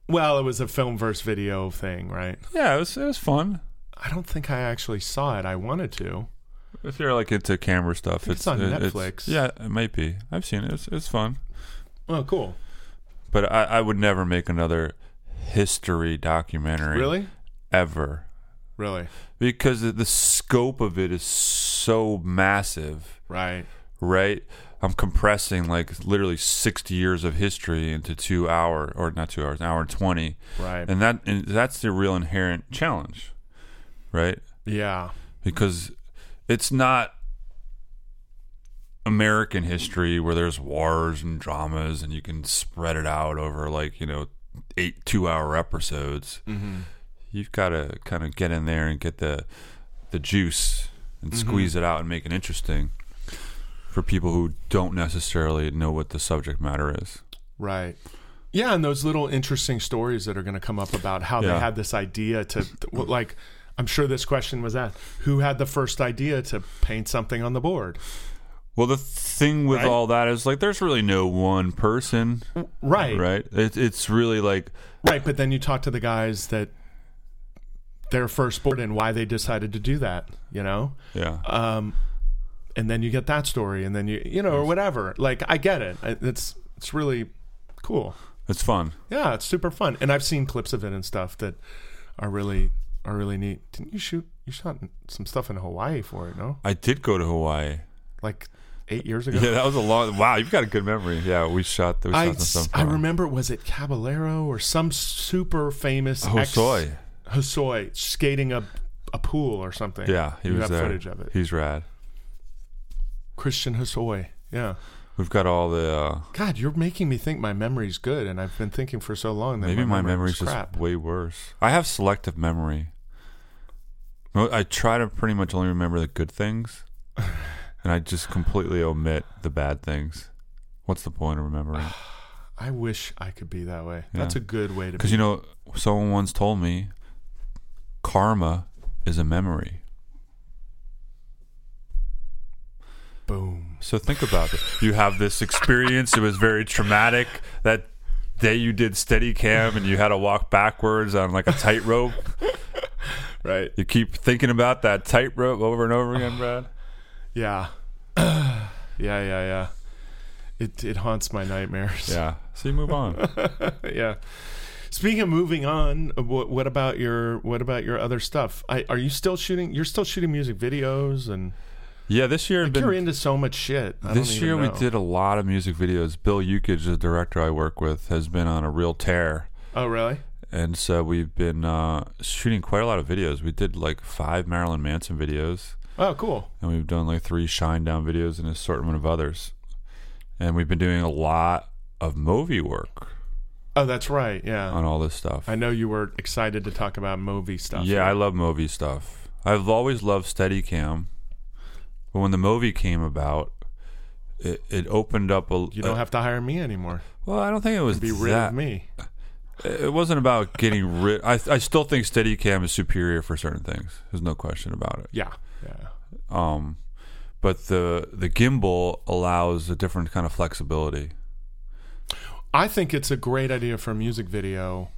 [SPEAKER 1] Well, it was a film versus video thing, right?
[SPEAKER 2] Yeah, it was it was fun.
[SPEAKER 1] I don't think I actually saw it. I wanted to.
[SPEAKER 2] If you're like into camera stuff, uh,
[SPEAKER 1] think it's on Netflix.
[SPEAKER 2] yeah, it might be. I've seen it. It's, it's fun,
[SPEAKER 1] Oh, cool.
[SPEAKER 2] but I, I would never make another history documentary.
[SPEAKER 1] Really?
[SPEAKER 2] Ever,
[SPEAKER 1] Really?
[SPEAKER 2] because the, the scope of it is so massive.
[SPEAKER 1] Right.
[SPEAKER 2] Right? I'm compressing like literally 60 years of history into two hour or not two hours, an hour and twenty,
[SPEAKER 1] Right.
[SPEAKER 2] and that and that's the real inherent challenge, right?
[SPEAKER 1] yeah.
[SPEAKER 2] because it's not American history where there's wars and dramas and you can spread it out over like you know eight two hour episodes.
[SPEAKER 1] Mm-hmm.
[SPEAKER 2] You've got to kind of get in there and get the the juice and
[SPEAKER 1] Mm-hmm.
[SPEAKER 2] squeeze it out and make it interesting for people who don't necessarily know what the subject matter is.
[SPEAKER 1] Right. Yeah, and those little interesting stories that are going to come up about how they
[SPEAKER 2] Yeah.
[SPEAKER 1] had this idea to, th- well, like, I'm sure this question was asked: Who had the first idea to paint something on the board?
[SPEAKER 2] Well, the thing with
[SPEAKER 1] Right.
[SPEAKER 2] all that is like there's really no one person,
[SPEAKER 1] Right.
[SPEAKER 2] right? It, it's really like
[SPEAKER 1] Right, but then you talk to the guys that their first board and why they decided to do that, you know?
[SPEAKER 2] yeah.
[SPEAKER 1] Um, and then you get that story, and then you, you know, or whatever. Like, I get it. I- It's it's really cool.
[SPEAKER 2] It's fun.
[SPEAKER 1] Yeah, it's super fun, and I've seen clips of it and stuff that are really are really neat. Didn't you shoot You shot some stuff in Hawaii for it, no?
[SPEAKER 2] I did go to Hawaii.
[SPEAKER 1] Like eight years ago.
[SPEAKER 2] Yeah, that was a long. Wow, you've got a good memory. Yeah, we shot. We shot
[SPEAKER 1] I,
[SPEAKER 2] some stuff.
[SPEAKER 1] I remember, was it Caballero or some super famous
[SPEAKER 2] Oh,
[SPEAKER 1] ex-
[SPEAKER 2] Hosoi.
[SPEAKER 1] Hosoi skating a, a pool or something?
[SPEAKER 2] Yeah, he
[SPEAKER 1] you
[SPEAKER 2] was
[SPEAKER 1] have
[SPEAKER 2] there.
[SPEAKER 1] footage of it.
[SPEAKER 2] He's rad.
[SPEAKER 1] Christian Hosoi. Yeah.
[SPEAKER 2] We've got all the. Uh,
[SPEAKER 1] God, you're making me think my memory's good, and I've been thinking for so long that
[SPEAKER 2] maybe my, memory's
[SPEAKER 1] was
[SPEAKER 2] just
[SPEAKER 1] crap.
[SPEAKER 2] way worse. I have selective memory. Mo- I try to pretty much only remember the good
[SPEAKER 1] [LAUGHS]
[SPEAKER 2] things, and I just completely omit the bad things. What's the point of
[SPEAKER 1] [SIGHS]
[SPEAKER 2] remembering?
[SPEAKER 1] I wish I could be that way. That's
[SPEAKER 2] Yeah.
[SPEAKER 1] a good way to be.
[SPEAKER 2] Because you know, someone once told me, karma is a memory.
[SPEAKER 1] Boom.
[SPEAKER 2] So think about it. You have this experience. It was very traumatic. That day you did steady cam and you had to walk backwards on like a tightrope.
[SPEAKER 1] Right.
[SPEAKER 2] You keep thinking about that tightrope over and over again, Brad.
[SPEAKER 1] Yeah. [CLEARS THROAT] yeah, yeah, yeah. It it haunts my nightmares.
[SPEAKER 2] Yeah. So you move on.
[SPEAKER 1] [LAUGHS] yeah. Speaking of moving on, what, what about your what about your other stuff? I, are you still shooting? You're still shooting music videos, and
[SPEAKER 2] Yeah, this year had
[SPEAKER 1] you're
[SPEAKER 2] been
[SPEAKER 1] into so much shit. I don't
[SPEAKER 2] this
[SPEAKER 1] even
[SPEAKER 2] year we
[SPEAKER 1] know.
[SPEAKER 2] did a lot of music videos. Bill Ukage, the director I work with, has been on a real tear.
[SPEAKER 1] Oh, really?
[SPEAKER 2] And so we've been uh, shooting quite a lot of videos. We did like five Marilyn Manson videos.
[SPEAKER 1] Oh, cool.
[SPEAKER 2] and we've done like three shine down videos and an assortment of others and we've been doing a lot of movie work
[SPEAKER 1] Oh, that's right. Yeah.
[SPEAKER 2] on all this stuff
[SPEAKER 1] I know you were excited to talk about movie stuff.
[SPEAKER 2] yeah i love movie stuff i've always loved steadicam but when the movie came about it, it opened up a
[SPEAKER 1] You don't have to hire me anymore.
[SPEAKER 2] well i don't think it was
[SPEAKER 1] Be rid
[SPEAKER 2] that
[SPEAKER 1] of me.
[SPEAKER 2] it wasn't about getting rid I, I still think steadicam is superior for certain things there's no question about it
[SPEAKER 1] Yeah. Yeah.
[SPEAKER 2] um, but the the gimbal allows a different kind of flexibility
[SPEAKER 1] I think it's a great idea for a music video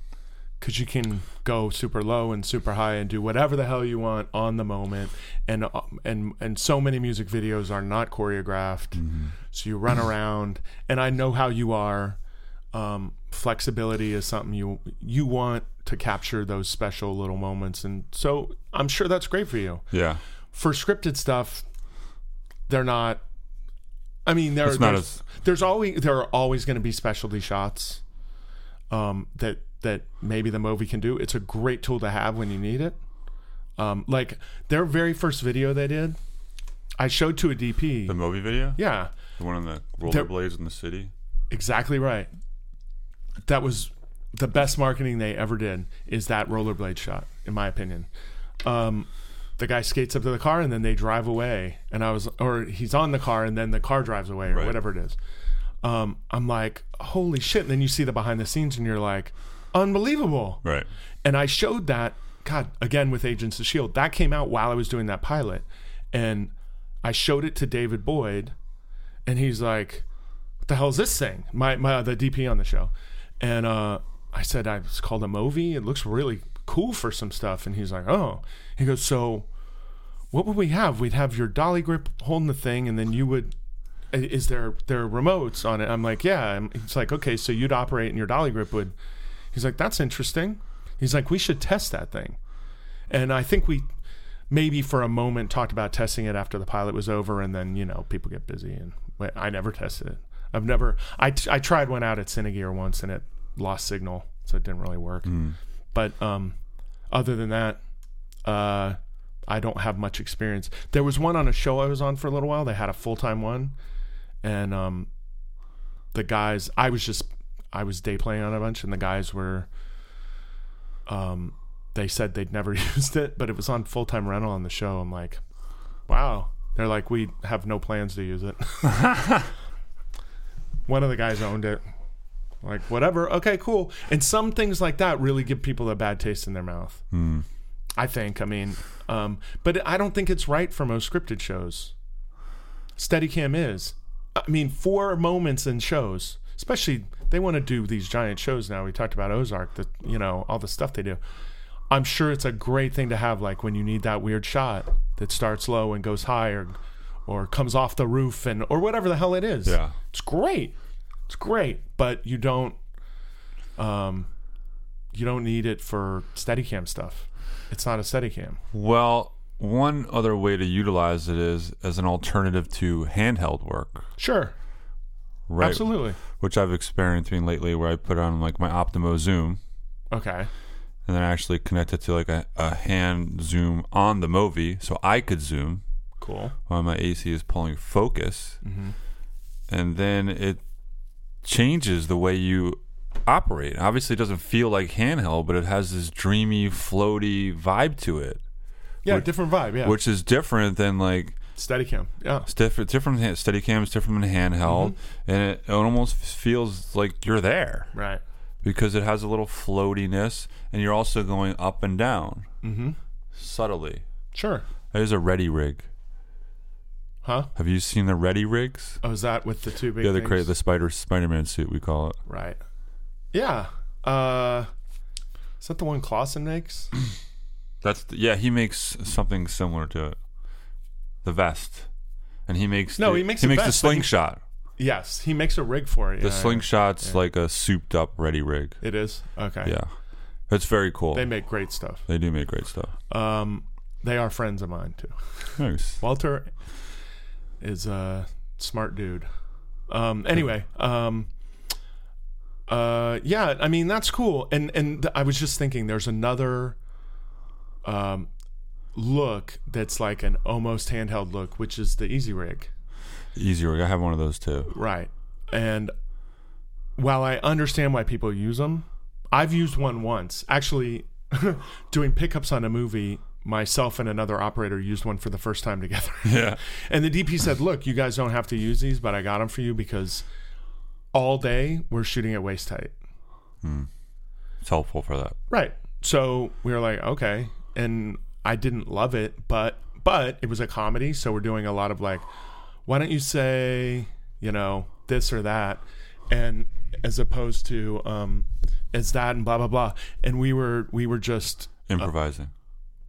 [SPEAKER 1] because you can go super low and super high and do whatever the hell you want on the moment. And uh, and and so many music videos are not choreographed, so you run around. And I know how you are. Um, flexibility is something you you want to capture those special little moments, and so I'm sure that's great for you.
[SPEAKER 2] yeah
[SPEAKER 1] For scripted stuff, they're not. I mean, there-
[SPEAKER 2] It's
[SPEAKER 1] there's
[SPEAKER 2] not
[SPEAKER 1] there's always there are always going to be specialty shots um, that that maybe the movie can do. It's a great tool to have when you need it. Um, like their very first video they did, I showed to a
[SPEAKER 2] The
[SPEAKER 1] DP.
[SPEAKER 2] movie video?
[SPEAKER 1] Yeah,
[SPEAKER 2] The one on the
[SPEAKER 1] There-
[SPEAKER 2] rollerblades in the city?
[SPEAKER 1] exactly right. That was the best marketing they ever did. Is that rollerblade shot, in my opinion. Um, the guy skates up to the car and then they drive away, and I was, or he's on the car and then the car drives away or
[SPEAKER 2] Right.
[SPEAKER 1] whatever it is. Um, I'm like, holy shit! And then you see the behind the scenes and you're like, unbelievable.
[SPEAKER 2] Right.
[SPEAKER 1] And I showed that, God, again with Agents of S.H.I.E.L.D., that came out while I was doing that pilot. And I showed it to David Boyd, and he's like, What the hell is this thing? My, my uh, The DP on the show. And uh, I said, I, It's called a movie. It looks really cool for some stuff. And he's like, Oh. He goes, So what would we have? We'd have your dolly grip holding the thing, and then you would. i- Is there there are remotes on it? I'm like, yeah. And He's like, okay, so you'd operate, and your dolly grip would. He's like, that's interesting. He's like, we should test that thing, and I think we maybe for a moment talked about testing it after the pilot was over, and then you know people get busy, and but I never tested it. I've never I t- I tried one out at Cinegear once, and it lost signal, so it didn't really work. But um, other than that, uh, I don't have much experience. There was one on a show I was on for a little while. They had a full time one, and um, the guys I was just I was day playing on a bunch, and the guys were, um, they said they'd never [LAUGHS] used it, but it was on full time rental on the show. I'm like, wow. They're like, we have no plans to use it. one of the guys owned it. Like whatever, okay, cool. And some things like that really give people a bad taste in their mouth. I think. I mean, um, but I don't think it's right for most scripted shows. Steadicam is. I mean, four moments in shows, especially they want to do these giant shows now. We talked about Ozark, the you know all the stuff they do. I'm sure it's a great thing to have, like when you need that weird shot that starts low and goes high, or, or comes off the roof, and or whatever the hell it is.
[SPEAKER 2] Yeah.
[SPEAKER 1] It's great. It's great, but you don't um you don't need it for Steadicam stuff. It's not a Steadicam.
[SPEAKER 2] Well, one other way to utilize it is as an alternative to handheld work,
[SPEAKER 1] Sure.
[SPEAKER 2] right?
[SPEAKER 1] Absolutely.
[SPEAKER 2] Which I've experienced lately, where I put on like my Optimo Zoom
[SPEAKER 1] Okay.
[SPEAKER 2] and then I actually connect it to like a, a hand zoom on the Movi, so I could zoom
[SPEAKER 1] Cool.
[SPEAKER 2] while my AC is pulling focus,
[SPEAKER 1] Mhm.
[SPEAKER 2] and then it changes the way you operate. Obviously, it doesn't feel like handheld, but it has this dreamy, floaty vibe to it,
[SPEAKER 1] Yeah,
[SPEAKER 2] Which-
[SPEAKER 1] different vibe. Yeah.
[SPEAKER 2] which is different than like
[SPEAKER 1] Steadicam. Yeah.
[SPEAKER 2] It's different. Different than steady cam is different than handheld,
[SPEAKER 1] Mm-hmm.
[SPEAKER 2] and it, it almost feels like you're there
[SPEAKER 1] Right.
[SPEAKER 2] because it has a little floatiness, and you're also going up and down
[SPEAKER 1] Mhm.
[SPEAKER 2] subtly.
[SPEAKER 1] Sure.
[SPEAKER 2] There's a ready rig.
[SPEAKER 1] Huh?
[SPEAKER 2] Have you seen the ready rigs?
[SPEAKER 1] Oh, is that with the two big
[SPEAKER 2] Yeah, the
[SPEAKER 1] things?
[SPEAKER 2] cra- the spider Spider Man suit we call it.
[SPEAKER 1] Right. Yeah. Uh is that the one Clausen makes? [CLEARS THROAT]
[SPEAKER 2] That's the, yeah. He makes something similar to it, the vest, and he makes
[SPEAKER 1] No,
[SPEAKER 2] the,
[SPEAKER 1] he makes
[SPEAKER 2] he
[SPEAKER 1] the
[SPEAKER 2] makes the
[SPEAKER 1] vest, but he-
[SPEAKER 2] slingshot.
[SPEAKER 1] yes. He makes a rig for it.
[SPEAKER 2] The
[SPEAKER 1] yeah, yeah.
[SPEAKER 2] slingshot's like a souped up ready rig.
[SPEAKER 1] It is? Okay.
[SPEAKER 2] Yeah, it's very cool.
[SPEAKER 1] They make great stuff.
[SPEAKER 2] they do make great stuff.
[SPEAKER 1] Um they are friends of mine too.
[SPEAKER 2] Nice.
[SPEAKER 1] Walter is a smart dude. Um, anyway, um, uh, yeah, I mean that's cool. And and th- I was just thinking, there's another um, look that's like an almost handheld look, which is the Easy Rig,
[SPEAKER 2] Easy rig. I have one of those too.
[SPEAKER 1] right? And while I understand why people use them, I've used one once actually [LAUGHS] doing pickups on a movie. Myself and another operator used one for the first time together. [LAUGHS]
[SPEAKER 2] Yeah.
[SPEAKER 1] And the DP said, "Look, you guys don't have to use these, but I got them for you because all day we're shooting at waist height."
[SPEAKER 2] It's helpful for that.
[SPEAKER 1] Right. So we were like, "Okay," and I didn't love it, but but it was a comedy, so we're doing a lot of like, "Why don't you say, you know, this or that?" and as opposed to um it's that and blah blah blah and we were we were just
[SPEAKER 2] Improvising.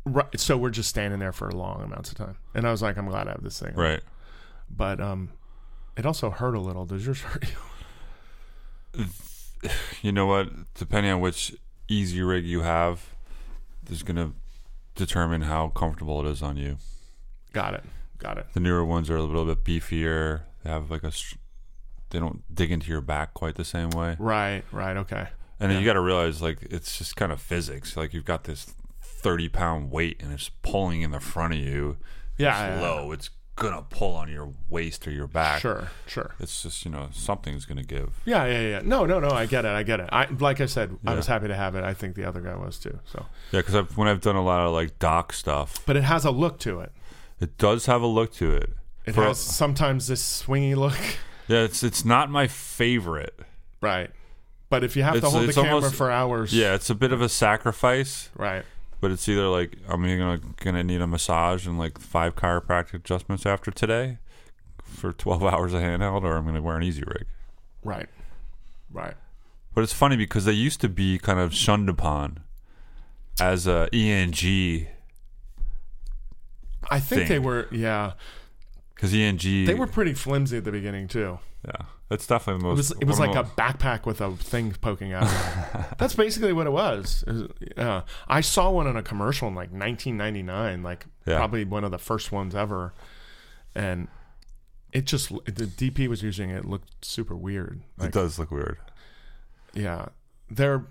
[SPEAKER 1] right, so we're just standing there for long amounts of time and i was like i'm glad i have this thing
[SPEAKER 2] right.
[SPEAKER 1] but um it also hurt a little does yours hurt you [LAUGHS]
[SPEAKER 2] You know what? Depending on which easy rig you have, is going to determine how comfortable it is on you.
[SPEAKER 1] Got it. Got it.
[SPEAKER 2] The newer ones are a little bit beefier. They have like a. str- They don't dig into your back quite the same way.
[SPEAKER 1] Right. Right. Okay.
[SPEAKER 2] And then you got to realize, like, it's just kind of physics. Like, you've got this 30 pound weight and it's pulling in the front of you.
[SPEAKER 1] Yeah.
[SPEAKER 2] It's
[SPEAKER 1] yeah,
[SPEAKER 2] low. It's going to pull on your waist or your back.
[SPEAKER 1] uh, Sure. Sure.
[SPEAKER 2] It's just, you know, something's going to give.
[SPEAKER 1] Yeah. Yeah. Yeah. No. No. No. I get it. I get it. I like I said. I was happy to have it. I think the other guy was too. So,
[SPEAKER 2] Yeah, because I've, when I've done a lot of like doc stuff,
[SPEAKER 1] but it has a look to it.
[SPEAKER 2] it does have a look to it.
[SPEAKER 1] It
[SPEAKER 2] For-
[SPEAKER 1] has sometimes this swingy look. [LAUGHS]
[SPEAKER 2] yeah, it's it's not my favorite.
[SPEAKER 1] Right. But if you have to
[SPEAKER 2] It's-
[SPEAKER 1] hold the
[SPEAKER 2] it's
[SPEAKER 1] camera
[SPEAKER 2] almost-
[SPEAKER 1] for hours.
[SPEAKER 2] Yeah, it's a bit of a sacrifice,
[SPEAKER 1] Right.
[SPEAKER 2] but it's either like I'm gonna gonna need a massage and like five chiropractic adjustments after today for 12 [LAUGHS] hours of handheld, or I'm gonna wear an easy rig.
[SPEAKER 1] Right. Right.
[SPEAKER 2] But it's funny because they used to be kind of shunned upon as a E ENG
[SPEAKER 1] I think they
[SPEAKER 2] Thing.
[SPEAKER 1] were. Yeah.
[SPEAKER 2] because ENG
[SPEAKER 1] They were pretty flimsy at the beginning too.
[SPEAKER 2] E yeah, that's definitely the
[SPEAKER 1] It
[SPEAKER 2] most.
[SPEAKER 1] was. It was
[SPEAKER 2] one
[SPEAKER 1] like
[SPEAKER 2] of
[SPEAKER 1] a
[SPEAKER 2] the-
[SPEAKER 1] backpack with a thing poking out. of
[SPEAKER 2] [LAUGHS]
[SPEAKER 1] it. That's basically what it was. It was- yeah. I saw one on a commercial in like 1999, like
[SPEAKER 2] Yeah.
[SPEAKER 1] probably one of the first ones ever, and it just the DP was using it, it looked super weird.
[SPEAKER 2] it
[SPEAKER 1] Like,
[SPEAKER 2] does look weird.
[SPEAKER 1] yeah, they're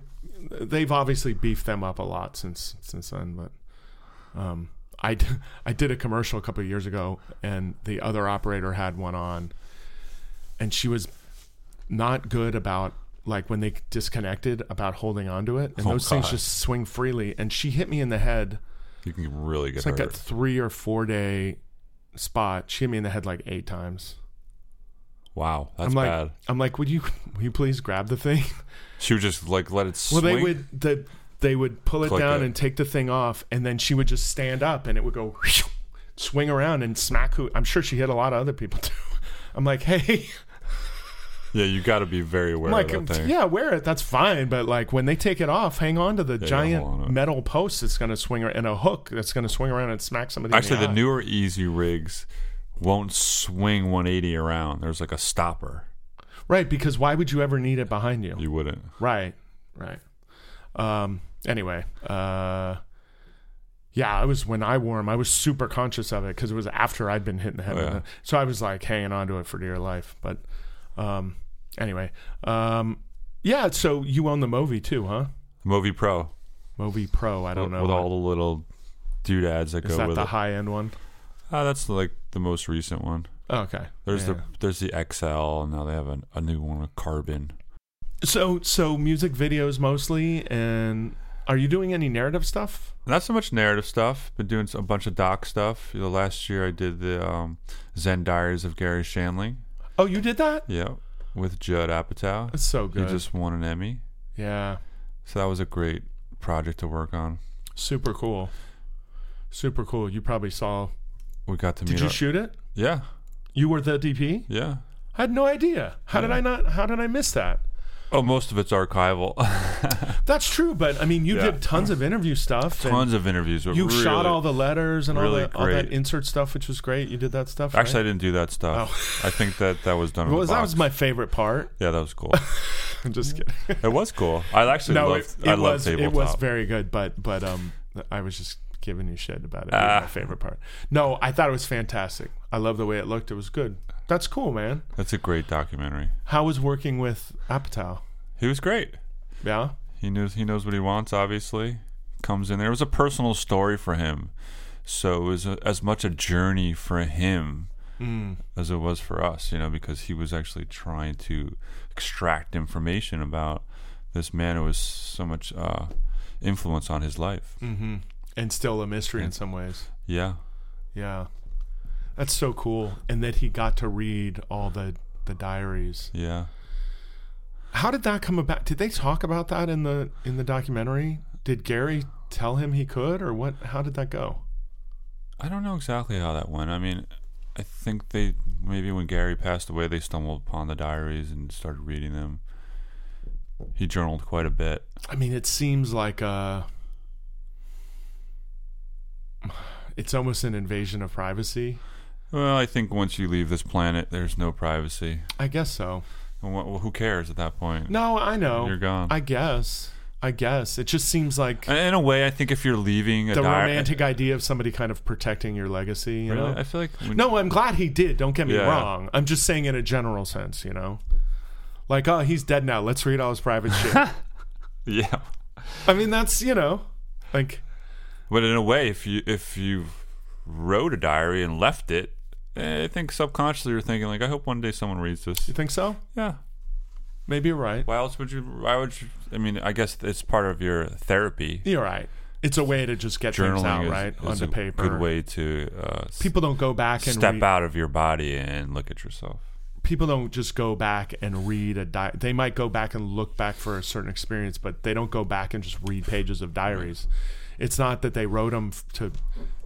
[SPEAKER 1] they've obviously beefed them up a lot since since then, but. Um, I, [LAUGHS] d- I did a commercial a couple of years ago, and the other operator had one on, and she was not good about like when they disconnected about holding onto it, and
[SPEAKER 2] Oh,
[SPEAKER 1] those things
[SPEAKER 2] God.
[SPEAKER 1] just swing freely. And she hit me in the head.
[SPEAKER 2] You can really get
[SPEAKER 1] It's like
[SPEAKER 2] hurt.
[SPEAKER 1] a three or four day spot. She hit me in the head like eight times.
[SPEAKER 2] wow, that's
[SPEAKER 1] I'm like,
[SPEAKER 2] bad.
[SPEAKER 1] I'm like, would you, will you please grab the thing?
[SPEAKER 2] She would just like let it
[SPEAKER 1] Well,
[SPEAKER 2] swing.
[SPEAKER 1] they would the, they would pull it
[SPEAKER 2] Click
[SPEAKER 1] down
[SPEAKER 2] it.
[SPEAKER 1] and take the thing off, and then she would just stand up, and it would go swing around and smack who. I'm sure she hit a lot of other people too. [LAUGHS] I'm like, hey,
[SPEAKER 2] Yeah, you got to be very aware
[SPEAKER 1] I'm like,
[SPEAKER 2] of that thing.
[SPEAKER 1] yeah, wear it. That's fine. But like when they take it off, hang on to the
[SPEAKER 2] hold on
[SPEAKER 1] giant
[SPEAKER 2] to it.
[SPEAKER 1] metal post that's going to swing ar- and a hook that's going to swing around and smack somebody. in
[SPEAKER 2] Actually,
[SPEAKER 1] the,
[SPEAKER 2] the
[SPEAKER 1] eye.
[SPEAKER 2] newer Easy rigs won't swing 180 around. There's like a stopper.
[SPEAKER 1] right because why would you ever need it behind you?
[SPEAKER 2] You wouldn't.
[SPEAKER 1] Right, right. Um. Anyway, uh, Yeah, I was when I wore them. I was super conscious of it because it was after I'd been hit in the head,
[SPEAKER 2] Oh,
[SPEAKER 1] with
[SPEAKER 2] yeah.
[SPEAKER 1] it. so I was like hanging on to it for dear life. But um, anyway, um, yeah. So you own the Movi too, huh?
[SPEAKER 2] Movie Pro
[SPEAKER 1] Movi Pro. I don't know.
[SPEAKER 2] with
[SPEAKER 1] what-
[SPEAKER 2] all the little doodads that
[SPEAKER 1] is
[SPEAKER 2] go
[SPEAKER 1] that
[SPEAKER 2] with
[SPEAKER 1] the
[SPEAKER 2] it.
[SPEAKER 1] high end one? Oh,
[SPEAKER 2] Ah, that's like the most recent one.
[SPEAKER 1] Okay.
[SPEAKER 2] There's
[SPEAKER 1] yeah.
[SPEAKER 2] the there's the XL, and now they have an, a new one with carbon.
[SPEAKER 1] so so music videos mostly, and are you doing any narrative stuff?
[SPEAKER 2] Not so much narrative stuff. Been doing a bunch of doc stuff. You know, last year I did the um, Zen Diaries of Gary Shanley.
[SPEAKER 1] Oh, you did that.
[SPEAKER 2] Yeah, with Judd Apatow.
[SPEAKER 1] That's so
[SPEAKER 2] He
[SPEAKER 1] good.
[SPEAKER 2] just won an Emmy,
[SPEAKER 1] yeah,
[SPEAKER 2] so that was a great project to work on.
[SPEAKER 1] super cool. Super cool. You probably saw.
[SPEAKER 2] We got to
[SPEAKER 1] Did
[SPEAKER 2] meet.
[SPEAKER 1] you
[SPEAKER 2] our-
[SPEAKER 1] shoot it?
[SPEAKER 2] yeah,
[SPEAKER 1] You were the DP.
[SPEAKER 2] yeah.
[SPEAKER 1] I had no idea. How did I not? How did I miss that?
[SPEAKER 2] Oh, most of it's archival. [LAUGHS]
[SPEAKER 1] That's true, but I mean, you
[SPEAKER 2] Yeah.
[SPEAKER 1] did tons of interview stuff. and
[SPEAKER 2] Tons of interviews. but
[SPEAKER 1] You
[SPEAKER 2] really,
[SPEAKER 1] shot all the letters and all,
[SPEAKER 2] really
[SPEAKER 1] that, all that
[SPEAKER 2] great.
[SPEAKER 1] insert stuff, which was great. You did that stuff. right? Oh.
[SPEAKER 2] Actually, I didn't do that stuff. I think that that was done. in
[SPEAKER 1] Well,
[SPEAKER 2] the
[SPEAKER 1] that was
[SPEAKER 2] box.
[SPEAKER 1] my favorite
[SPEAKER 2] [LAUGHS]
[SPEAKER 1] part.
[SPEAKER 2] Yeah, that was cool.
[SPEAKER 1] I'm just kidding.
[SPEAKER 2] it was cool. I
[SPEAKER 1] [LAUGHS]
[SPEAKER 2] actually
[SPEAKER 1] no,
[SPEAKER 2] loved.
[SPEAKER 1] it, it
[SPEAKER 2] I loved
[SPEAKER 1] was
[SPEAKER 2] tabletop.
[SPEAKER 1] it was very good, but but um, I was just giving you shit about it. It was
[SPEAKER 2] Ah.
[SPEAKER 1] my favorite part. No, I thought it was fantastic. I love the way it looked. It was good. That's cool, man.
[SPEAKER 2] That's a great documentary.
[SPEAKER 1] How was working with Apatow?
[SPEAKER 2] He was great.
[SPEAKER 1] Yeah.
[SPEAKER 2] He knows he knows what he wants. Obviously, comes in there. It was a personal story for him, so it was a, as much a journey for him as it was for us. You know, because he was actually trying to extract information about this man who was so much uh, influence on his life.
[SPEAKER 1] And still a mystery in some ways.
[SPEAKER 2] Yeah,
[SPEAKER 1] Yeah. That's so cool. And that he got to read all the, the diaries.
[SPEAKER 2] yeah.
[SPEAKER 1] How did that come about? Did they talk about that in the in the documentary? Did Gary tell him he could or what how did that go?
[SPEAKER 2] I don't know exactly how that went. I mean, I think they maybe when Gary passed away, they stumbled upon the diaries and started reading them. He journaled quite a bit.
[SPEAKER 1] I mean, it seems like uh it's almost an invasion of privacy.
[SPEAKER 2] Well, I think once you leave this planet, there's no privacy.
[SPEAKER 1] I guess so.
[SPEAKER 2] And wh- Well, who cares at that point?
[SPEAKER 1] No, I know.
[SPEAKER 2] You're gone.
[SPEAKER 1] I guess. I guess. It just seems like
[SPEAKER 2] In a way, I think if you're leaving a
[SPEAKER 1] the
[SPEAKER 2] diary,
[SPEAKER 1] romantic idea of somebody kind of protecting your legacy, you
[SPEAKER 2] Really?
[SPEAKER 1] know?
[SPEAKER 2] I feel like when-
[SPEAKER 1] No, I'm glad he did. Don't get me
[SPEAKER 2] Yeah.
[SPEAKER 1] wrong. I'm just saying in a general sense, you know? Like, oh, he's dead now. Let's read all his private shit.
[SPEAKER 2] [LAUGHS] [LAUGHS] Yeah,
[SPEAKER 1] I mean, that's, you know, like,
[SPEAKER 2] but in a way, if you if you wrote a diary and left it, eh, I think subconsciously you're thinking like, I hope one day someone reads this.
[SPEAKER 1] you think so?
[SPEAKER 2] Yeah.
[SPEAKER 1] Maybe you're right.
[SPEAKER 2] Why else would you? Why would you? I mean, I guess it's part of your therapy.
[SPEAKER 1] You're right. It's a way to just get things
[SPEAKER 2] Journaling
[SPEAKER 1] out,
[SPEAKER 2] is,
[SPEAKER 1] right?
[SPEAKER 2] is
[SPEAKER 1] On
[SPEAKER 2] a
[SPEAKER 1] the paper.
[SPEAKER 2] good way to uh, s-
[SPEAKER 1] People don't go back and
[SPEAKER 2] step
[SPEAKER 1] read,
[SPEAKER 2] out of your body and look at yourself.
[SPEAKER 1] people don't just go back and read a di- they might go back and look back for a certain experience but they don't go back and just read pages of diaries it's not that they wrote them f- to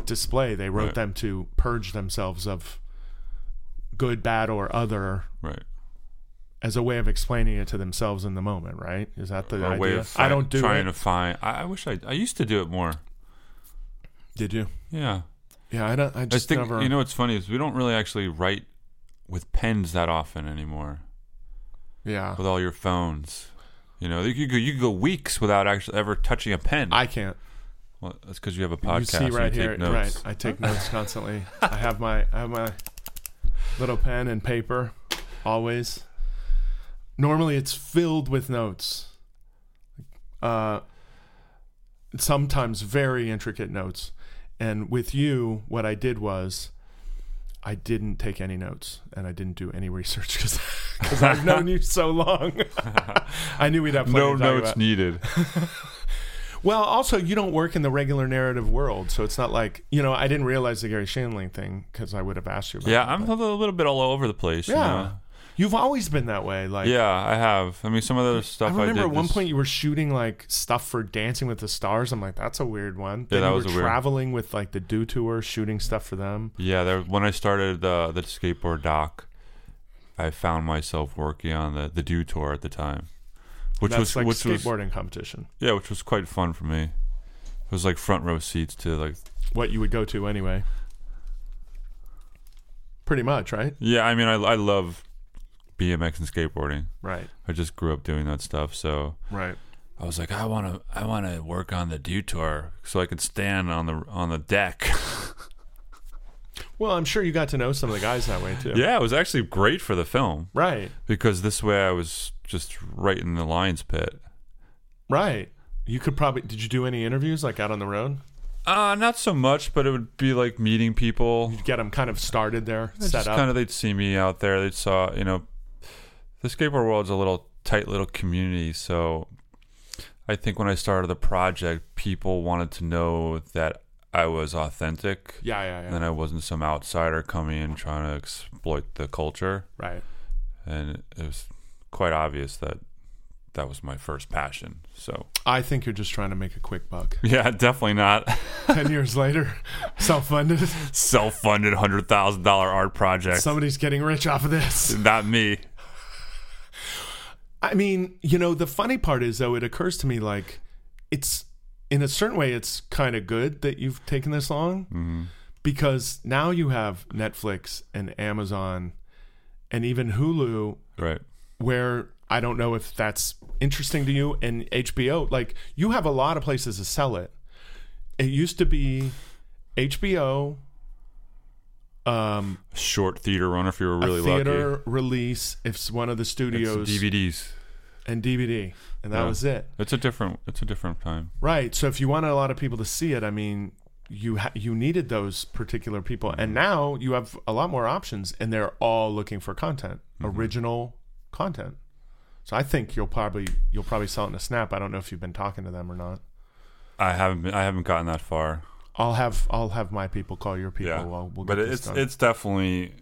[SPEAKER 1] display they wrote
[SPEAKER 2] Right.
[SPEAKER 1] them to purge themselves of good bad or other
[SPEAKER 2] Right.
[SPEAKER 1] as a way of explaining it to themselves in the moment right is that the
[SPEAKER 2] Or
[SPEAKER 1] idea
[SPEAKER 2] a way of
[SPEAKER 1] i
[SPEAKER 2] fi-
[SPEAKER 1] don't do
[SPEAKER 2] trying
[SPEAKER 1] it
[SPEAKER 2] to find. I, I wish I. I used to do it more.
[SPEAKER 1] did you
[SPEAKER 2] Yeah.
[SPEAKER 1] yeah i don't i
[SPEAKER 2] I
[SPEAKER 1] just
[SPEAKER 2] think
[SPEAKER 1] never
[SPEAKER 2] you know what's funny is we don't really actually write with pens that often anymore.
[SPEAKER 1] yeah
[SPEAKER 2] With all your phones, you know, you could go, you could go weeks without actually ever touching a pen.
[SPEAKER 1] i can't
[SPEAKER 2] well, that's because you have a podcast.
[SPEAKER 1] you see
[SPEAKER 2] and
[SPEAKER 1] right
[SPEAKER 2] take
[SPEAKER 1] here
[SPEAKER 2] notes.
[SPEAKER 1] right i take notes constantly i have my i have my little pen and paper always normally it's filled with notes uh sometimes very intricate notes and with you what i did was I didn't take any notes and I didn't do any [LAUGHS] research because I've known you so long. [LAUGHS] I knew we'd have plenty
[SPEAKER 2] No
[SPEAKER 1] to talk
[SPEAKER 2] notes
[SPEAKER 1] about. [LAUGHS]
[SPEAKER 2] needed.
[SPEAKER 1] Well, also, you don't work in the regular narrative world, so it's not like you know. I didn't realize the Gary Shanling thing because I would have asked you. About
[SPEAKER 2] Yeah,
[SPEAKER 1] it,
[SPEAKER 2] I'm
[SPEAKER 1] but-
[SPEAKER 2] a little little bit all over the place. you
[SPEAKER 1] yeah,
[SPEAKER 2] know?
[SPEAKER 1] you've always been that way. Like,
[SPEAKER 2] Yeah, I have. I mean, some of the other
[SPEAKER 1] I
[SPEAKER 2] stuff I,
[SPEAKER 1] remember
[SPEAKER 2] did.
[SPEAKER 1] at one
[SPEAKER 2] was-
[SPEAKER 1] point you were shooting like stuff for Dancing with the Stars. I'm like, that's a weird one.
[SPEAKER 2] Yeah,
[SPEAKER 1] then
[SPEAKER 2] that
[SPEAKER 1] you
[SPEAKER 2] was a
[SPEAKER 1] were
[SPEAKER 2] weird-
[SPEAKER 1] traveling with like the Do Tour, shooting stuff for them.
[SPEAKER 2] Yeah, there, when I started uh, the skateboard doc, I found myself working on the the do tour at the time, which
[SPEAKER 1] that's
[SPEAKER 2] was
[SPEAKER 1] like
[SPEAKER 2] which was
[SPEAKER 1] skateboarding competition.
[SPEAKER 2] yeah, which was quite fun for me. It was like front row seats to like
[SPEAKER 1] What you would go to anyway. Pretty much, right?
[SPEAKER 2] yeah. I mean, I I love BMX and skateboarding.
[SPEAKER 1] Right,
[SPEAKER 2] I just grew up doing that stuff, so
[SPEAKER 1] right.
[SPEAKER 2] I was like, I want to, I want to work on the dew tour so I can stand on the on the deck. [LAUGHS]
[SPEAKER 1] Well, I'm sure you got to know some of the guys that way too.
[SPEAKER 2] yeah, it was actually great for the film
[SPEAKER 1] Right.
[SPEAKER 2] because this way I was just right in the lion's pit.
[SPEAKER 1] Right. You could probably. Did you do any interviews like out on the road?
[SPEAKER 2] Uh, not so much, but it would be like meeting people.
[SPEAKER 1] Get them kind of started there,
[SPEAKER 2] It's
[SPEAKER 1] set
[SPEAKER 2] just
[SPEAKER 1] up.
[SPEAKER 2] kind of they'd see me out there. They would saw you know, the skateboard world's a little tight little community. So, I think when I started the project, people wanted to know that I was authentic
[SPEAKER 1] yeah, yeah, yeah.
[SPEAKER 2] and I wasn't some outsider coming in trying to exploit the culture.
[SPEAKER 1] Right.
[SPEAKER 2] And it was quite obvious that that was my first passion. So [LAUGHS]
[SPEAKER 1] I think you're just trying to make a quick buck. [LAUGHS]
[SPEAKER 2] yeah, definitely not [LAUGHS]
[SPEAKER 1] Ten years later, self-funded.
[SPEAKER 2] self-funded hundred thousand dollar art project.
[SPEAKER 1] Somebody's getting rich off of this.
[SPEAKER 2] not me.
[SPEAKER 1] I mean, you know, the funny part is though, it occurs to me like it's in a certain way, it's kind of good that you've taken this long
[SPEAKER 2] Mm-hmm.
[SPEAKER 1] because now you have Netflix and Amazon and even Hulu,
[SPEAKER 2] Right.
[SPEAKER 1] where I don't know if that's interesting to you, and HBO. Like you have a lot of places to sell it. It used to be HBO. Um,
[SPEAKER 2] Short theater runner if you were really
[SPEAKER 1] a
[SPEAKER 2] lucky.
[SPEAKER 1] theater release if it's one of the studios
[SPEAKER 2] It's DVDs.
[SPEAKER 1] and DVD, and that
[SPEAKER 2] Yeah.
[SPEAKER 1] was it.
[SPEAKER 2] It's a different. It's a different time.
[SPEAKER 1] Right. So if you wanted a lot of people to see it, I mean, you ha- you needed those particular people,
[SPEAKER 2] Mm-hmm.
[SPEAKER 1] and now you have a lot more options, and they're all looking for content,
[SPEAKER 2] Mm-hmm.
[SPEAKER 1] original content. So I think you'll probably you'll probably sell it in a snap. I don't know if you've been talking to them or not.
[SPEAKER 2] I haven't. Been, I haven't gotten that far.
[SPEAKER 1] I'll have I'll have my people call your people.
[SPEAKER 2] Yeah.
[SPEAKER 1] Oh, We'll, we'll
[SPEAKER 2] but
[SPEAKER 1] get this
[SPEAKER 2] it's
[SPEAKER 1] done.
[SPEAKER 2] it's definitely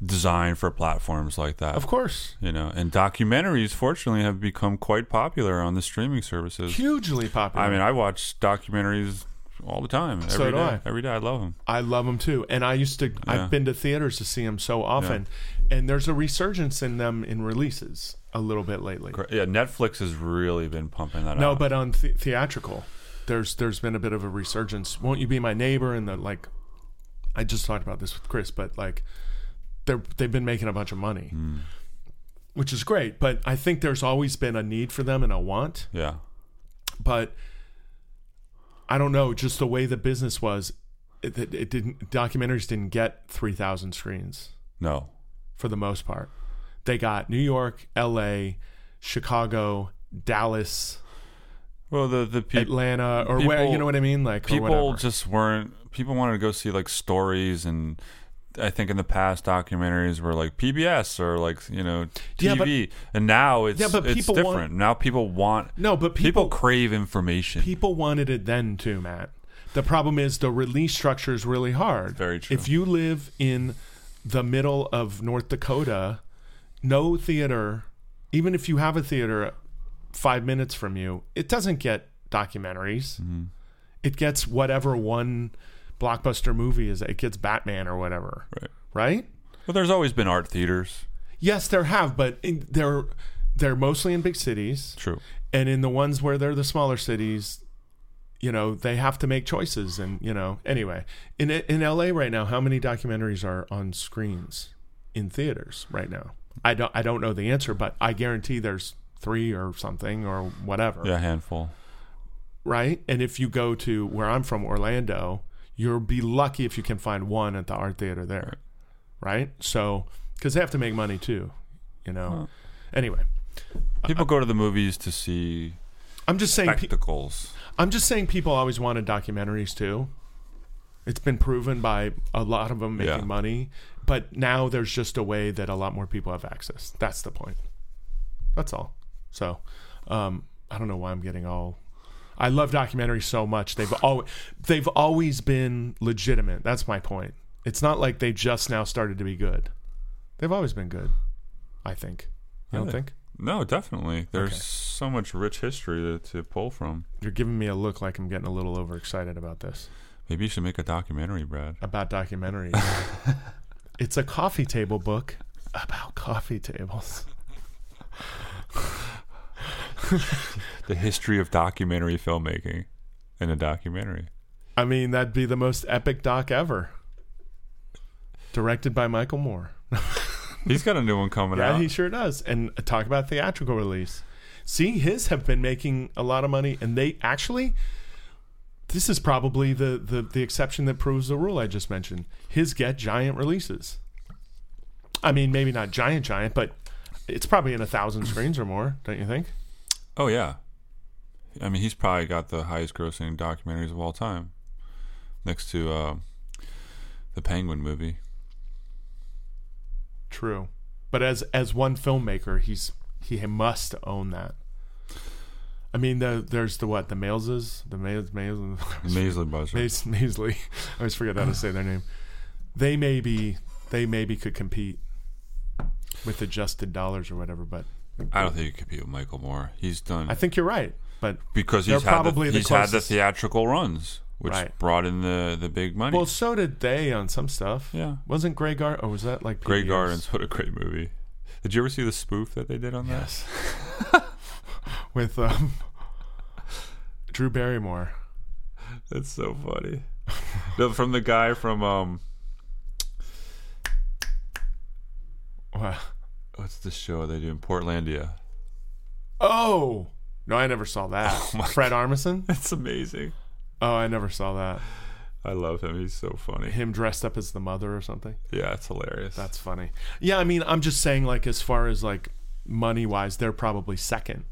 [SPEAKER 2] designed for platforms like that.
[SPEAKER 1] of course
[SPEAKER 2] you know and documentaries fortunately have become quite popular on the streaming services
[SPEAKER 1] hugely popular.
[SPEAKER 2] i mean i watch documentaries all the time every day.
[SPEAKER 1] So do I.
[SPEAKER 2] every day i love them
[SPEAKER 1] I love them too, and I used to.
[SPEAKER 2] Yeah.
[SPEAKER 1] I've been to theaters to see them so often, and there's a resurgence in them in releases a little bit lately.
[SPEAKER 2] yeah netflix has really been pumping that
[SPEAKER 1] No,
[SPEAKER 2] out
[SPEAKER 1] but on th- theatrical, there's there's been a bit of a resurgence. Won't you be my neighbor? And the like, I just talked about this with Chris, but like, they're they've been making a bunch of money,
[SPEAKER 2] Hmm.
[SPEAKER 1] which is great. But I think there's always been a need for them and a want
[SPEAKER 2] yeah
[SPEAKER 1] but I don't know. Just the way the business was, it, it, it didn't. Documentaries didn't get three thousand screens
[SPEAKER 2] no
[SPEAKER 1] for the most part. They got New York, L.A., Chicago, Dallas,
[SPEAKER 2] well the the people
[SPEAKER 1] Atlanta, or where you
[SPEAKER 2] people-
[SPEAKER 1] know what I mean. Like or
[SPEAKER 2] people
[SPEAKER 1] whatever.
[SPEAKER 2] just weren't people wanted to go see like stories and I think in the past documentaries were like PBS or like you know TV,
[SPEAKER 1] Yeah, but-
[SPEAKER 2] and now it's
[SPEAKER 1] Yeah, but
[SPEAKER 2] it's
[SPEAKER 1] people
[SPEAKER 2] different.
[SPEAKER 1] want-
[SPEAKER 2] now people want
[SPEAKER 1] no, but
[SPEAKER 2] people,
[SPEAKER 1] people
[SPEAKER 2] crave information.
[SPEAKER 1] people wanted it then too, Matt. The problem is the release structure is really hard.
[SPEAKER 2] Very true.
[SPEAKER 1] If you live in the middle of North Dakota, no theater, even if you have a theater five minutes from you, it doesn't get documentaries.
[SPEAKER 2] Mm-hmm.
[SPEAKER 1] It gets whatever one blockbuster movie is. It gets Batman or whatever,
[SPEAKER 2] Right.
[SPEAKER 1] right?
[SPEAKER 2] Well, there's always been art theaters.
[SPEAKER 1] Yes, there have, but in, they're they're mostly in big cities.
[SPEAKER 2] True.
[SPEAKER 1] and in the ones where they're the smaller cities you know they have to make choices and you know anyway in in LA right now how many documentaries are on screens in theaters right now I don't I don't know the answer but I guarantee there's 3 or something or whatever
[SPEAKER 2] Yeah, handful.
[SPEAKER 1] right and if you go to where I'm from Orlando you'll be lucky if you can find one at the art theater there right so cuz they have to make money too you know anyway
[SPEAKER 2] People go to the movies to see
[SPEAKER 1] I'm just saying pe-
[SPEAKER 2] spectacles.
[SPEAKER 1] I'm just saying people always wanted documentaries too. It's been proven by a lot of them making
[SPEAKER 2] Yeah.
[SPEAKER 1] money, but now there's just a way that a lot more people have access. That's the point. That's all. So, um, I don't know why I'm getting all. I love documentaries so much. They've always they've always been legitimate. That's my point. It's not like they just now started to be good. They've always been good. I think. You don't
[SPEAKER 2] Yeah.
[SPEAKER 1] think?
[SPEAKER 2] No, definitely. There's
[SPEAKER 1] Okay.
[SPEAKER 2] so much rich history to, to pull from.
[SPEAKER 1] You're giving me a look like I'm getting a little overexcited about this.
[SPEAKER 2] Maybe you should make a documentary, Brad.
[SPEAKER 1] about documentaries. it's a coffee table book about coffee tables.
[SPEAKER 2] The history of documentary filmmaking in a documentary.
[SPEAKER 1] I mean, that'd be the most epic doc ever. Directed by Michael Moore.
[SPEAKER 2] He's got a new one coming
[SPEAKER 1] yeah,
[SPEAKER 2] out.
[SPEAKER 1] he sure does. And talk about theatrical release. See, his have been making a lot of money, and they actually. This is probably the, the, the exception that proves the rule I just mentioned. His get giant releases. I mean, maybe not giant, giant, but it's probably in a thousand screens or more, don't you think?
[SPEAKER 2] Oh yeah, I mean he's probably got the highest grossing documentaries of all time, next to uh, the Penguin movie.
[SPEAKER 1] True, but as as one filmmaker, he's he must own that. I mean, the, there's the what the Maleses, the Males, [LAUGHS] Males,
[SPEAKER 2] Maisley Buzzer.
[SPEAKER 1] Mays, Maisley. [LAUGHS] I always forget how to say their name. They maybe they maybe could compete with adjusted dollars or whatever, but
[SPEAKER 2] I don't think you compete with Michael Moore. He's done
[SPEAKER 1] I think you're right. But
[SPEAKER 2] because
[SPEAKER 1] They're
[SPEAKER 2] he's had the,
[SPEAKER 1] probably the
[SPEAKER 2] he's had the
[SPEAKER 1] closest.
[SPEAKER 2] theatrical runs, which
[SPEAKER 1] Right.
[SPEAKER 2] brought in the the big money.
[SPEAKER 1] well, so did they on some stuff.
[SPEAKER 2] yeah,
[SPEAKER 1] Wasn't Grey Gar or was that like
[SPEAKER 2] Grey
[SPEAKER 1] PBS?
[SPEAKER 2] Gardens. What a great movie! Did you ever see the spoof that they did on that?
[SPEAKER 1] Yes. With um, [LAUGHS] Drew Barrymore.
[SPEAKER 2] That's so
[SPEAKER 1] [LAUGHS]
[SPEAKER 2] funny. No, from the guy from um,
[SPEAKER 1] Wow.
[SPEAKER 2] what's the show they do in Portlandia? [LAUGHS]
[SPEAKER 1] Oh no, I never saw that.
[SPEAKER 2] my
[SPEAKER 1] Fred Armisen.
[SPEAKER 2] It's amazing.
[SPEAKER 1] Oh, I never saw that.
[SPEAKER 2] I love him. He's so funny.
[SPEAKER 1] Him dressed up as the mother or something.
[SPEAKER 2] Yeah, it's hilarious.
[SPEAKER 1] That's funny. Yeah, I mean, I'm just saying, like, as far as like money wise, they're probably 2nd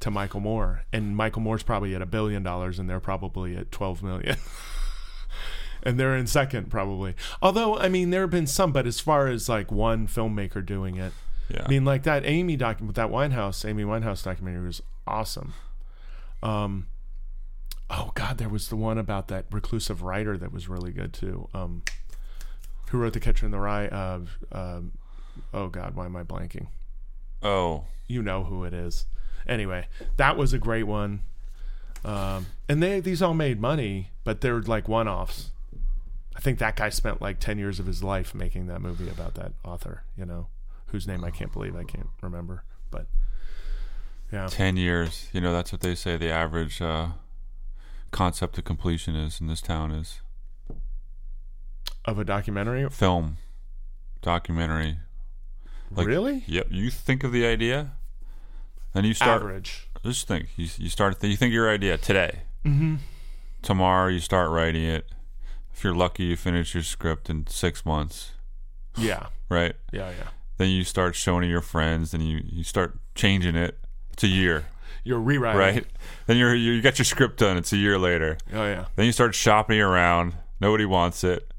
[SPEAKER 1] to Michael Moore, and Michael Moore's probably at a billion dollars, and they're probably at twelve million, [LAUGHS] and they're in second probably. Although, I mean, there have been some, but as far as like one filmmaker doing it,
[SPEAKER 2] yeah.
[SPEAKER 1] I mean, like that Amy document, that Winehouse, Amy Winehouse documentary was awesome. Um, oh God, there was the one about that reclusive writer that was really good too. Um, who wrote The Catcher in the Rye? Uh, um, oh God, why am I blanking?
[SPEAKER 2] oh,
[SPEAKER 1] You know who it is. Anyway, that was a great one. Um, and they these all made money, but they're like one offs. I think that guy spent like ten years of his life making that movie about that author, you know, whose name I can't believe I can't remember. But yeah,
[SPEAKER 2] ten years. You know, that's what they say the average uh, concept of completion is in this town is
[SPEAKER 1] of a documentary,
[SPEAKER 2] film, documentary. Like-
[SPEAKER 1] really
[SPEAKER 2] Yep. You think of the idea, then you start.
[SPEAKER 1] average.
[SPEAKER 2] Just think. You you start. Th- you think of your idea today.
[SPEAKER 1] Mm-hmm.
[SPEAKER 2] Tomorrow you start writing it. If you're lucky, you finish your script in six months.
[SPEAKER 1] Yeah,
[SPEAKER 2] Right.
[SPEAKER 1] yeah, yeah.
[SPEAKER 2] Then you start showing it to your friends. Then you you start changing it. It's a year.
[SPEAKER 1] You're rewriting,
[SPEAKER 2] Right. Then you're you got your script done. It's a year later.
[SPEAKER 1] Oh yeah,
[SPEAKER 2] Then you start shopping around. Nobody wants it.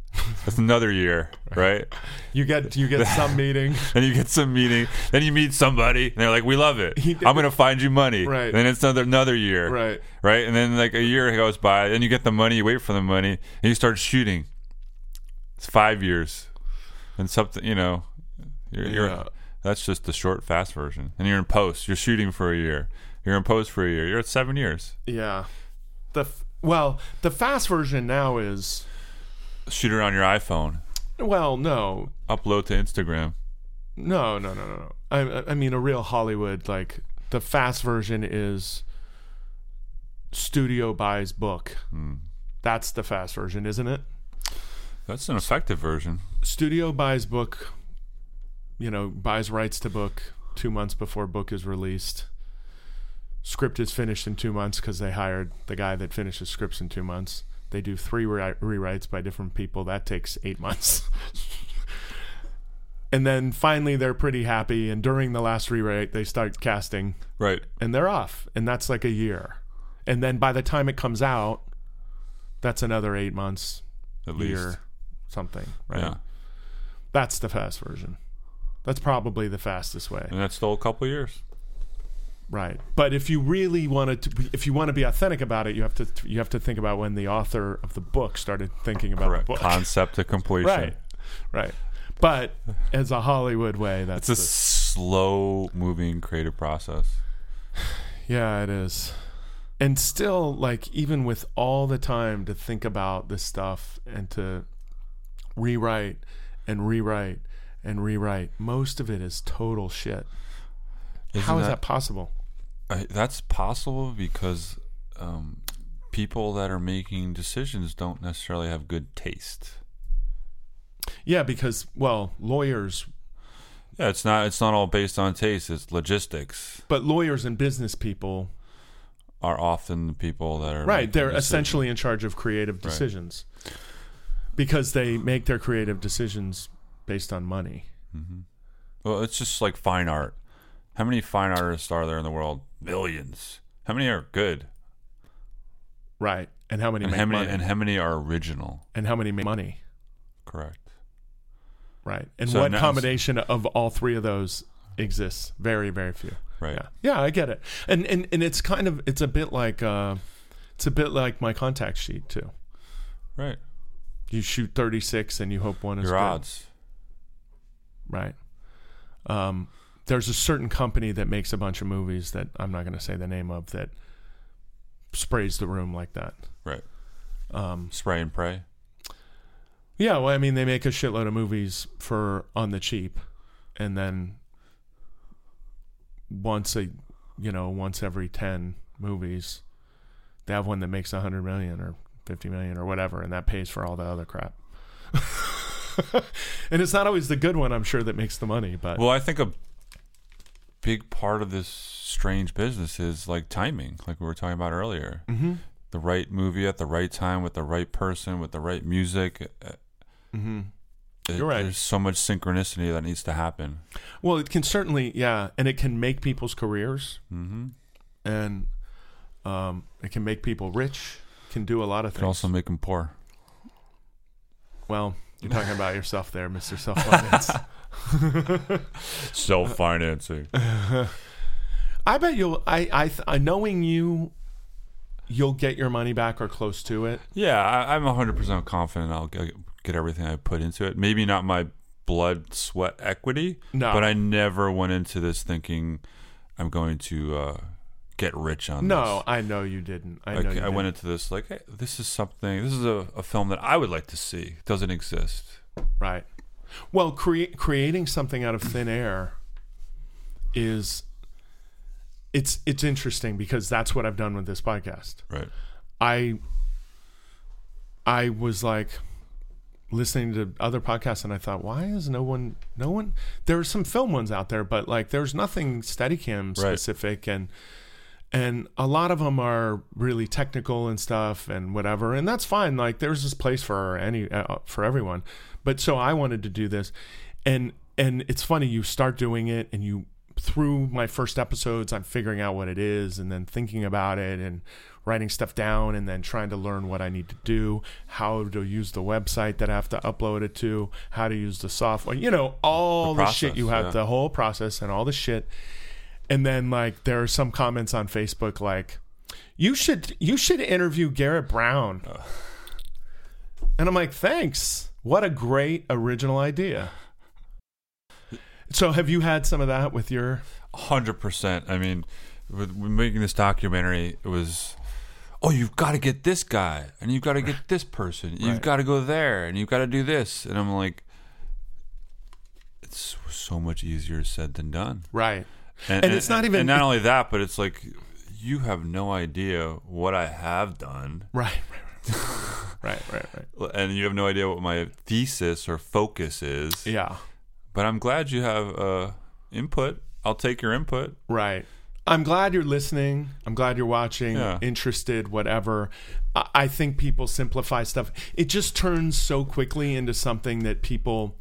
[SPEAKER 2] That's
[SPEAKER 1] [LAUGHS]
[SPEAKER 2] another year, right?
[SPEAKER 1] you get you
[SPEAKER 2] [LAUGHS]
[SPEAKER 1] get some meeting.
[SPEAKER 2] Then you get some meeting. Then you meet somebody, and they're like, "We love it.
[SPEAKER 1] He did-
[SPEAKER 2] I'm going to find you money."
[SPEAKER 1] Right.
[SPEAKER 2] Then it's another another year,
[SPEAKER 1] Right.
[SPEAKER 2] Right. And then like a year goes by. Then you get the money. You wait for the money, and you start shooting. It's five years, and something you know, you're,
[SPEAKER 1] Yeah.
[SPEAKER 2] you're that's just the short, fast version. And you're in post. You're shooting for a year. You're in post for a year. You're at seven years.
[SPEAKER 1] Yeah, the f- well, the fast version now is
[SPEAKER 2] Shoot it on your iPhone.
[SPEAKER 1] well, no,
[SPEAKER 2] Upload to Instagram.
[SPEAKER 1] No, no, no, no. no. I, I- I mean, a real Hollywood like the fast version is studio buys book.
[SPEAKER 2] Hmm.
[SPEAKER 1] That's the fast version, isn't it?
[SPEAKER 2] That's an effective version.
[SPEAKER 1] Studio buys book. You know, buys rights to book two months before book is released. Script is finished in two months because they hired the guy that finishes scripts in two months. They do three re- rewrites by different people. That takes eight months. [LAUGHS] and then finally they're pretty happy and during the last rewrite they start casting
[SPEAKER 2] Right.
[SPEAKER 1] and they're off and that's like a year and then by the time it comes out that's another eight months
[SPEAKER 2] At least.
[SPEAKER 1] year something right
[SPEAKER 2] Yeah.
[SPEAKER 1] that's the fast version that's probably the fastest way
[SPEAKER 2] And that's still a couple years.
[SPEAKER 1] right but if you really wanted to be- if you want to be authentic about it you have to you have to think about when the author of the book started thinking about
[SPEAKER 2] Correct.
[SPEAKER 1] the [LAUGHS] book
[SPEAKER 2] Concept to completion.
[SPEAKER 1] right right but as a hollywood way
[SPEAKER 2] It's
[SPEAKER 1] that's
[SPEAKER 2] a slow moving creative process.
[SPEAKER 1] Yeah, it is. And still, like, even with all the time to think about this stuff and to rewrite and rewrite and rewrite, most of it is total shit. How is that, possible?
[SPEAKER 2] I- that's possible because um, people that are making decisions don't necessarily have good taste.
[SPEAKER 1] Yeah, because, well, lawyers
[SPEAKER 2] Yeah, it's not it's not all based on taste. It's logistics
[SPEAKER 1] But lawyers and business people,
[SPEAKER 2] are often the people that are
[SPEAKER 1] right,
[SPEAKER 2] making the
[SPEAKER 1] they're
[SPEAKER 2] decision.
[SPEAKER 1] essentially in charge of creative decisions because they make their creative decisions based on money.
[SPEAKER 2] Well, it's just like fine art. How many fine artists are there in the world? Millions. How many are good?
[SPEAKER 1] Right. And how many
[SPEAKER 2] And
[SPEAKER 1] make
[SPEAKER 2] how many
[SPEAKER 1] money?
[SPEAKER 2] and how many are original?
[SPEAKER 1] and how many make money?
[SPEAKER 2] Correct.
[SPEAKER 1] Right. And
[SPEAKER 2] So
[SPEAKER 1] what
[SPEAKER 2] now-
[SPEAKER 1] combination of all three of those exists? Very, very few.
[SPEAKER 2] Right.
[SPEAKER 1] Yeah. Yeah, I get it. And and, and it's kind of it's a bit like uh it's a bit like my contact sheet too.
[SPEAKER 2] Right.
[SPEAKER 1] You shoot thirty six and you hope one is
[SPEAKER 2] Your
[SPEAKER 1] good.
[SPEAKER 2] odds.
[SPEAKER 1] Right. Um there's a certain company that makes a bunch of movies that I'm not gonna say the name of that sprays the room like that.
[SPEAKER 2] Right.
[SPEAKER 1] Um
[SPEAKER 2] Spray and pray.
[SPEAKER 1] Yeah, well, I mean, they make a shitload of movies for on the cheap, and then once a, you know, once every ten movies, they have one that makes a hundred million or fifty million or whatever, and that pays for all the other crap. [LAUGHS] and it's not always the good one, I'm sure, that makes the money, but
[SPEAKER 2] Well, I think a big part of this strange business is like timing, like we were talking about earlier. Mm-hmm. The right movie at the right time with the right person with the right music. Mm-hmm.
[SPEAKER 1] You're right.
[SPEAKER 2] There's so much synchronicity that needs to happen.
[SPEAKER 1] well, it can certainly, yeah, and it can make people's careers,
[SPEAKER 2] Mm-hmm.
[SPEAKER 1] and um, it can make people rich, can do a lot of
[SPEAKER 2] Could
[SPEAKER 1] things.
[SPEAKER 2] also make them poor.
[SPEAKER 1] well, you're talking
[SPEAKER 2] [LAUGHS]
[SPEAKER 1] about yourself there, Mister Self Finance.
[SPEAKER 2] Self financing.
[SPEAKER 1] I bet you'll. I I th- I- knowing you, you'll get your money back or close to it.
[SPEAKER 2] yeah, I, I'm 100% confident I'll get, get everything I put into it. Maybe not my blood, sweat, equity,
[SPEAKER 1] No.
[SPEAKER 2] but I never went into this thinking I'm going to uh, get rich on this.
[SPEAKER 1] No, I know you didn't. I know.
[SPEAKER 2] Like,
[SPEAKER 1] you
[SPEAKER 2] I went into this like, hey, this is something. This is a, a film that I would like to see. It doesn't exist.
[SPEAKER 1] didn't. right. Well, crea- creating something out of thin air is it's it's interesting because that's what I've done with this podcast.
[SPEAKER 2] Right.
[SPEAKER 1] I I was like listening to other podcasts and I thought, why is no one no one there are some film ones out there, but like there's nothing Steadicam specific and and a lot of them are really technical and stuff and whatever and that's fine like there's this place for any uh, for everyone but so i wanted to do this and and it's funny you start doing it and you through my first episodes i'm figuring out what it is and then thinking about it and writing stuff down and then trying to learn what i need to do how to use the website that i have to upload it to how to use the software you know all the,
[SPEAKER 2] The
[SPEAKER 1] shit you
[SPEAKER 2] process,
[SPEAKER 1] have
[SPEAKER 2] yeah.
[SPEAKER 1] the whole process and all the shit and then like there are some comments on Facebook like you should you should interview Garrett Brown. And I'm like, "Thanks. What a great original idea." So have you had some of that with your
[SPEAKER 2] Hundred percent. I mean, with, with making this documentary, it was, oh, you've got to get this guy, and you've got
[SPEAKER 1] [SIGHS]
[SPEAKER 2] to get this person, you've
[SPEAKER 1] Right.
[SPEAKER 2] got to go there, and you've got to do this, and I'm like, it's so much easier said than done.
[SPEAKER 1] right. And it's not even-
[SPEAKER 2] And not only that, but it's like you have no idea what I have done.
[SPEAKER 1] Right. Right. [LAUGHS] Right, right, right.
[SPEAKER 2] and you have no idea what my thesis or focus is.
[SPEAKER 1] Yeah.
[SPEAKER 2] But I'm glad you have uh, input. I'll take your input.
[SPEAKER 1] Right. I'm glad you're listening. I'm glad you're watching,
[SPEAKER 2] Yeah.
[SPEAKER 1] interested, whatever. I, I think people simplify stuff. It just turns so quickly into something that people.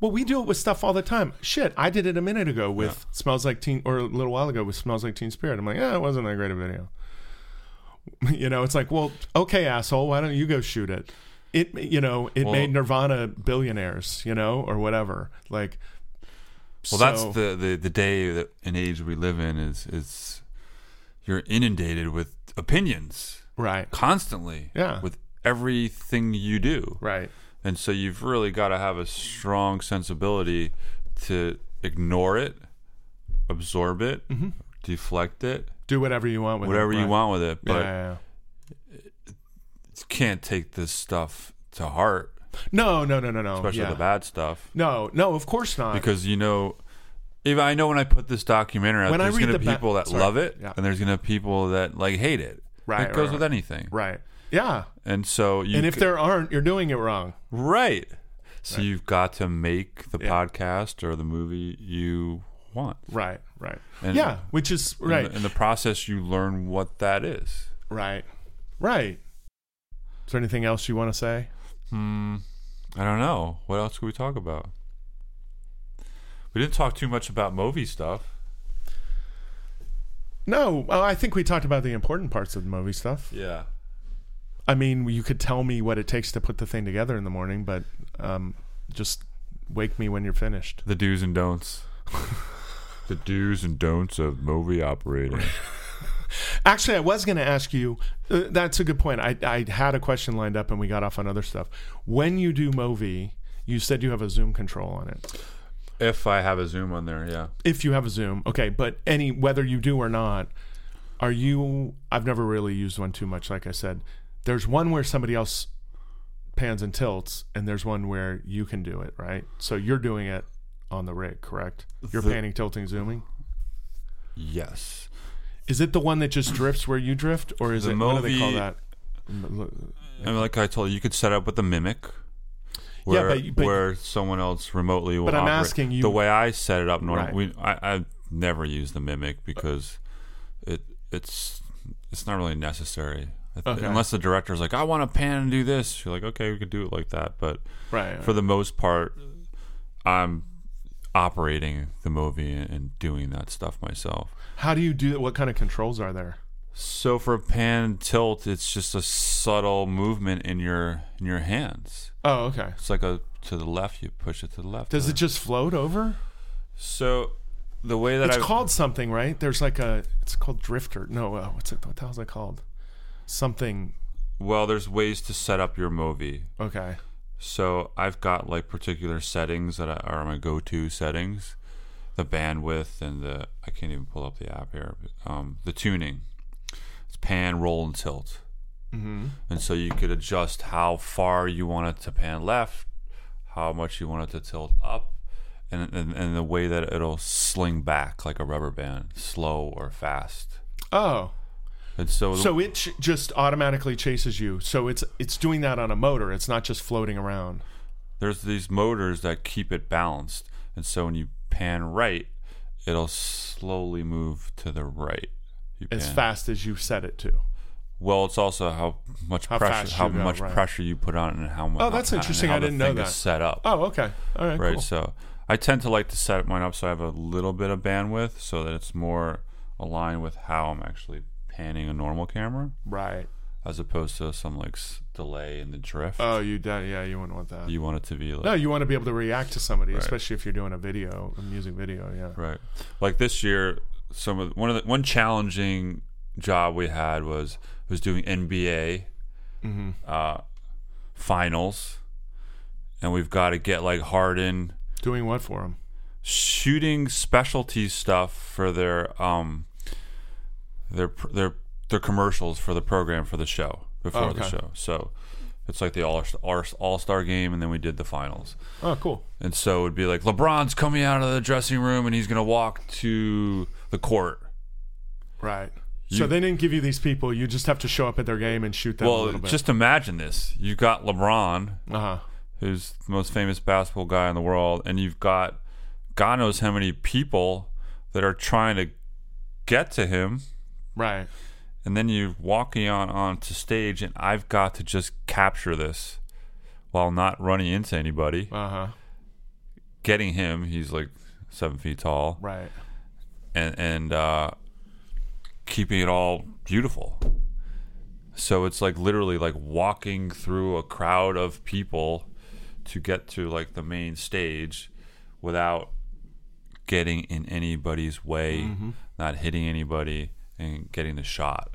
[SPEAKER 1] Well, we do it with stuff all the time. Shit, I did it a minute ago with "Smells Like Teen" or a little while ago with "Smells Like Teen Spirit." I'm like, yeah, it wasn't that great a video. [LAUGHS] You know, it's like, well, okay, asshole, why don't you go shoot it? It, you know, it
[SPEAKER 2] Well-
[SPEAKER 1] made Nirvana billionaires, you know, or whatever. Like,
[SPEAKER 2] Well, that's
[SPEAKER 1] so-
[SPEAKER 2] the, the the day that an age we live in is is you're inundated with opinions
[SPEAKER 1] right,
[SPEAKER 2] constantly.
[SPEAKER 1] Yeah.
[SPEAKER 2] With everything you do,
[SPEAKER 1] right,
[SPEAKER 2] and so you've really got to have a strong sensibility to ignore it, absorb it, deflect it,
[SPEAKER 1] do whatever you want with it,
[SPEAKER 2] whatever you
[SPEAKER 1] Mm-hmm. right.
[SPEAKER 2] want with it. But
[SPEAKER 1] yeah, yeah, yeah.
[SPEAKER 2] you can't take this stuff to heart.
[SPEAKER 1] No, no, no, no, no.
[SPEAKER 2] especially
[SPEAKER 1] yeah.
[SPEAKER 2] the bad stuff.
[SPEAKER 1] No, no, of course not.
[SPEAKER 2] Because you know, even I know when I put this documentary out,
[SPEAKER 1] When I
[SPEAKER 2] there's
[SPEAKER 1] read
[SPEAKER 2] going
[SPEAKER 1] the
[SPEAKER 2] to be
[SPEAKER 1] ba-
[SPEAKER 2] people that
[SPEAKER 1] sorry.
[SPEAKER 2] love it,
[SPEAKER 1] Yeah.
[SPEAKER 2] and there's going to be people that like hate it.
[SPEAKER 1] Right,
[SPEAKER 2] it goes
[SPEAKER 1] right,
[SPEAKER 2] with anything.
[SPEAKER 1] right. Yeah.
[SPEAKER 2] And so you,
[SPEAKER 1] And if
[SPEAKER 2] c-
[SPEAKER 1] there aren't, you're doing it wrong.
[SPEAKER 2] right, So you've got to make the
[SPEAKER 1] Yeah.
[SPEAKER 2] podcast or the movie you want.
[SPEAKER 1] Right, right.
[SPEAKER 2] And-
[SPEAKER 1] yeah, which is
[SPEAKER 2] In the-
[SPEAKER 1] right,
[SPEAKER 2] In the, process, you learn what that is.
[SPEAKER 1] right, right. Is there anything else you want to say?
[SPEAKER 2] Hmm. I don't know. What else could we talk about? We didn't talk too much about movie stuff.
[SPEAKER 1] No, well, I think we talked about the important parts of the movie stuff.
[SPEAKER 2] Yeah.
[SPEAKER 1] I mean, you could tell me what it takes to put the thing together in the morning, but um, just wake me when you're finished.
[SPEAKER 2] The do's and don'ts. [LAUGHS] the do's and don'ts of movie operating.
[SPEAKER 1] Actually, I was going to ask you. Uh, that's a good point. I, I had a question lined up, and we got off on other stuff. When you do Movi, you said you have a zoom control on it.
[SPEAKER 2] if I have a Zoom on there, yeah.
[SPEAKER 1] if you have a Zoom, okay, but any whether you do or not, are you? I've never really used one too much. Like I said, there's one where somebody else pans and tilts, and there's one where you can do it, right? So you're doing it on the rig, correct? You're
[SPEAKER 2] The-
[SPEAKER 1] panning, tilting, zooming.
[SPEAKER 2] Yes.
[SPEAKER 1] Is it the one that just drifts where you drift, or is
[SPEAKER 2] The
[SPEAKER 1] it what do they call
[SPEAKER 2] Movi-
[SPEAKER 1] that?
[SPEAKER 2] And like I told you, you could set up with a mimic. Where,
[SPEAKER 1] but- but-
[SPEAKER 2] where someone else remotely will
[SPEAKER 1] But I'm
[SPEAKER 2] operate.
[SPEAKER 1] asking you-
[SPEAKER 2] the way I set it up. Norm,
[SPEAKER 1] Right.
[SPEAKER 2] we, I, I never use the mimic because it it's it's not really necessary I th-
[SPEAKER 1] Okay.
[SPEAKER 2] unless the director's like, I want to pan and do this. You're like, okay, we could do it like that. But
[SPEAKER 1] Right.
[SPEAKER 2] for the most part, I'm operating the movie and doing that stuff myself.
[SPEAKER 1] How do you do that? What kind of controls are there?
[SPEAKER 2] So for a pan and tilt, it's just a subtle movement in your in your hands.
[SPEAKER 1] Oh, okay.
[SPEAKER 2] It's like a to the left, you push it to the left.
[SPEAKER 1] Does it just float over?
[SPEAKER 2] So the way that
[SPEAKER 1] It's
[SPEAKER 2] I
[SPEAKER 1] called something, right? There's like a. It's called drifter. No, uh, what's it? What the hell's it called? Something.
[SPEAKER 2] well, there's ways to set up your movie.
[SPEAKER 1] Okay.
[SPEAKER 2] So I've got like particular settings that I- are my go-to settings, the bandwidth and the I can't even pull up the app here. But, um, the tuning, it's pan, roll, and tilt.
[SPEAKER 1] Mm-hmm.
[SPEAKER 2] and so you could adjust how far you want it to pan left, how much you want it to tilt up, and and, and the way that it'll sling back like a rubber band, slow or fast.
[SPEAKER 1] Oh,
[SPEAKER 2] And so,
[SPEAKER 1] so it ch- just automatically chases you. So it's it's doing that on a motor. It's not just floating around.
[SPEAKER 2] there's these motors that keep it balanced, and so when you pan right, it'll slowly move to the right. You
[SPEAKER 1] As
[SPEAKER 2] pan-
[SPEAKER 1] fast as you set it to.
[SPEAKER 2] Well, it's also how much
[SPEAKER 1] How
[SPEAKER 2] pressure,
[SPEAKER 1] fast
[SPEAKER 2] how
[SPEAKER 1] you go,
[SPEAKER 2] much
[SPEAKER 1] right.
[SPEAKER 2] pressure you put on, it and how much.
[SPEAKER 1] Oh, that's interesting. I didn't know that.
[SPEAKER 2] Set up.
[SPEAKER 1] Oh, okay. All right.
[SPEAKER 2] right
[SPEAKER 1] Cool.
[SPEAKER 2] so i tend to like to set mine up so i have a little bit of bandwidth so that it's more aligned with how i'm actually panning a normal camera
[SPEAKER 1] Right.
[SPEAKER 2] as opposed to some like s- delay in the drift
[SPEAKER 1] Oh, you done? Yeah, you wouldn't want that.
[SPEAKER 2] you want it to be like
[SPEAKER 1] no, you want to be able to react to somebody, especially if you're doing a video, a music video. Yeah.
[SPEAKER 2] right like this year some of one of the one challenging job we had was was doing nba
[SPEAKER 1] Mm-hmm.
[SPEAKER 2] uh, finals and we've got to get like harden
[SPEAKER 1] Doing what for them?
[SPEAKER 2] shooting specialty stuff for their um their their their commercials for the program for the show before
[SPEAKER 1] Oh,
[SPEAKER 2] the
[SPEAKER 1] okay.
[SPEAKER 2] show. So it's like the all all star game, and then we did the finals.
[SPEAKER 1] Oh, cool.
[SPEAKER 2] And so it'd be like LeBron's coming out of the dressing room, and he's gonna walk to the court.
[SPEAKER 1] Right. so they didn't give you these people. You just have to show up at their game and shoot them a
[SPEAKER 2] Well,
[SPEAKER 1] little bit.
[SPEAKER 2] just imagine this: you've got LeBron,
[SPEAKER 1] uh huh.
[SPEAKER 2] who's the most famous basketball guy in the world, and you've got God knows how many people that are trying to get to him.
[SPEAKER 1] Right.
[SPEAKER 2] and then you walk on onto stage and i've got to just capture this while not running into anybody
[SPEAKER 1] Uh huh.
[SPEAKER 2] getting him he's like seven feet tall
[SPEAKER 1] Right.
[SPEAKER 2] and and uh keeping it all beautiful so it's like literally like walking through a crowd of people to get to like the main stage without getting in anybody's way not hitting anybody and getting the shot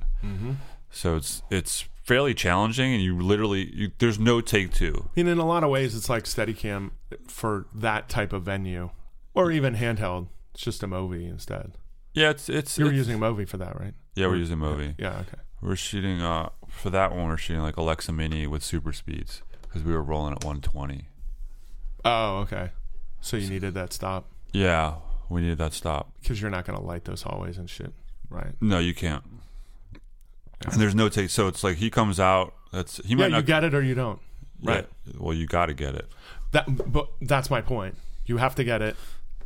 [SPEAKER 2] so it's it's fairly challenging and you literally you, there's no take two
[SPEAKER 1] I mean, in a lot of ways, it's like Steadicam for that type of venue, or even handheld. It's just a movie instead.
[SPEAKER 2] yeah it's it's,
[SPEAKER 1] You were
[SPEAKER 2] it's-
[SPEAKER 1] using a movie for that, right?
[SPEAKER 2] yeah we're using movie
[SPEAKER 1] Yeah. Okay.
[SPEAKER 2] We're shooting uh for that one. We're shooting like Alexa Mini with super speeds because we were rolling at 120.
[SPEAKER 1] Oh, okay. So you needed that stop
[SPEAKER 2] Yeah, we needed that stop.
[SPEAKER 1] because you're not going to light those hallways and shit, right?
[SPEAKER 2] No, you can't. And there's no take. So it's like he comes out. That's he might
[SPEAKER 1] yeah, you
[SPEAKER 2] not
[SPEAKER 1] get it or you don't.
[SPEAKER 2] yeah,
[SPEAKER 1] right.
[SPEAKER 2] well, you got to get it.
[SPEAKER 1] That, but that's my point. You have to get it,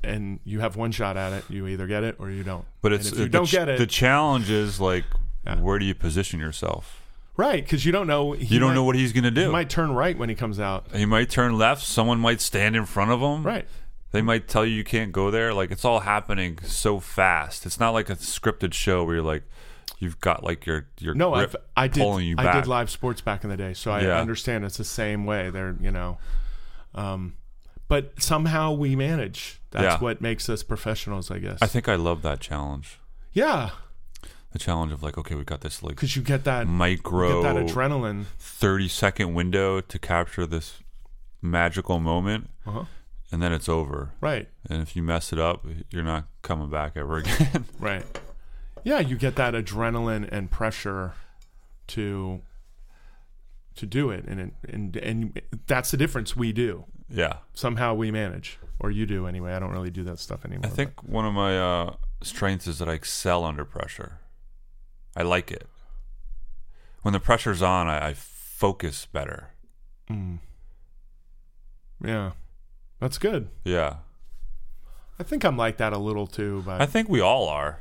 [SPEAKER 1] and you have one shot at it. You either get it or you don't.
[SPEAKER 2] But it's uh,
[SPEAKER 1] and if you
[SPEAKER 2] the
[SPEAKER 1] don't
[SPEAKER 2] ch-
[SPEAKER 1] get it,
[SPEAKER 2] The challenge is like,
[SPEAKER 1] Yeah.
[SPEAKER 2] where do you position yourself?
[SPEAKER 1] right? Because you don't know. He
[SPEAKER 2] You don't
[SPEAKER 1] might-
[SPEAKER 2] know what he's gonna do.
[SPEAKER 1] He might turn right when he comes out.
[SPEAKER 2] He might turn left. Someone might stand in front of him.
[SPEAKER 1] Right.
[SPEAKER 2] They might tell you you can't go there. Like it's all happening so fast. It's not like a scripted show where you're like, you've got like your your
[SPEAKER 1] No,
[SPEAKER 2] grip
[SPEAKER 1] I've, I did.
[SPEAKER 2] pulling you
[SPEAKER 1] I
[SPEAKER 2] back.
[SPEAKER 1] did live sports back in the day, so I
[SPEAKER 2] Yeah.
[SPEAKER 1] understand it's the same way. They're you know, um, but somehow we manage. That's
[SPEAKER 2] Yeah.
[SPEAKER 1] what makes us professionals, I guess.
[SPEAKER 2] I think I love that challenge.
[SPEAKER 1] yeah,
[SPEAKER 2] The challenge of like, okay, we got this like
[SPEAKER 1] because you get that
[SPEAKER 2] micro
[SPEAKER 1] get that adrenaline.
[SPEAKER 2] thirty second window to capture this magical moment,
[SPEAKER 1] Uh-huh.
[SPEAKER 2] and then it's over.
[SPEAKER 1] Right,
[SPEAKER 2] And if you mess it up, you're not coming back ever [LAUGHS] again.
[SPEAKER 1] right. Yeah, you get that adrenaline and pressure to to do it, and it, and and that's the difference we do.
[SPEAKER 2] yeah.
[SPEAKER 1] Somehow we manage, or you do anyway. I don't really do that stuff anymore.
[SPEAKER 2] I think one of my uh, strengths is that I excel under pressure. I like it. When the pressure's on, I, I focus better.
[SPEAKER 1] Mm. Yeah, that's good.
[SPEAKER 2] Yeah.
[SPEAKER 1] I think I'm like that a little too, but
[SPEAKER 2] I think we all are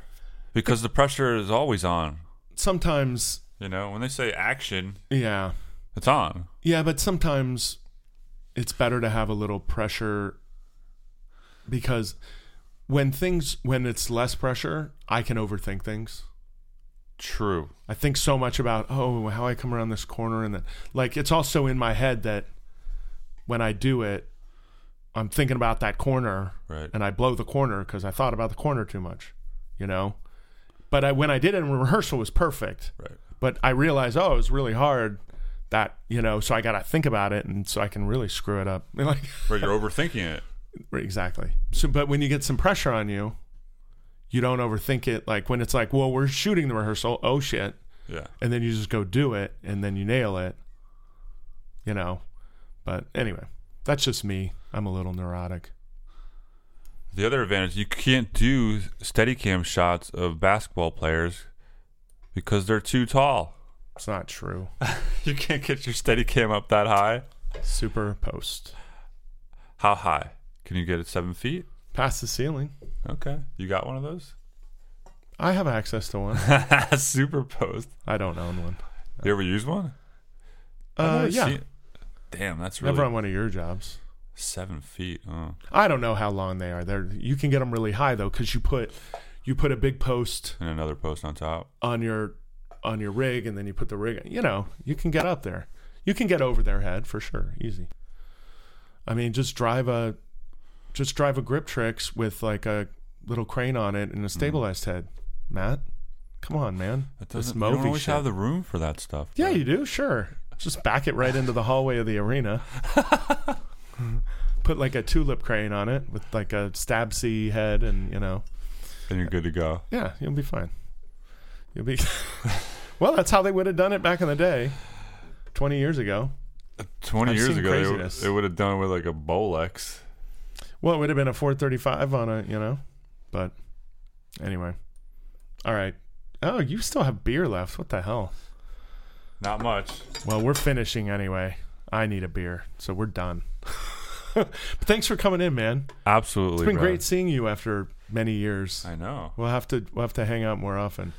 [SPEAKER 2] because the pressure is always on.
[SPEAKER 1] sometimes,
[SPEAKER 2] You know, when they say action,
[SPEAKER 1] yeah,
[SPEAKER 2] it's on.
[SPEAKER 1] yeah, but sometimes it's better to have a little pressure because when things when it's less pressure, I can overthink things.
[SPEAKER 2] True.
[SPEAKER 1] I think so much about oh how I come around this corner and then like it's also in my head that when I do it, I'm thinking about that corner
[SPEAKER 2] Right.
[SPEAKER 1] and I blow the corner because I thought about the corner too much, you know. But I, when I did it in rehearsal, it was perfect.
[SPEAKER 2] Right.
[SPEAKER 1] But I realized, oh, it was really hard. That you know, so I got to think about it, and so I can really screw it up. [LAUGHS] Like
[SPEAKER 2] But you're overthinking it.
[SPEAKER 1] exactly. So, but when you get some pressure on you, you don't overthink it. Like when it's like, well, we're shooting the rehearsal. Oh shit!
[SPEAKER 2] Yeah.
[SPEAKER 1] And then you just go do it, and then you nail it. You know. But anyway, that's just me. I'm a little neurotic.
[SPEAKER 2] The other advantage, you can't do steady cam shots of basketball players because they're too tall. [LAUGHS]
[SPEAKER 1] It's not true.
[SPEAKER 2] You can't get your steady cam up that high.
[SPEAKER 1] Super post
[SPEAKER 2] How high? Can you get it seven feet?
[SPEAKER 1] past the ceiling.
[SPEAKER 2] Okay. You got one of [LAUGHS] those?
[SPEAKER 1] I have access to one.
[SPEAKER 2] Super post.
[SPEAKER 1] I don't own one.
[SPEAKER 2] You ever use one? I've
[SPEAKER 1] Uh,
[SPEAKER 2] never
[SPEAKER 1] yeah,
[SPEAKER 2] seen- Damn, that's really
[SPEAKER 1] never on one of your jobs.
[SPEAKER 2] seven feet. Oh.
[SPEAKER 1] I don't know how long they are. They're you can get them really high though, because you put you put a big post
[SPEAKER 2] And another post on top.
[SPEAKER 1] on your on your rig, and then you put the rig. You know, you can get up there. You can get over their head for sure, easy. I mean, just drive a just drive a grip tricks with like a little crane on it and a stabilized head. Matt, come on, man.
[SPEAKER 2] That
[SPEAKER 1] This
[SPEAKER 2] doesn't. You don't
[SPEAKER 1] Movi
[SPEAKER 2] always
[SPEAKER 1] shit.
[SPEAKER 2] have the room for that stuff.
[SPEAKER 1] Yeah,
[SPEAKER 2] bro.
[SPEAKER 1] you do. Sure. Just back it right into the hallway of the arena. Put like a tulip crane on it with like a stab C head, and you know,
[SPEAKER 2] Then you're good to go.
[SPEAKER 1] yeah, you'll be fine. You'll be. [LAUGHS] well, that's how they would have done it back in the day, twenty years ago.
[SPEAKER 2] Twenty
[SPEAKER 1] I've
[SPEAKER 2] years
[SPEAKER 1] seen
[SPEAKER 2] ago, they, w-
[SPEAKER 1] craziness.
[SPEAKER 2] they would have done it with like a Bolex.
[SPEAKER 1] Well, it would have been a four thirty-five on a you know, but anyway. All right. Oh, you still have beer left. What the hell?
[SPEAKER 2] Not much.
[SPEAKER 1] Well, we're finishing anyway. I need a beer, so we're done. [LAUGHS] but thanks for coming in, man.
[SPEAKER 2] Absolutely.
[SPEAKER 1] It's been
[SPEAKER 2] bro.
[SPEAKER 1] great seeing you after many years.
[SPEAKER 2] I know.
[SPEAKER 1] We'll have to we'll have to hang out more often.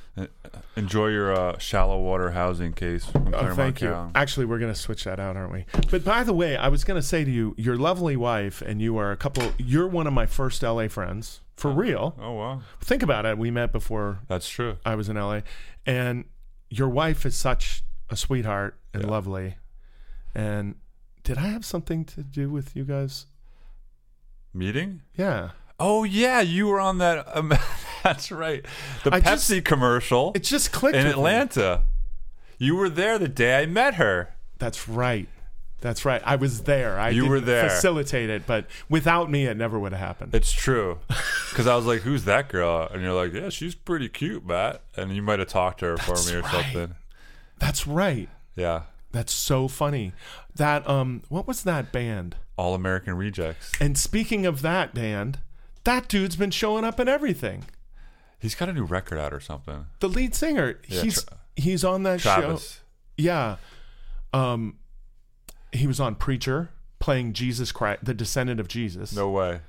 [SPEAKER 2] Enjoy your uh, shallow water housing case. From
[SPEAKER 1] Oh,
[SPEAKER 2] Claremont
[SPEAKER 1] thank you.
[SPEAKER 2] County.
[SPEAKER 1] Actually, we're gonna switch that out, aren't we? But by the way, I was gonna say to you, your lovely wife and you are a couple. You're one of my first LA friends for real.
[SPEAKER 2] Oh wow,
[SPEAKER 1] Think about it. We met before
[SPEAKER 2] that's true.
[SPEAKER 1] I was in LA, and your wife is such a sweetheart and lovely. And did I have something to do with you guys?
[SPEAKER 2] Meeting?
[SPEAKER 1] Yeah.
[SPEAKER 2] Oh yeah, you were on that. Um, [LAUGHS] that's right. The
[SPEAKER 1] I
[SPEAKER 2] Pepsi
[SPEAKER 1] just-
[SPEAKER 2] commercial
[SPEAKER 1] It just clicked
[SPEAKER 2] in
[SPEAKER 1] with me.
[SPEAKER 2] Atlanta. You were there the day I met her.
[SPEAKER 1] That's right. That's right. I was there. I
[SPEAKER 2] You
[SPEAKER 1] didn't
[SPEAKER 2] were there.
[SPEAKER 1] Facilitate it, but without me, it never would have happened.
[SPEAKER 2] It's
[SPEAKER 1] [LAUGHS]
[SPEAKER 2] true. Because I was like, "Who's that girl?" And you're like, "Yeah, she's pretty cute, Matt." And you might have talked to her
[SPEAKER 1] That's
[SPEAKER 2] for me or
[SPEAKER 1] right.
[SPEAKER 2] something.
[SPEAKER 1] That's right.
[SPEAKER 2] Yeah,
[SPEAKER 1] That's so funny. That um, what was that band?
[SPEAKER 2] All American Rejects.
[SPEAKER 1] And speaking of that band, that dude's been showing up in everything.
[SPEAKER 2] He's got a new record out or something.
[SPEAKER 1] The lead singer,
[SPEAKER 2] Yeah,
[SPEAKER 1] he's
[SPEAKER 2] Tra-
[SPEAKER 1] he's on that show.
[SPEAKER 2] Travis.
[SPEAKER 1] Yeah. Um, he was on Preacher, playing Jesus Christ, the descendant of Jesus,
[SPEAKER 2] No way.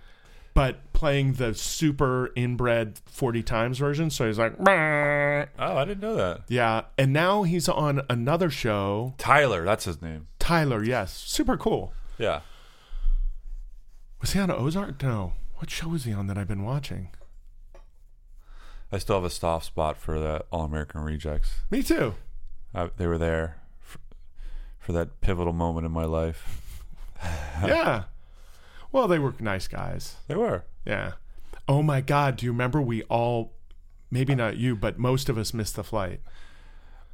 [SPEAKER 1] but playing the super inbred 40 times version. So he's like, "Bah."
[SPEAKER 2] Oh, I didn't know that.
[SPEAKER 1] yeah. And now he's on another show,
[SPEAKER 2] Tyler, that's his name.
[SPEAKER 1] Tyler. Yes, super cool.
[SPEAKER 2] Yeah.
[SPEAKER 1] Was he on Ozark? No. What show was he on that I've been watching?
[SPEAKER 2] I still have a soft spot for that All American Rejects.
[SPEAKER 1] Me
[SPEAKER 2] [LAUGHS]
[SPEAKER 1] too.
[SPEAKER 2] I, Uh, they were there for, for that pivotal moment in my life. [LAUGHS]
[SPEAKER 1] yeah. Well, they were nice guys.
[SPEAKER 2] They were.
[SPEAKER 1] Yeah. Oh my God. Do you remember we all, maybe not you, but most of us missed the flight?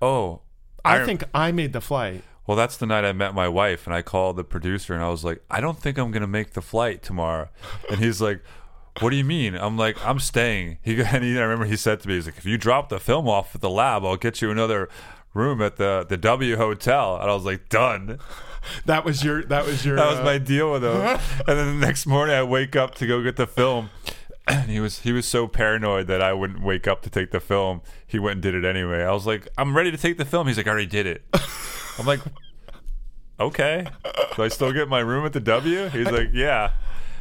[SPEAKER 2] Oh,
[SPEAKER 1] I
[SPEAKER 2] I-
[SPEAKER 1] think I made the flight.
[SPEAKER 2] well, that's the night I met my wife, and I called the producer, and I was like, I don't think I'm gonna make the flight tomorrow. And he's like, What do you mean? I'm like, I'm staying. He go- [LAUGHS] and he, I remember he said to me, he's like, If you drop the film off at the lab, I'll get you another room at the the W Hotel. And I was like, Done.
[SPEAKER 1] That was your. That was your.
[SPEAKER 2] That was
[SPEAKER 1] uh,
[SPEAKER 2] my deal
[SPEAKER 1] [LAUGHS]
[SPEAKER 2] with him. and then the next morning, I wake up to go get the film. [CLEARS THROAT] And he was he was so paranoid that I wouldn't wake up to take the film. He went and did it anyway. I was like, I'm ready to take the film. He's like, I already did it. I'm like, okay. Do I still get my room at the W? He's like, yeah.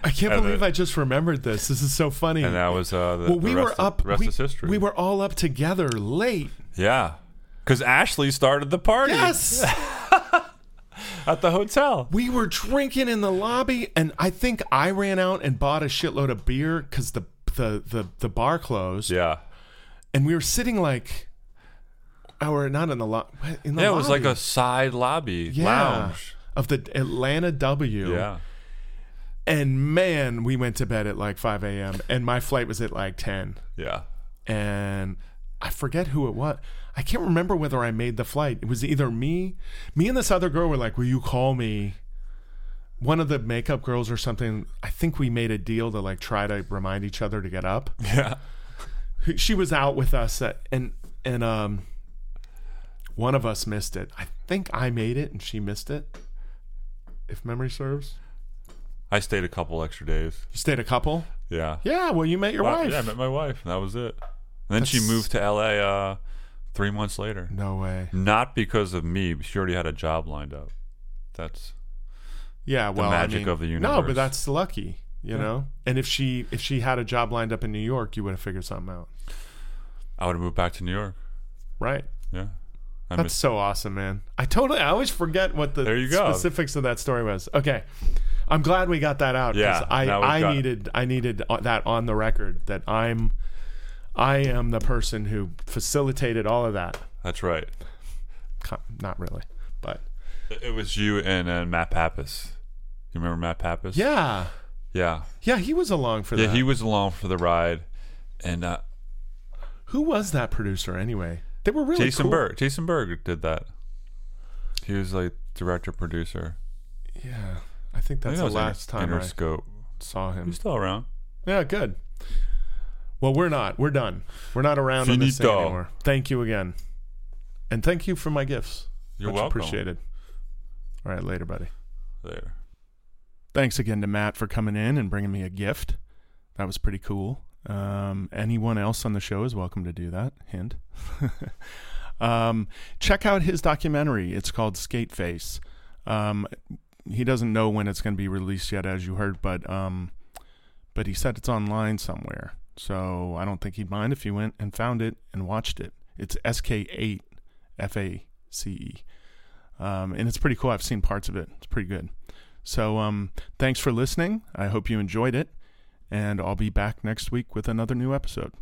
[SPEAKER 1] I can't
[SPEAKER 2] and
[SPEAKER 1] believe
[SPEAKER 2] the-
[SPEAKER 1] I just remembered this. This is so funny.
[SPEAKER 2] And that was uh, the,
[SPEAKER 1] well,
[SPEAKER 2] the
[SPEAKER 1] we
[SPEAKER 2] rest
[SPEAKER 1] were
[SPEAKER 2] of-
[SPEAKER 1] up.
[SPEAKER 2] rest
[SPEAKER 1] we,
[SPEAKER 2] is history.
[SPEAKER 1] we were all up together late.
[SPEAKER 2] yeah, because Ashley started the party [LAUGHS]
[SPEAKER 1] Yes,
[SPEAKER 2] at the hotel.
[SPEAKER 1] we were drinking in the lobby, and I think I ran out and bought a shitload of beer because the, the the the bar closed,
[SPEAKER 2] Yeah,
[SPEAKER 1] and we were sitting like, or not in the lobby. In the
[SPEAKER 2] yeah. It was like
[SPEAKER 1] lobby.
[SPEAKER 2] a side lobby
[SPEAKER 1] Yeah.
[SPEAKER 2] lounge.
[SPEAKER 1] of the Atlanta W.
[SPEAKER 2] Yeah.
[SPEAKER 1] And man, we went to bed at like 5 a.m. and my flight was at like 10.
[SPEAKER 2] Yeah. [LAUGHS]
[SPEAKER 1] And I forget who it was. I can't remember whether I made the flight. It was either me, me and this other girl were like, "Will you call me?" One of the makeup girls or something. I think we made a deal to like try to remind each other to get up. [LAUGHS]
[SPEAKER 2] Yeah.
[SPEAKER 1] She was out with us, at, and and um, one of us missed it. I think I made it and she missed it. If memory serves,
[SPEAKER 2] I stayed a couple extra days.
[SPEAKER 1] you stayed a couple.
[SPEAKER 2] Yeah.
[SPEAKER 1] Yeah, well, you met your
[SPEAKER 2] Well,
[SPEAKER 1] wife.
[SPEAKER 2] Yeah, I met my wife. and That was it. And then she
[SPEAKER 1] That's-
[SPEAKER 2] moved to LA uh, three months later.
[SPEAKER 1] no way.
[SPEAKER 2] Not because of me. but She already had a job lined up. That's
[SPEAKER 1] Yeah, well, I
[SPEAKER 2] magic
[SPEAKER 1] mean-
[SPEAKER 2] of the
[SPEAKER 1] No, but
[SPEAKER 2] universe.
[SPEAKER 1] that's lucky, you know. And if she if she had a job lined up in New York, you would have figured something out,
[SPEAKER 2] I would have moved back to New York.
[SPEAKER 1] right?
[SPEAKER 2] Yeah. I
[SPEAKER 1] That's
[SPEAKER 2] miss-
[SPEAKER 1] so awesome, man. I totally I always forget what the
[SPEAKER 2] There you go.
[SPEAKER 1] specifics of that story was. Okay. I'm glad we got that out 'cause
[SPEAKER 2] Yeah,
[SPEAKER 1] I
[SPEAKER 2] now we've got
[SPEAKER 1] I
[SPEAKER 2] it.
[SPEAKER 1] needed I needed o- that on the record that I'm I am the person who facilitated all of that.
[SPEAKER 2] That's right.
[SPEAKER 1] Co- Not really, but
[SPEAKER 2] It was you and uh, Matt Pappas. You remember Matt Pappas?
[SPEAKER 1] yeah.
[SPEAKER 2] Yeah.
[SPEAKER 1] Yeah, he was along for
[SPEAKER 2] Yeah,
[SPEAKER 1] that.
[SPEAKER 2] he was along for the ride. And uh,
[SPEAKER 1] Who was that producer anyway? They were really
[SPEAKER 2] Jason
[SPEAKER 1] cool.
[SPEAKER 2] Berg. Jason Berg did that. He was like director producer.
[SPEAKER 1] Yeah, I think
[SPEAKER 2] I
[SPEAKER 1] that's
[SPEAKER 2] think that
[SPEAKER 1] the
[SPEAKER 2] was
[SPEAKER 1] last
[SPEAKER 2] Inter-
[SPEAKER 1] time I
[SPEAKER 2] Interscope.
[SPEAKER 1] saw him.
[SPEAKER 2] He's still around.
[SPEAKER 1] Yeah, good. Well, we're not. We're done. We're not around on this thing
[SPEAKER 2] Finito.
[SPEAKER 1] anymore. Thank you again, and thank you for my gifts.
[SPEAKER 2] You're
[SPEAKER 1] Much
[SPEAKER 2] welcome.
[SPEAKER 1] Appreciated. All right, later, buddy.
[SPEAKER 2] There.
[SPEAKER 1] Thanks again to Matt for coming in and bringing me a gift. That was pretty cool. Um, anyone else on the show is welcome to do that. Hint. [LAUGHS] um, check out his documentary. It's called Skate Face. Um, he doesn't know when it's going to be released yet, as you heard, but um, but he said it's online somewhere. So I don't think he'd mind if you went and found it and watched it. It's SK8 FACE. Um, and it's pretty cool. I've seen parts of it. It's pretty good. So um, thanks for listening. I hope you enjoyed it. And I'll be back next week with another new episode.